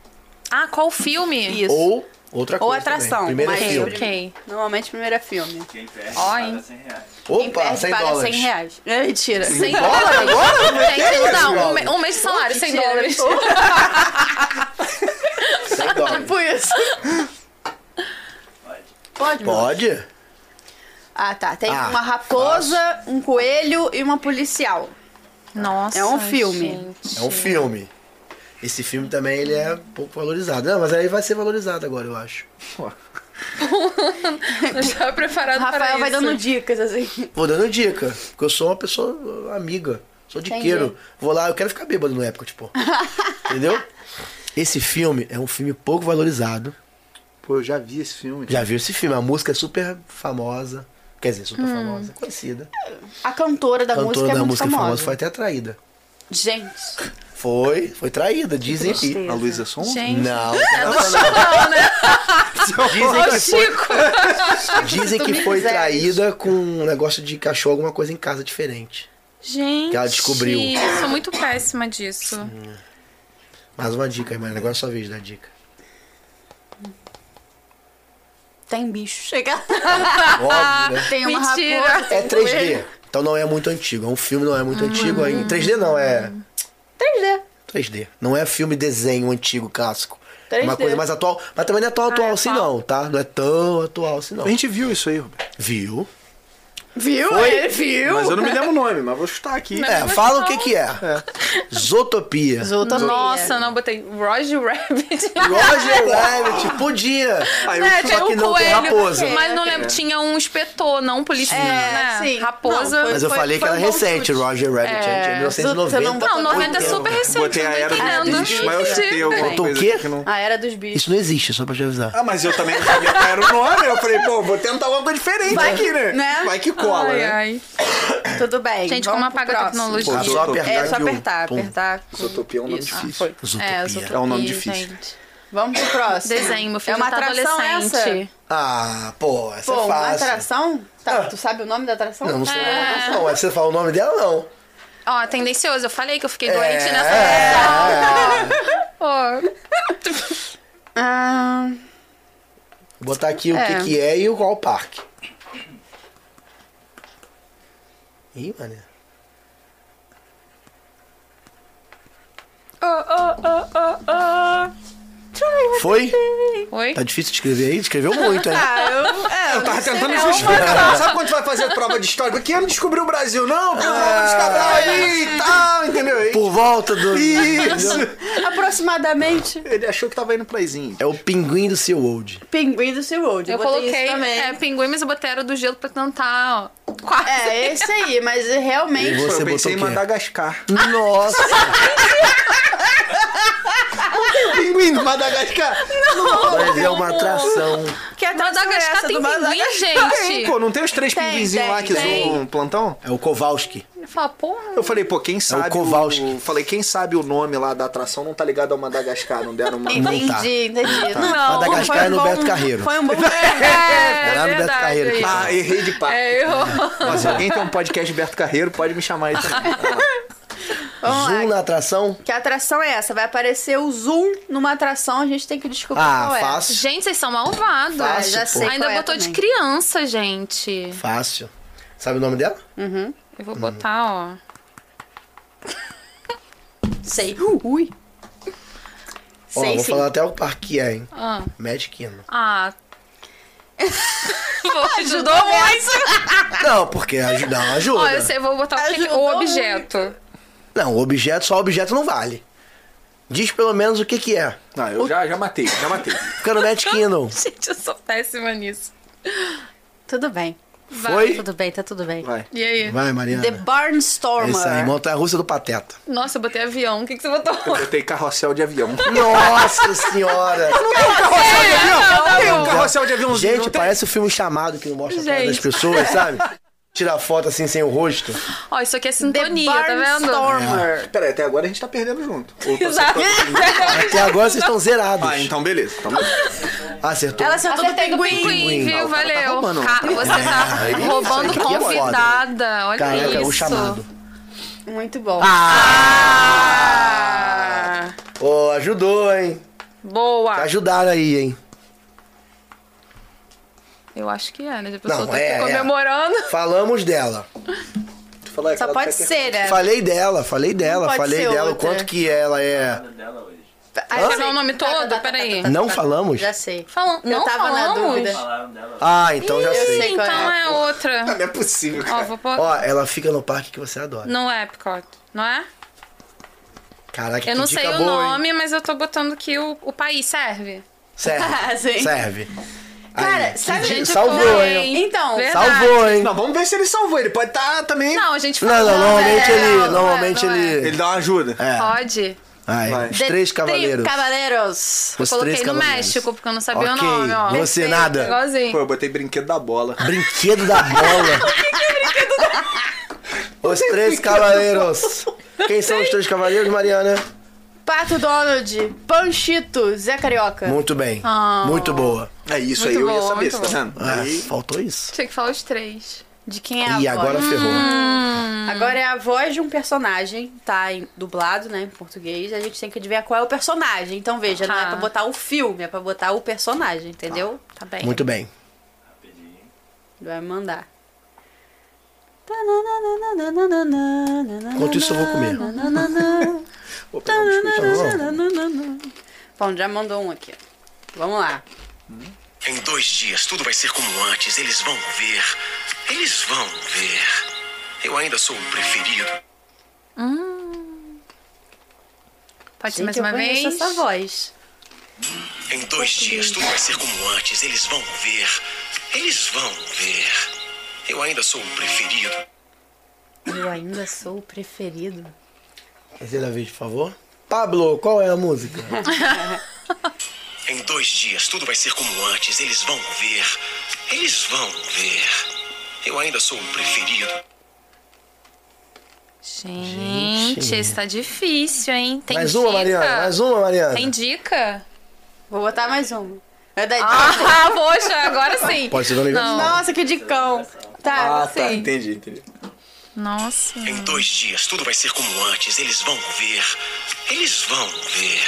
Ah, qual filme?
Isso.
Ou Outra
Ou
coisa.
atração,
Também. Primeiro
mas-
é
Ok,
filme.
ok.
Normalmente primeiro é filme.
Quem perde
Ó,
paga
hein?
100 reais.
Quem
Opa,
perde
100
paga
dólares.
100 reais. É, mentira.
100
Dólar
dólares?
agora?
Gente, não,
dólares.
um, me- um mês de salário, 100
Mentira,
dólares.
mentira.
100 dólares.
Tipo isso.
Pode.
Pode, mano?
Pode? É
Ah, tá. Tem
Ah,
uma raposa, um coelho e uma policial.
Nossa.
É um filme.
É um filme. Esse filme também ele é pouco valorizado. Não, mas aí vai ser valorizado agora, eu acho.
Eu estava
O
Tá preparado para
Rafael
isso.
vai dando dicas, assim.
Vou dando dica, porque eu sou uma pessoa uh, amiga. Sou diqueiro. Vou lá, eu quero ficar bêbado na época, tipo. Entendeu? Esse filme é um filme pouco valorizado.
Pô, eu já vi esse filme.
Já viu esse filme? A música é super famosa. Quer dizer, super famosa. é Conhecida.
Hum. A cantora da
A cantora
música é
da
muito
música
famosa.
foi até traída.
Gente,
Foi, foi traída, dizem que.
A Luísa Som?
Gente,
Não,
não, né?
dizem
Ô,
que foi,
Chico.
dizem que foi traída com um negócio de cachorro, alguma coisa em casa diferente.
Gente.
Que ela descobriu.
Eu sou muito péssima disso.
Mais uma dica aí, Mariana. Agora é sua vez da dica.
tem bicho. Chega.
Óbvio, né?
Tem uma
Mentira.
raposa. tem
É
um
3D.
coelho.
Então não é muito antigo. É um filme, não é muito antigo. É em 3D não, é
3D.
3D. Não é filme desenho antigo, clássico. É
3D.
Uma coisa mais atual. Mas também não é tão atual assim,
atual.
não, tá? Não é tão atual assim, não.
A gente viu isso aí, Roberto.
Viu?
Viu? Ele viu.
Mas eu não me lembro o nome, mas vou chutar aqui.
Não.
É,
mas
fala o
não.
que que é. Zootopia.
Zootopia.
Nossa, não, botei Roger Rabbit.
Roger Rabbit, podia.
Aí eu
É,
chuto-
que
tem um
não, tem
coelho,
raposa.
Mas não lembro, tinha um inspetor, não um policiano,
É,
né?
sim.
Raposa.
Não,
Mas é eu
Foi-
falei
foi
que era
um bom
recente,
chute.
Roger Rabbit,
É,
gente, é 1990.
você não botou
Não, 90 é super recente.
Botei a
não tô
Era
entendendo.
dos Bichos, mas eu chutei alguma
Botou o
coisa
quê?
aqui que não...
A era dos bichos.
Isso não existe, é só pra te avisar.
Ah, mas eu também não sabia qual era o nome. Eu falei, pô, vou tentar alguma coisa diferente
Vai
aqui,
que-
né?
né?
Vai que cola,
Ai,
né?
ai.
Tudo bem.
Gente,
vamos
como
pro
apaga a
próximo.
tecnologia.
Pô, só apertar
É, só
aqui o
apertar,
pum.
apertar. com-
Zootopia é um nome
Isso.
difícil.
foi.
É,
Zootopia.
Zootopia,
É um nome difícil.
gente.
Vamos pro próximo.
Desenho, meu filho
é uma
tá
atração
adolescente.
Essa?
Ah, pô, essa
Pô,
é
uma
fácil.
atração? Tá,
Ah.
tu sabe o nome da atração?
Não, não sei o nome dela, não. Mas você fala o nome dela, não.
Ó, tendencioso, eu falei que eu fiquei
É,
doente nessa.
é.
Pô,
Ah,
Vou botar aqui o
É.
que que é e o qual o parque. Ih, mané. Foi?
Oi?
Tá difícil de escrever aí? Escreveu muito, hein?
ah, eu, é,
Eu tava tentando justificar. cara. Sabe quando tu vai fazer prova de história? Quem não descobriu o Brasil? Não, porque o
Ah.
Vamos Cabral aí e tal, entendeu? E-
Por volta do.
Isso.
é, aproximadamente
Ele achou que tava indo pra Izinho.
É o pinguim do Sea World.
Pinguim do SeaWorld.
Eu
botei isso
coloquei
também.
é, pinguim, mas eu botei era do gelo pra tentar, ó. Quase.
É, esse aí, mas realmente.
Você
eu
botou
pensei
o
em
quê?
Madagascar.
Nossa!
Pinguim do Madagascar?
Mas é uma atração.
Que atração é
Madagascar
essa
tem
do Madagascar?
pinguim,
Tem, pô,
gente.
não tem os três
Tem,
pinguinzinhos
tem,
lá que
tem.
zoam o plantão?
É o Kowalski.
Ele fala, porra.
Eu falei, pô, quem sabe.
Kowalski.
Falei, quem sabe o nome lá da atração não tá ligado ao Madagascar, não deram uma.
Entendi,
tá.
entendi. Não,
Madagascar
foi
é no
um bom-
Beto Carreiro.
Foi um bom.
É lá no Beto
verdade,
Carreiro que
é
fala.
Ah, errei de pá.
É, eu.
Mas se alguém tem um podcast de Berto Carreiro, pode me chamar aí também.
Vamos lá.
Zoom na atração.
Que atração é essa? Vai aparecer o Zoom numa atração, a gente tem que descobrir
Ah,
qual é.
fácil.
Gente, vocês são malvados.
Ah,
já sei
qual
Ainda
é
botou de
também.
criança, gente.
Fácil. Sabe o nome dela?
Eu
Uhum.
vou botar, ó.
Sei. Ui.
Ó,
Sei
vou
sim.
falar até o parque que é, hein?
Ah.
Magic Kingdom.
ah. Pô, Ajudou muito.
Não, porque ajuda, não ajuda.
Ó, eu sei, um. eu vou botar o, que que- o
Ajudou
objeto.
Não, o objeto, só o objeto não vale. Diz pelo menos o que que é.
Não, eu já, já matei, já matei.
Fica no Magic Kingdom.
Gente, eu sou péssima nisso.
Tudo bem.
Vai.
Foi?
Tudo bem, tá tudo bem.
Vai.
E aí?
Vai, Mariana.
The
É
Barnstormer.
Isso aí, é montanha-russa do Pateta.
Nossa, eu botei avião. O que, que você botou?
Eu botei carrossel de avião.
Nossa senhora!
Carrossel de avião?
não,
Tem um carrossel de aviãozinho.
Gente,
não tem?
parece o filme chamado que não mostra a cara das
Gente.
pessoas, sabe? Tira foto assim sem o rosto.
Ó, isso aqui é
The
sintonia, tá vendo?
Barnstormer.
Peraí, até agora a gente tá perdendo junto. Ou tá
Exato.
acertando?
Até agora vocês estão zerados.
Ah, então beleza. Então, beleza.
Acertou.
Ela acertou do
Acertei do
pinguim.
pinguim,
Pinguim.
viu?
Ah, o cara tá
Valeu.
roubando.
Ca- você
É,
tá
isso
roubando
aqui é foda.
convidada. Olha
Caraca,
isso.
o chamado.
Muito bom.
Ah,
Ah,
Ô, ajudou, hein?
boa.
Ajudaram aí, hein?
Eu acho que é, né? A pessoa
Não,
tá
é,
aqui
é.
comemorando.
Falamos dela.
Tu falou
Só
aquela
pode
tá
do Peter-
ser,
É.
né?
Falei dela, falei dela,
pode
falei
ser
dela. O
outra.
quanto que ela é.
Ah,
Falar o nome todo? Peraí.
Não falamos?
tá, Já sei.
Falam,
Eu
não
tava na
falamos?
dúvida.
Ah, então já
Eu
sei.
sei qual
Então
é.
é outra.
Não é possível,
Ó,
cara.
vou pôr.
Ó, ela fica no parque que você adora.
No Epcot, não é?
Caraca,
Eu
que
não
dica
sei o
boa, hein?
nome, mas eu tô botando que o, o país serve.
Ah,
Serve.
sim.
serve.
Cara,
que
sabe-
dica-
Gente,
Salvou,
foi,
hein?
Então,
tipo, é Verdade.
Salvou, hein?
Não, vamos ver se ele salvou. Ele pode estar também.
Não, a gente
Não,
fala,
não, normalmente
é,
ele.
não é,
normalmente
não é.
ele.
Ele dá uma ajuda.
É.
Pode.
Ai,
Vai.
os
The
três
Three
cavaleiros.
Cavaleiros.
Os
eu coloquei
três
no
cavaleiros.
México, porque eu não sabia
Ok,
o nome, ó.
você
Perfeito,
nada.
Igualzinho.
Pô, eu botei brinquedo da bola.
Brinquedo da bola.
é
Os três cavaleiros. Quem são os três cavaleiros, Mariana?
Pato Donald, Panchito, Zé Carioca.
Muito bem.
É. Ah.
Muito boa.
É isso
Muito
aí, eu ia
bom,
saber,
muito
você tá vendo?
Ah,
Aí-
faltou isso.
Tinha que falar os três.
De quem é a
E
voz?
agora ferrou.
Hum.
Agora é a voz de um personagem, tá em- dublado, né, em português. A gente tem que adivinhar qual é o personagem. Então, veja, não é
Tá.
pra botar o filme, é pra botar o personagem, entendeu?
Tá bem.
Muito bem.
Vai mandar.
Enquanto isso, eu vou comer.
Vou pegar um biscoito.
Bom, já mandou um aqui. Vamos lá.
Em dois dias tudo vai ser como antes. Eles vão ver. Eles vão ver. Eu ainda sou o preferido.
Ah. Pode
Gente,
ser mais
eu
uma vez.
conheço essa voz.
Em dois dias tudo vai ser como antes. Eles vão ver. Eles vão ver. Eu ainda sou o preferido.
Eu ainda sou o preferido.
Terceira vez, é por favor. Pablo, qual é a música?
Em dois dias tudo vai ser como antes. Eles vão ver. Eles vão ver. Eu ainda sou o preferido.
Gente,
Gente.
isso tá difícil, hein? Tem
mais
dica?
uma, Mariana. Mais uma, Mariana.
Tem dica?
Vou botar mais uma. É da
Ah, poxa, agora sim.
Pode ser Dona Ivete.
Não.
Nossa, que dicão. Tá,
Ah, tá,
assim.
entendi, entendi.
Nossa.
Em dois dias tudo vai ser como antes. Eles vão ver. Eles vão ver.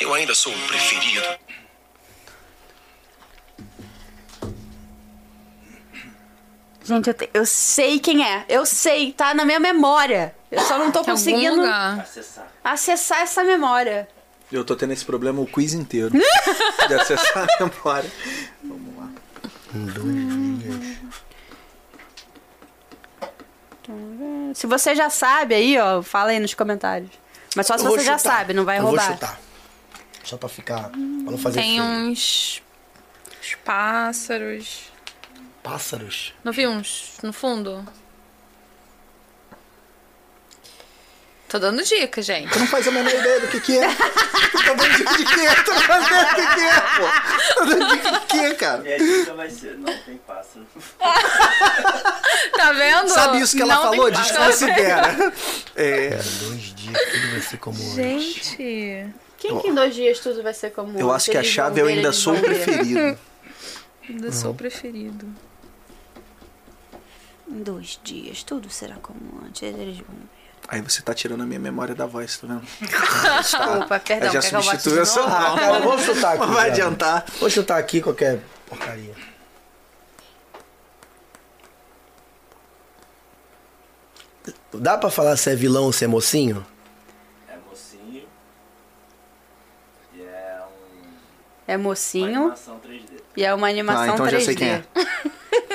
Eu ainda sou o preferido.
Gente, eu, te- eu sei quem é. Eu sei, tá na minha memória. Eu só não tô
Em algum
conseguindo
lugar.
acessar essa memória.
Eu tô tendo esse problema o quiz inteiro. de acessar a memória. Vamos lá.
Se você já sabe aí, ó, fala aí nos comentários. Mas só se
Eu vou
você já
chutar.
sabe, não vai
eu
roubar.
Vou chutar. Só pra ficar. Pra não fazer
Tem
feio.
uns. uns pássaros.
um-
Pássaros.
Não vi uns no fundo? Tô dando dica, gente.
Tu não faz a menor ideia do que que é. Tu tá dando dica de quê? Tu não faz ideia do que que é, pô. Tá dando dica de quê, cara?
E a dica vai ser, não tem pássaro.
Tá vendo?
Sabe isso que ela
Não tem
falou?
pássaro.
Desconsidera. É.
Em dois dias tudo vai ser como hoje.
Gente.
Quem que em dois dias tudo vai ser comum?
Eu acho que a chave é eu ainda sou o preferido.
Ainda sou o preferido.
Em dois dias tudo será comum antes. Eles vão ver.
Aí você tá tirando a minha memória da voz, tá vendo?
Desculpa, perdão.
Ela já
quer que eu bote de
substituiu a
novo?
sua
Ah, cara, vou chutar aqui.
Não vai
cara.
adiantar.
Vou chutar aqui qualquer porcaria. Dá pra falar se é vilão ou se é mocinho?
É mocinho. E é um-
É
uma
mocinho
animação 3D.
e é uma animação
Ah, então
3D.
já sei quem é.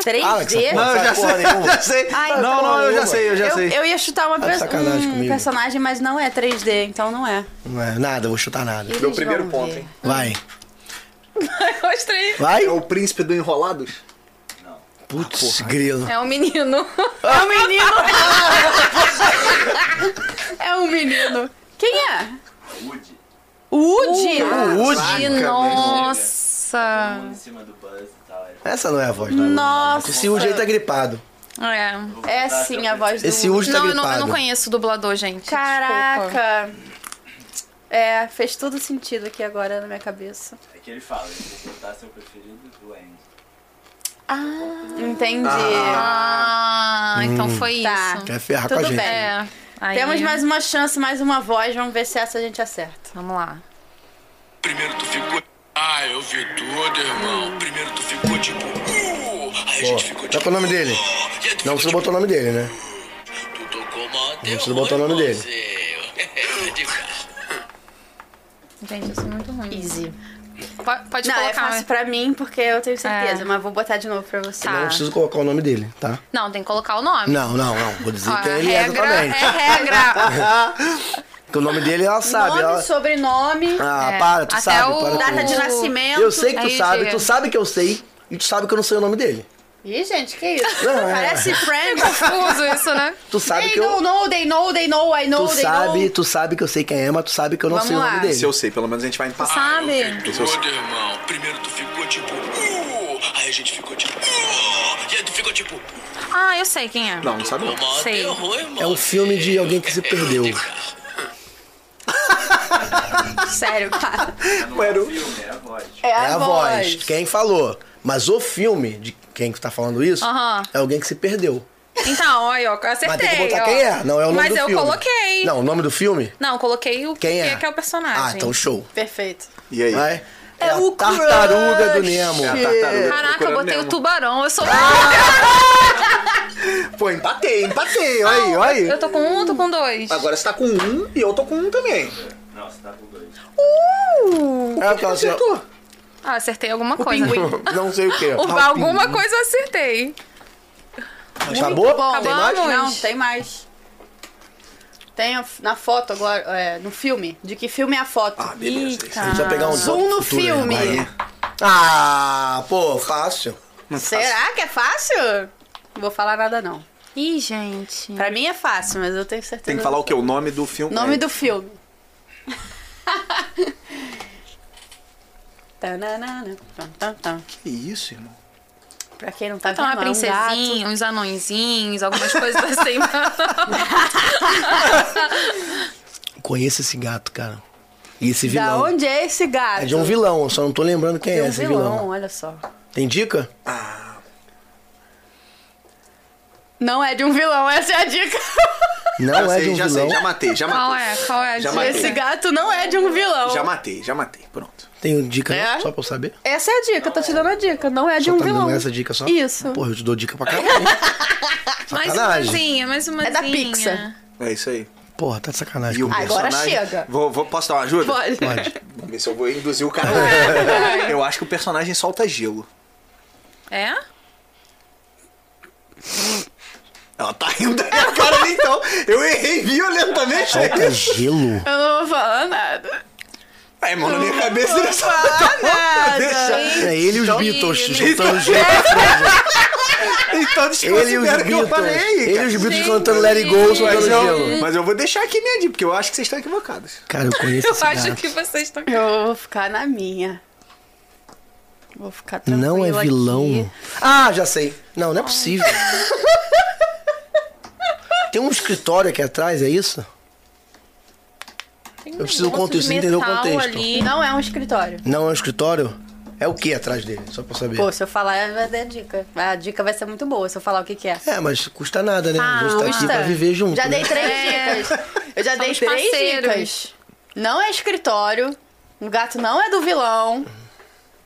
3D?
Alex,
Não, eu já
Porra
sei,
nenhuma.
já sei.
Ah, então-
Não, não, eu já sei, eu já
eu,
sei. Tá
eu ia chutar uma
de
pers-
sacanagem
um
comigo.
personagem, mas não é 3D, então não é.
Não é nada, vou chutar nada.
Eles
Deu o primeiro
vão
ponto,
ver.
hein?
Vai,
Mostrei.
vai.
É o príncipe do Enrolados?
Putz, grilo.
É um menino.
É um menino! é um menino. Quem é?
Woody,
O Woody!
Ih,
Caraca,
todo mundo
Nossa.
em cima do Buzz e tal. é-
Essa não é a voz da
Nossa!
Esse Woody aí tá gripado.
É.
É sim a voz do
Esse
Woody.
Woody tá
Não, eu não, eu
gripado.
não conheço o dublador, gente. Desculpa.
Caraca! É, fez todo sentido aqui agora na minha cabeça.
É que ele fala, se botar seu preferido, o Andy.
Entendi.
Hum.
Ah, então foi
Tá.
isso.
Quer ferrar com
Tudo
a gente.
bem.
É. Aí,
Temos mais uma chance, mais uma voz. Vamos ver se essa a gente acerta.
Vamos lá.
Primeiro tu ficou. Ah, eu vi tudo, irmão. Primeiro tu ficou tipo. "Uh", Aí a
Pô,
gente ficou de
dá o nome dele.
E aí tu
Não,
ficou
você
de-
não botou o nome dele, né?
Tu tocou mó
precisa
terror,
botar o nome dele.
mozinho. De carro.
Gente, eu sou muito ruim.
Easy.
Po- Pode,
Não, é
colocar.
fácil
mas-
pra mim porque eu tenho certeza,
É.
mas vou botar de novo pra você.
Tá.
Não preciso colocar o nome dele, tá?
Não, tem que colocar o nome.
Não, não, não. Vou dizer
Ó,
quem
a
ele é
regra
também.
Ah, é regra.
Porque o nome dele ela sabe.
Nome,
ela-
sobrenome,
Ah,
É.
para, tu
Até
sabe.
o-
Para
data
com
de
isso.
nascimento.
Eu sei que tu
Aí
sabe,
chega.
tu sabe que eu sei, e tu sabe que eu não sei o nome dele.
Ih, gente, que isso?
Não, é.
Parece friend.
Confuso isso, né?
Tu sabe
They
que eu.
don't know, they know, they know, I know,
Tu
they
sabe,
know.
tu sabe que eu sei quem é, mas tu sabe que eu não
Vamos
sei o
lá.
nome dele.
Se eu sei, pelo menos a gente vai empatar.
Sabe?
Tu outro irmão. Primeiro tu ficou tipo. "Uh", aí a gente ficou tipo. "Uh", e aí tu ficou tipo.
Ah, eu sei quem é.
Não, não sabe não.
"Mó
Sei.
terror, irmão.
É um filme de alguém que se perdeu.
De carro.
Sério, cara.
Era o-
filme, é a voz.
É
É a voz. Quem falou. Mas o filme de quem que tá falando isso
Aham.
é alguém que se perdeu.
Então, aí, ó, acertei.
Mas tem que botar
ó.
quem é, não é o nome
Mas
do
eu
filme.
coloquei.
Não, o nome do filme?
Não, coloquei o
Quem
que
é?
é que é o personagem.
Ah, então show.
Perfeito.
E aí?
Vai. É,
o
a tartaruga do
Crush.
Nemo.
É a tartaruga
Caraca, eu
procurando
botei o
Nemo.
tubarão. Eu sou.
Pô, empatei, empatei. Olha
Ah,
aí, olha aí.
Eu tô com um, eu tô com dois.
Agora você tá com um e eu tô com um também.
Não, você tá com dois.
É aquela assim, ó,
Acertou.
Ah, acertei alguma coisa.
não sei Ah, o quê.
O- alguma coisa eu acertei.
Acabou?
Bom,
tá Tem mais?
Acabamos.
Não, tem mais. Tem a- na foto agora, é, no filme. De que filme é a foto?
Ah, beleza. isso.
Deixa eu pegar um
Zoom no
futuro aí,
filme.
vai. Ah, pô, fácil.
Será que é fácil? Não vou falar nada, não.
Ih, gente.
Pra mim é fácil, mas eu tenho certeza.
Tem que falar o quê? O nome do filme?
Nome
É.
do filme. Tananana, tam, tam, tam.
Que isso, irmão?
pra quem não tá
Então, uma
vendo, é um gato.
princesinha, uns anõezinhos, algumas coisas assim.
Conheço esse gato, cara. E esse
Da
vilão.
onde é esse gato?
É de um vilão, eu só não tô lembrando quem
Tem
é
um
esse
vilão,
vilão.
olha só.
Tem dica?
Ah,
Não é de um vilão, essa é a dica.
Não
já
é
sei,
de um
já
vilão.
sei, já matei, já
Qual
matei.
é? Qual é?
Já
Gente,
matei.
Esse gato não é de um vilão.
Já matei, já matei. Pronto.
Tem dica
É?
não? só pra eu saber?
Essa é a dica, eu tô te dando a dica. Não é de
Só
um
tá me
vilão.
dando essa dica só?
Isso.
Porra, eu te dou dica pra caralho. hein?
Mais
Sacanagem. É
umazinha, mais umazinha.
da Pixar.
É isso aí.
Porra, tá de sacanagem.
E o
comigo.
Agora
personagem...
chega.
Vou, vou, posso dar uma ajuda?
Pode.
Vamos ver se eu vou induzir o cara.
É
eu acho que o personagem solta gelo.
É?
Ela tá rindo da minha cara, então. Eu errei violentamente.
Solta é gelo.
Eu não vou falar nada.
Ai, mano, na minha cabeça ele só
Falar nada.
deixa.
É ele e os
Então-
Beatles
Ih,
soltando gelo pra Frozen. Ele e
Então
os
desconsidera o que eu
Beatles.
falei.
Ele e
cara.
os Beatles
Gente.
cantando Let It Go soltando
Mas
é
eu,
um
gelo.
mas eu vou deixar aqui minha dica, porque eu acho que vocês estão equivocados.
Cara, eu conheço
Eu
esse
acho
gato.
que vocês estão.
Eu vou ficar na minha. Vou ficar tranquila
Não é vilão.
tá aqui.
Ah, já sei. Não, não é possível. Tem um escritório aqui atrás, é isso?
Tem um
Eu preciso do
negócio de
contexto, entender o
metal
contexto.
E
Ali.
não é um escritório.
Não é um escritório? É o que atrás dele? Só pra eu saber.
Pô, se eu falar, vai dar dica. A dica vai ser muito boa se eu falar o que, que é.
É, mas custa nada, né? a gente tá aqui
Ah, Custa.
pra viver junto.
Já dei
né?
três
É.
dicas. Eu já
Somos
dei três
parceiros.
dicas. Não é escritório. O gato não é do vilão.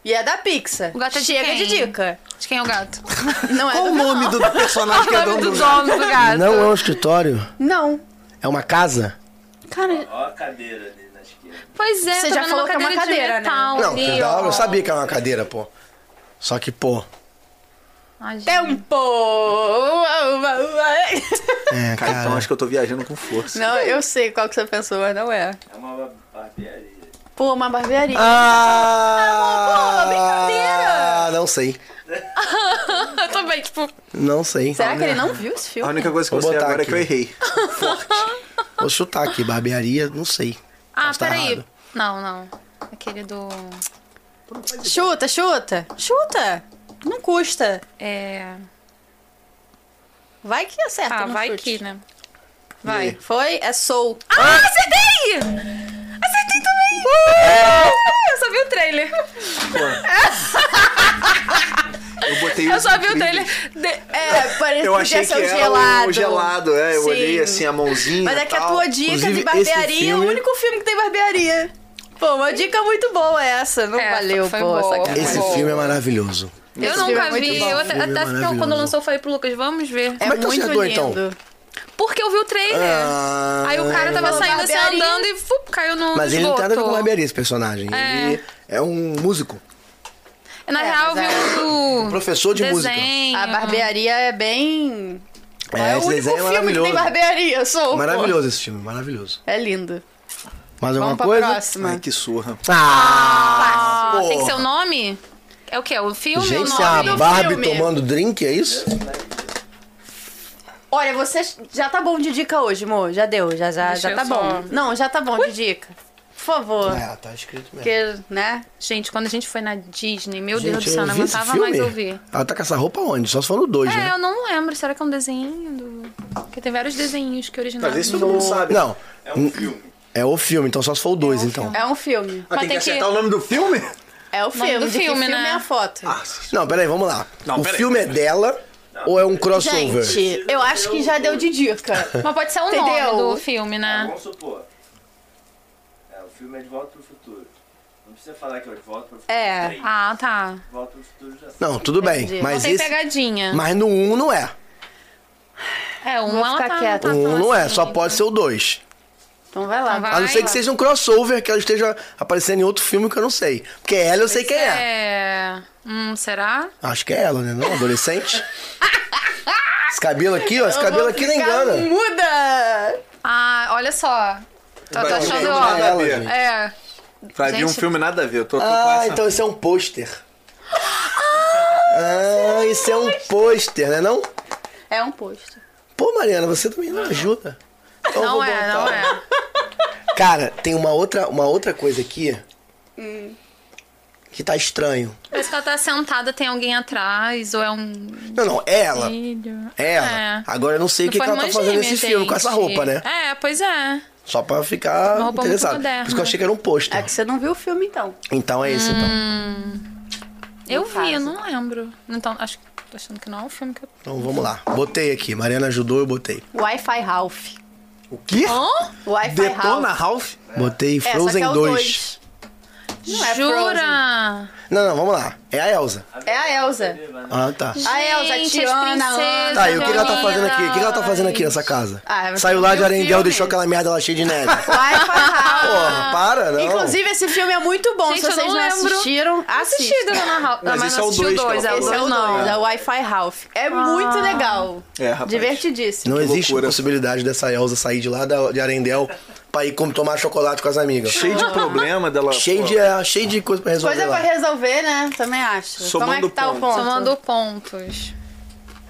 E é da Pixar.
O gato é de
Chega
quem?
de dica.
De quem é o gato?
Não é
Qual
do
o
vilão.
nome do personagem que
O
é
nome
dono
do
do
dono do gato.
Não é um escritório?
Não.
É uma casa?
Cara,
Ó a cadeira ali na esquerda.
Pois é,
Você
tô
já
vendo
falou que é uma
de
cadeira, né?
metal
Não,
ali,
da hora
ó.
eu sabia que era uma cadeira, pô. Só que, pô.
Ai, gente.
tempo! Uau, uau, uau.
É,
Cara,
cara.
então acho que eu tô viajando com força.
Não, eu sei qual que você pensou, mas não é.
É uma barbearia.
Pô, uma barbearia.
Ah!
brincadeira!
Não sei.
Eu também, tipo,
Não sei.
Será que ele não viu esse
né? A
filme?
única coisa que eu
Vou
sei
botar
agora é que eu
aqui.
errei.
Vou chutar aqui. Barbearia, não sei.
ah,
Posso tá
peraí.
errado.
Não, não. Aquele do.
Chuta, chuta. Chuta. Não custa.
É.
Vai que acerta.
Ah,
Ah, tá no
vai
chute.
que, né? Vai.
Foi? É Soul.
Ah, acertei! Acertei também! Uh! Eu só vi o trailer.
Eu botei
Eu
os
só vi o
incríveis.
trailer. De- é,
É, parece
Eu achei que
é o
era
gelado.
o gelado, é. Eu
Sim.
olhei assim a mãozinha.
Mas é
e
que a
tal.
tua dica
Inclusive,
de
esse
barbearia
filme-
é o único filme que tem barbearia. Pô, uma dica muito boa essa. Não
É,
valeu,
foi
pô.
boa.
sacanagem.
Esse
Bom.
filme é maravilhoso.
Eu
Esse filme
nunca
é muito
vi.
bom.
Eu até,
Filme
até
maravilhoso.
quando lançou, eu falei pro Lucas, vamos ver.
Como é que você
muito
acertou,
lindo.
então?
Porque eu vi o trailer.
Ah.
Aí o cara tava
Falou,
saindo assim,
barbearia.
andando e fup, caiu no
Mas ele não tem
esgoto.
nada a ver com barbearia, esse personagem.
É.
Ele é um músico.
Na
É,
real,
mas
eu vi o...
Professor de música.
desenho.
A barbearia é bem.
É,
É, o
esse
único
desenho é
filme que tem
maravilhoso.
barbearia, sou. pô.
Maravilhoso esse filme, maravilhoso.
É lindo.
Mais alguma
Vamos pra
coisa?
próxima.
Ai, que surra.
Ah!
Ah, tem que ser o
porra.
nome? É o quê? O filme? o
Gente,
nome?
a Barbie
filme.
tomando drink, é isso?
Olha, você já tá bom de dica hoje, amor. Já deu, já, já,
Deixa
já
eu
tá
só-
bom. Não, já tá bom de dica. Por favor.
É, tá escrito mesmo.
Porque, né?
Gente, quando a gente foi na Disney, meu Deus
Gente,
do céu,
eu
não
vi esse
aguentava
filme?
mais ouvir.
Ela tá com essa roupa onde? Só se for no 2,
É,
né?
eu não lembro. Será que é um desenho do... Porque tem vários desenhinhos que originaram.
Mas isso todo mundo sabe.
Não,
É um filme.
é o filme, então só se for o 2, então.
É um filme.
Ah,
Mas
tem que
tem que-
acertar o nome do filme?
É o filme.
do
de que
filme,
filme
né?
é a foto.
Não, peraí, vamos lá. o
peraí.
filme é dela ou é um crossover?
Gente, eu acho que já deu de dica.
Mas pode ser o
Entendeu?
nome do filme,
É,
né?
vamos supor. É, o filme é De Volta pro Futuro. Não precisa falar que é o De Volta pro Futuro.
É.
três.
Ah, tá.
De Volta pro Futuro já sabe.
Não, tudo bem,
Entendi.
Não
mas
tem
esse...
pegadinha.
Mas no 1 um não é.
É, um
Vou
ela
ficar
tá,
quieta.
tá
O 1 um não é,
assim.
só pode ser o 2.
Então vai lá.
Então vai.
A não
Ai,
ser
lá.
que seja um crossover, que ela esteja aparecendo em outro filme que eu não sei. Porque ela eu sei quem é.
É. Hum, será?
Acho que é ela, né? Não, adolescente. Esse cabelo aqui, ó, esse cabelo aqui não engana.
Muda!
Ah, olha só. Tô, tô
Vai,
achando,
gente,
ó.
nada a ver.
Ela, gente.
É.
Vai vir um
Gente.
filme nada a ver. Eu tô, tô com
Ah,
essa.
então isso é um pôster. Ah, isso é um pôster, né não?
É um posto.
Pô, Mariana, você também não ajuda. Então eu
Não
vou
é, não
botar.
é.
Cara, tem uma outra, uma outra coisa aqui
Hum.
que tá estranho.
Parece que ela tá sentada, tem alguém atrás, ou é um
Não, não, é ela.
filho.
É ela.
É.
Agora eu não sei o que, que
Não
ela
foi
tá
irmã
fazendo
gêmea,
nesse filme com
gente.
essa roupa, né?
É, pois é.
Só pra ficar
Uma roupa muito
interessado. Por isso que
moderna.
eu achei que era um pôster.
É que você não viu o filme, então.
Então é esse, então.
Eu
No
vi,
caso.
eu não lembro. Então, acho que tô achando que não é um filme que eu.
Então vamos lá. Botei aqui. Mariana ajudou, eu botei.
Wi-Fi Ralph.
O quê?
Hã?
Wi-Fi
Detona
Ralph.
Ralph?
Botei
É, só que
Frozen
é o
2.
dois. Não é
Jura?
Não, não, vamos lá. É a Elsa.
É a Elsa.
Ah, tá.
A Elsa,
Gente,
Tiana,
as princesas,
Tá, e o que, que ela tá fazendo aqui? O que, que ela tá fazendo aqui
lindas.
nessa casa?
Ah, você
Saiu lá de
viu o
Arendelle,
filme?
deixou aquela merda lá cheia de neve.
Wi-Fi Ralph.
Porra, para, não.
Inclusive, esse filme é muito bom.
Gente,
Se
eu
vocês
não
não,
lembro.
assistiram,
Assisti
assistam.
Dona Ralph.
Mas
Não, mas
esse é o
não assisti o
dois que ela
dois, é
Esse é
o
falou.
dois,
o
não. Ah.
nome, da Wi-Fi Ralph. É muito legal.
É, rapaz.
Divertidíssimo.
não existe
loucura.
possibilidade dessa Elsa sair de lá da- de Arendelle pra ir com- tomar chocolate com as amigas.
Cheio de problema dela.
Cheio
pô.
de, é, cheio de coisa pra resolver
Coisa
lá.
pra resolver, né? Também acho.
Somando
Como é que tá
pontos.
o ponto?
Somando pontos.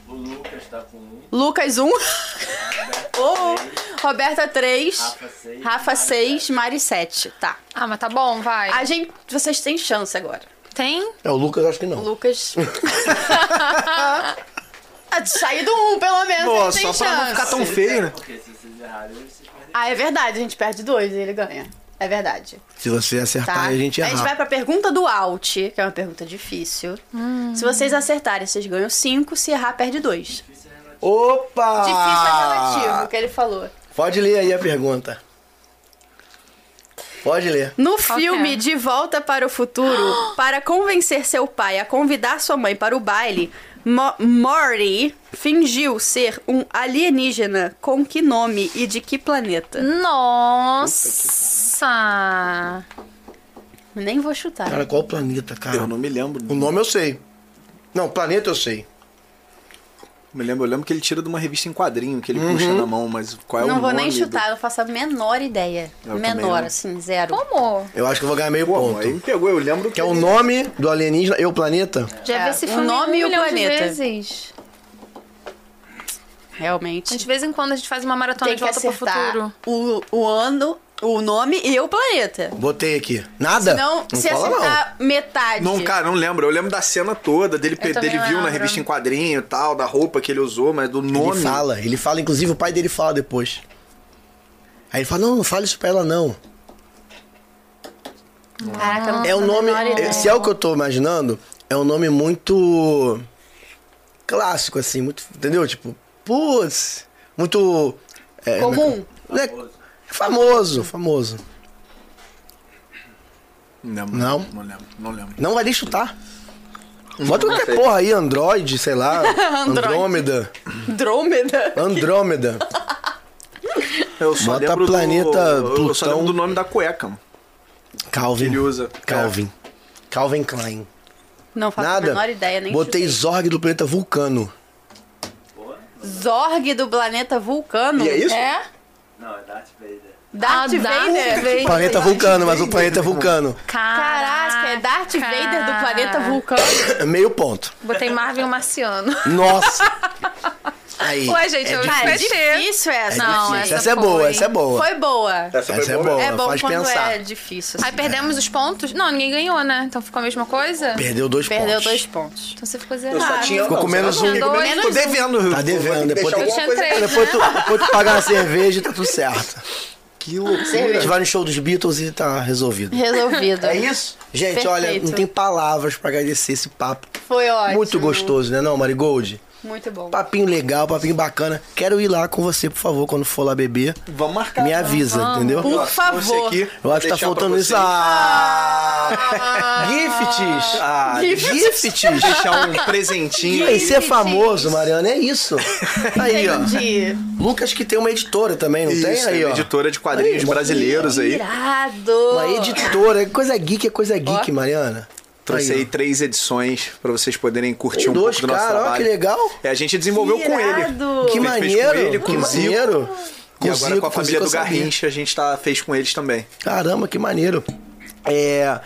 O Lucas tá com um,
Lucas 1. Ou Roberta 3.
Rafa seis,
Rafa 6, Mari É. 7. Tá.
Ah, mas tá bom, vai.
A gente. Vocês têm chance agora.
Tem?
É, o Lucas acho que não.
Lucas. Ah, Saí do 1, pelo menos.
Pô,
ele tem
só pra não
chance.
ficar tão feio, né?
porque se vocês errarem, vocês perdem.
Ah, é verdade, a gente perde dois e ele ganha. É verdade.
Se você
Tá?
acertar, a gente
é
a gente
erra.
vai pra pergunta do Alt, que é uma pergunta difícil. Se vocês acertarem, vocês ganham cinco. Se errar, perde dois.
Ah.
Opa!
Difícil é relativo, o que ele falou.
Pode ler aí a pergunta. Pode ler.
No
Qual que
filme
é?
De Volta para o Futuro, para convencer seu pai a convidar sua mãe para o baile, Mo Morty fingiu ser um alienígena com que nome e de que planeta?
Nossa!
Nem vou chutar.
Cara, qual o planeta, cara?
Eu não me lembro.
O nome eu sei. Não, planeta eu sei.
Me lembro, eu lembro que ele tira de uma revista em quadrinho que ele puxa na mão, mas qual é o
não
nome?
vou nem
do-
chutar, eu faço a menor ideia.
Eu também
menor,
não.
assim, zero.
Como?
Eu acho que eu vou ganhar meio
Pô,
ponto.
aí me pegou, eu lembro
Que é o nome do alienígena e o planeta?
Já
É,
vi esse
o
filme
nome
um
e o
milhão de
planeta.
vezes.
Realmente.
A gente, de vez em quando a gente faz uma
Tem
maratona de
que
volta pro
acertar
futuro.
o, o ano, o nome e o planeta.
Botei aqui. Nada?
Não, se acertar metade.
Não, cara, não lembro. Eu lembro da cena toda, dele, pe-
também
dele
não
viu na
lembro.
revista em quadrinho e tal, da roupa que ele usou, mas do
Ele
nome.
fala, ele fala, inclusive o pai dele fala depois. Aí ele fala, não, não fala isso pra ela não.
Caraca, eu não
é um
faço a
nome,
menor ideia.
é- se é o que eu tô imaginando, é um nome muito clássico, assim, muito, entendeu? Tipo, putz, muito... é,
Comum.
né? Famoso, famoso.
Não,
Não?
não lembro, não lembro.
Não vai nem chutar. Bota qualquer porra aí, Android, sei lá. Andrômeda.
Drômeda.
Andrômeda.
Eu só
Bota
lembro
planeta
do... Eu só
Plutão.
lembro do nome da cueca. mano.
Calvin. É.
Ele usa.
Calvin. Calvin Klein.
Não faço
Nada.
a menor ideia, nem
Botei Zorg do planeta Vulcano.
Zorg do planeta Vulcano.
E é isso?
É.
Não, é Darth Vader.
Darth
Ah, Darth
Vader.
Vader.
Planeta Vulcano, mas o planeta Vulcano.
Caraca, é Darth Vader do planeta Vulcano.
É Meio ponto.
Botei Marvel Marciano.
Nossa. Aí.
Ué, gente, eu
Cara, é
fechei.
difícil essa.
Não,
Difícil.
essa
essa, é boa,
foi.
essa é boa.
Foi boa.
Essa,
Essa é
foi boa.
boa.
É bom
faz
quando
pensar.
é difícil. assim.
Aí perdemos os pontos? Não, ninguém ganhou, né? Então ficou a mesma coisa?
Perdeu dois
Perdeu
pontos. Tá
dois pontos.
Então você ficou
Eu
zerado.
só tinha...
Ficou
não,
com
sei lá,
menos
só
um.
fiquei com menos-
Menos
Tô
um.
devendo.
Tá devendo,
Vou ter que
depois
deixar
tem-
Eu
alguma
tinha
coisa...
três.
Depois tu, depois tu pagar uma cerveja e tá tudo certo.
Que loucura.
A gente vai no show dos Beatles e tá resolvido.
Resolvido.
É isso? Gente, olha, não
Perfeito.
tem palavras pra agradecer esse papo.
Foi ótimo.
Muito Tá, gostoso, né não, Marigold?
Muito bom.
Papinho legal, papinho bacana. Quero ir lá com você, por favor, quando for lá beber.
Vamos marcar.
Me avisa, entendeu?
Por
Eu acho que
favor.
você aqui
Eu
vai
acho que tá
Tá deixar
faltando
pra
isso.
vocês.
Ah! Gifts!
Ah,
Gifts!
deixar um presentinho.
Aí ser famoso, Mariana, é isso. Aí, ó.
Entendi.
Lucas que tem uma editora também, não tem?
Isso,
Aí,
é
ó.
uma editora de quadrinhos
Aí,
brasileiros aí.
Irado.
Uma editora, é coisa geek, é coisa geek, Mariana.
Trouxe aí
ó.
três edições pra vocês poderem curtir um
Dois
pouco do nosso
caras, ó,
trabalho.
que legal.
É, a gente desenvolveu
Irado.
com ele.
Que
A gente fez
maneiro,
Com ele, com
que
o Zico.
maneiro.
E agora
Zico,
com a família
Zico, eu
do
sabia.
Garrincha, a gente tá, fez com eles também.
Caramba, que maneiro. É.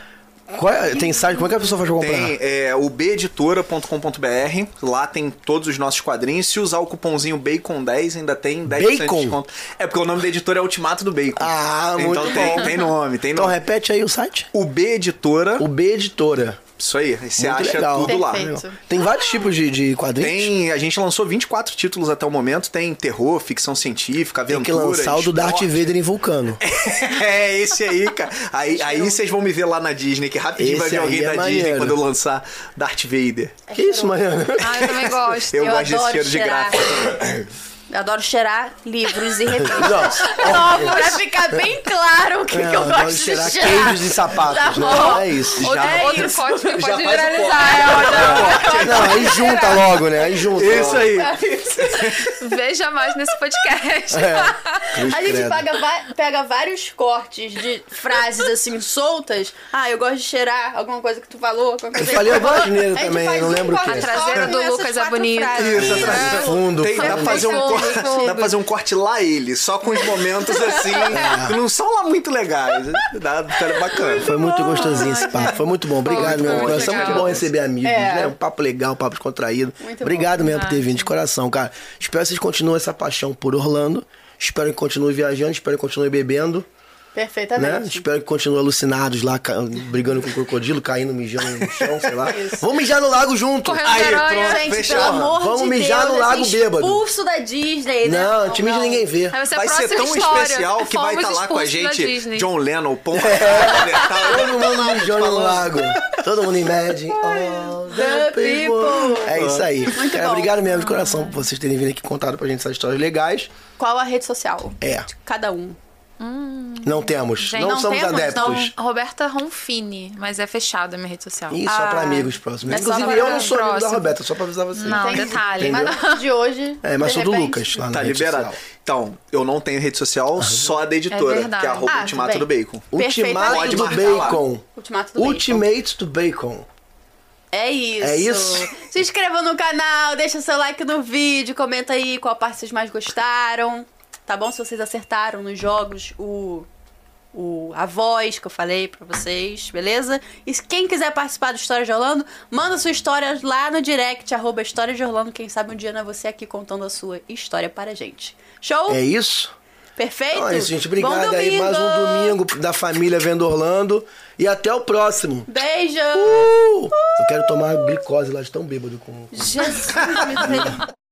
qual é- tem site? Como é que a pessoa faz pra comprar?
Tem é, o beditora.com.br, lá tem todos os nossos quadrinhos. Se usar o cupomzinho BACON10, ainda tem 10%
Bacon?
de desconto. É porque o nome da editora é Ultimato do Bacon.
Ah, muito
então tem,
bom.
tem nome, tem
Então
nome.
repete aí o site.
O B Editora,
O B Editora.
isso aí, aí você
Muito
acha
legal.
tudo lá.
Perfeito.
Tem vários tipos de, de quadrinhos.
Tem, a gente lançou 24 títulos até o momento, tem terror, ficção científica,
Tem
aventura,
que lançar o do Darth
esporte.
Vader em Vulcano.
É, esse aí, cara. Aí,
é
aí vocês vão me ver lá na Disney, que rapidinho
Esse
vai ver
aí
alguém
é
da
maneiro.
Disney quando eu lançar Darth Vader.
que isso, Mariana?
Ah, eu
É
também gosto.
Eu,
Eu
gosto desse
adoro
cheiro de
cheirar.
graça.
Eu adoro cheirar livros e revistas
Não,
novos, pra ficar bem claro o que, que eu
não,
gosto
vamos
de
cheirar
cheirar.
queijos e
Tá
sapatos,
bom.
né? É isso.
Outro,
Já-
outro corte que
Já
pode
faz o
viralizar. é,
Não, aí junta logo, né? Aí junta.
Isso aí.
Tá
olha. Veja mais nesse podcast.
É.
A gente paga va- pega vários cortes de frases assim soltas. Ah, eu gosto de cheirar alguma coisa que tu falou. alguma coisa que
falei
tu falou.
alguma asneira
A gente
também,
faz
eu não
um
lembro o
corte
quê. tá
A traseira
só com
do
essas
Lucas é
quatro
bonita.
frases.
Isso, a traseira.
Fundo,
Tem- dá, pra
Tá
fundo.
fazer um
Fundo,
corte,
fundo.
dá pra fazer um corte lá ele, só com os momentos assim,
É.
que não são lá muito legais. Dá, tá bacana.
Foi muito gostosinho esse papo. Foi muito bom. Obrigado,
Foi
meu
muito
coração.
legal.
Muito bom receber amigos,
É.
né? Um papo legal, um papo descontraído.
Muito
Obrigado mesmo por ter vindo de coração, cara. Espero que vocês continuem essa paixão por Orlando. Espero que continue viajando, espero que continue bebendo, né?
Perfeitamente.
Espero que continue alucinados lá, ca- brigando com o crocodilo, caindo, mijando no chão, sei lá. Vamos mijar no lago junto!
Correndo Aí, da aranha.
pronto,
Gente,
fechou.
pelo amor
Vamos
de
mijar
Deus,
no lago
esse
bêbado.
Expulso da Disney, né?
Não, te mija
não.
ninguém vê.
Aí vai ser é a
Vai ser
próxima
tão
história.
especial que vai
Fomos
estar lá com a
expulsos da
gente
Disney.
John Lennon, Paul McCartney, tal,
Todo mundo mijando no
falando.
lago. Todo mundo imagine. All
The
the people.
people.
É isso aí. Cara,
bom.
obrigado mesmo de coração por vocês terem vindo aqui contado pra gente essas histórias legais.
Qual a rede social?
É.
De cada um.
Não temos.
Gente,
não,
não Então,
somos
temos,
adeptos.
Não, Roberta Ronfini, mas é fechada a minha rede social.
Isso só pra amigos próximos.
é só
Inclusive,
pra
eu não sou amigo da
próximo.
Roberta, só pra avisar vocês.
Não, detalhe.
Entendeu?
Mas não, de hoje.
É, mas
de
sou do
repente.
Lucas lá na
Tá
rede
liberado.
social.
Então, eu não tenho rede social, só a da editora,
verdade.
que é arroba
Ah,
ultimato do
tudo bem.
bacon.
Ultimato
Perfeitamente.
do
Pode marcar lá.
Bacon.
Ultimato do Bacon.
Ultimate do Bacon.
É isso.
É isso.
Se inscreva no canal, deixa seu like no vídeo, comenta aí qual parte vocês mais gostaram. Tá bom? Se vocês acertaram nos jogos o, o a voz que eu falei pra vocês, beleza? E se quem quiser participar do História de Orlando, manda sua história lá no direct, arroba História de Orlando. Quem sabe um dia não é você aqui contando a sua história para a gente. Show?
É isso?
Perfeito?
Então é isso, gente.
Bom
Obrigado aí.
domingo.
Mais um domingo da família Vendo Orlando. E até o próximo.
Beijo!
Uh! Eu quero tomar glicose lá de tão bêbado com.
Jesus, me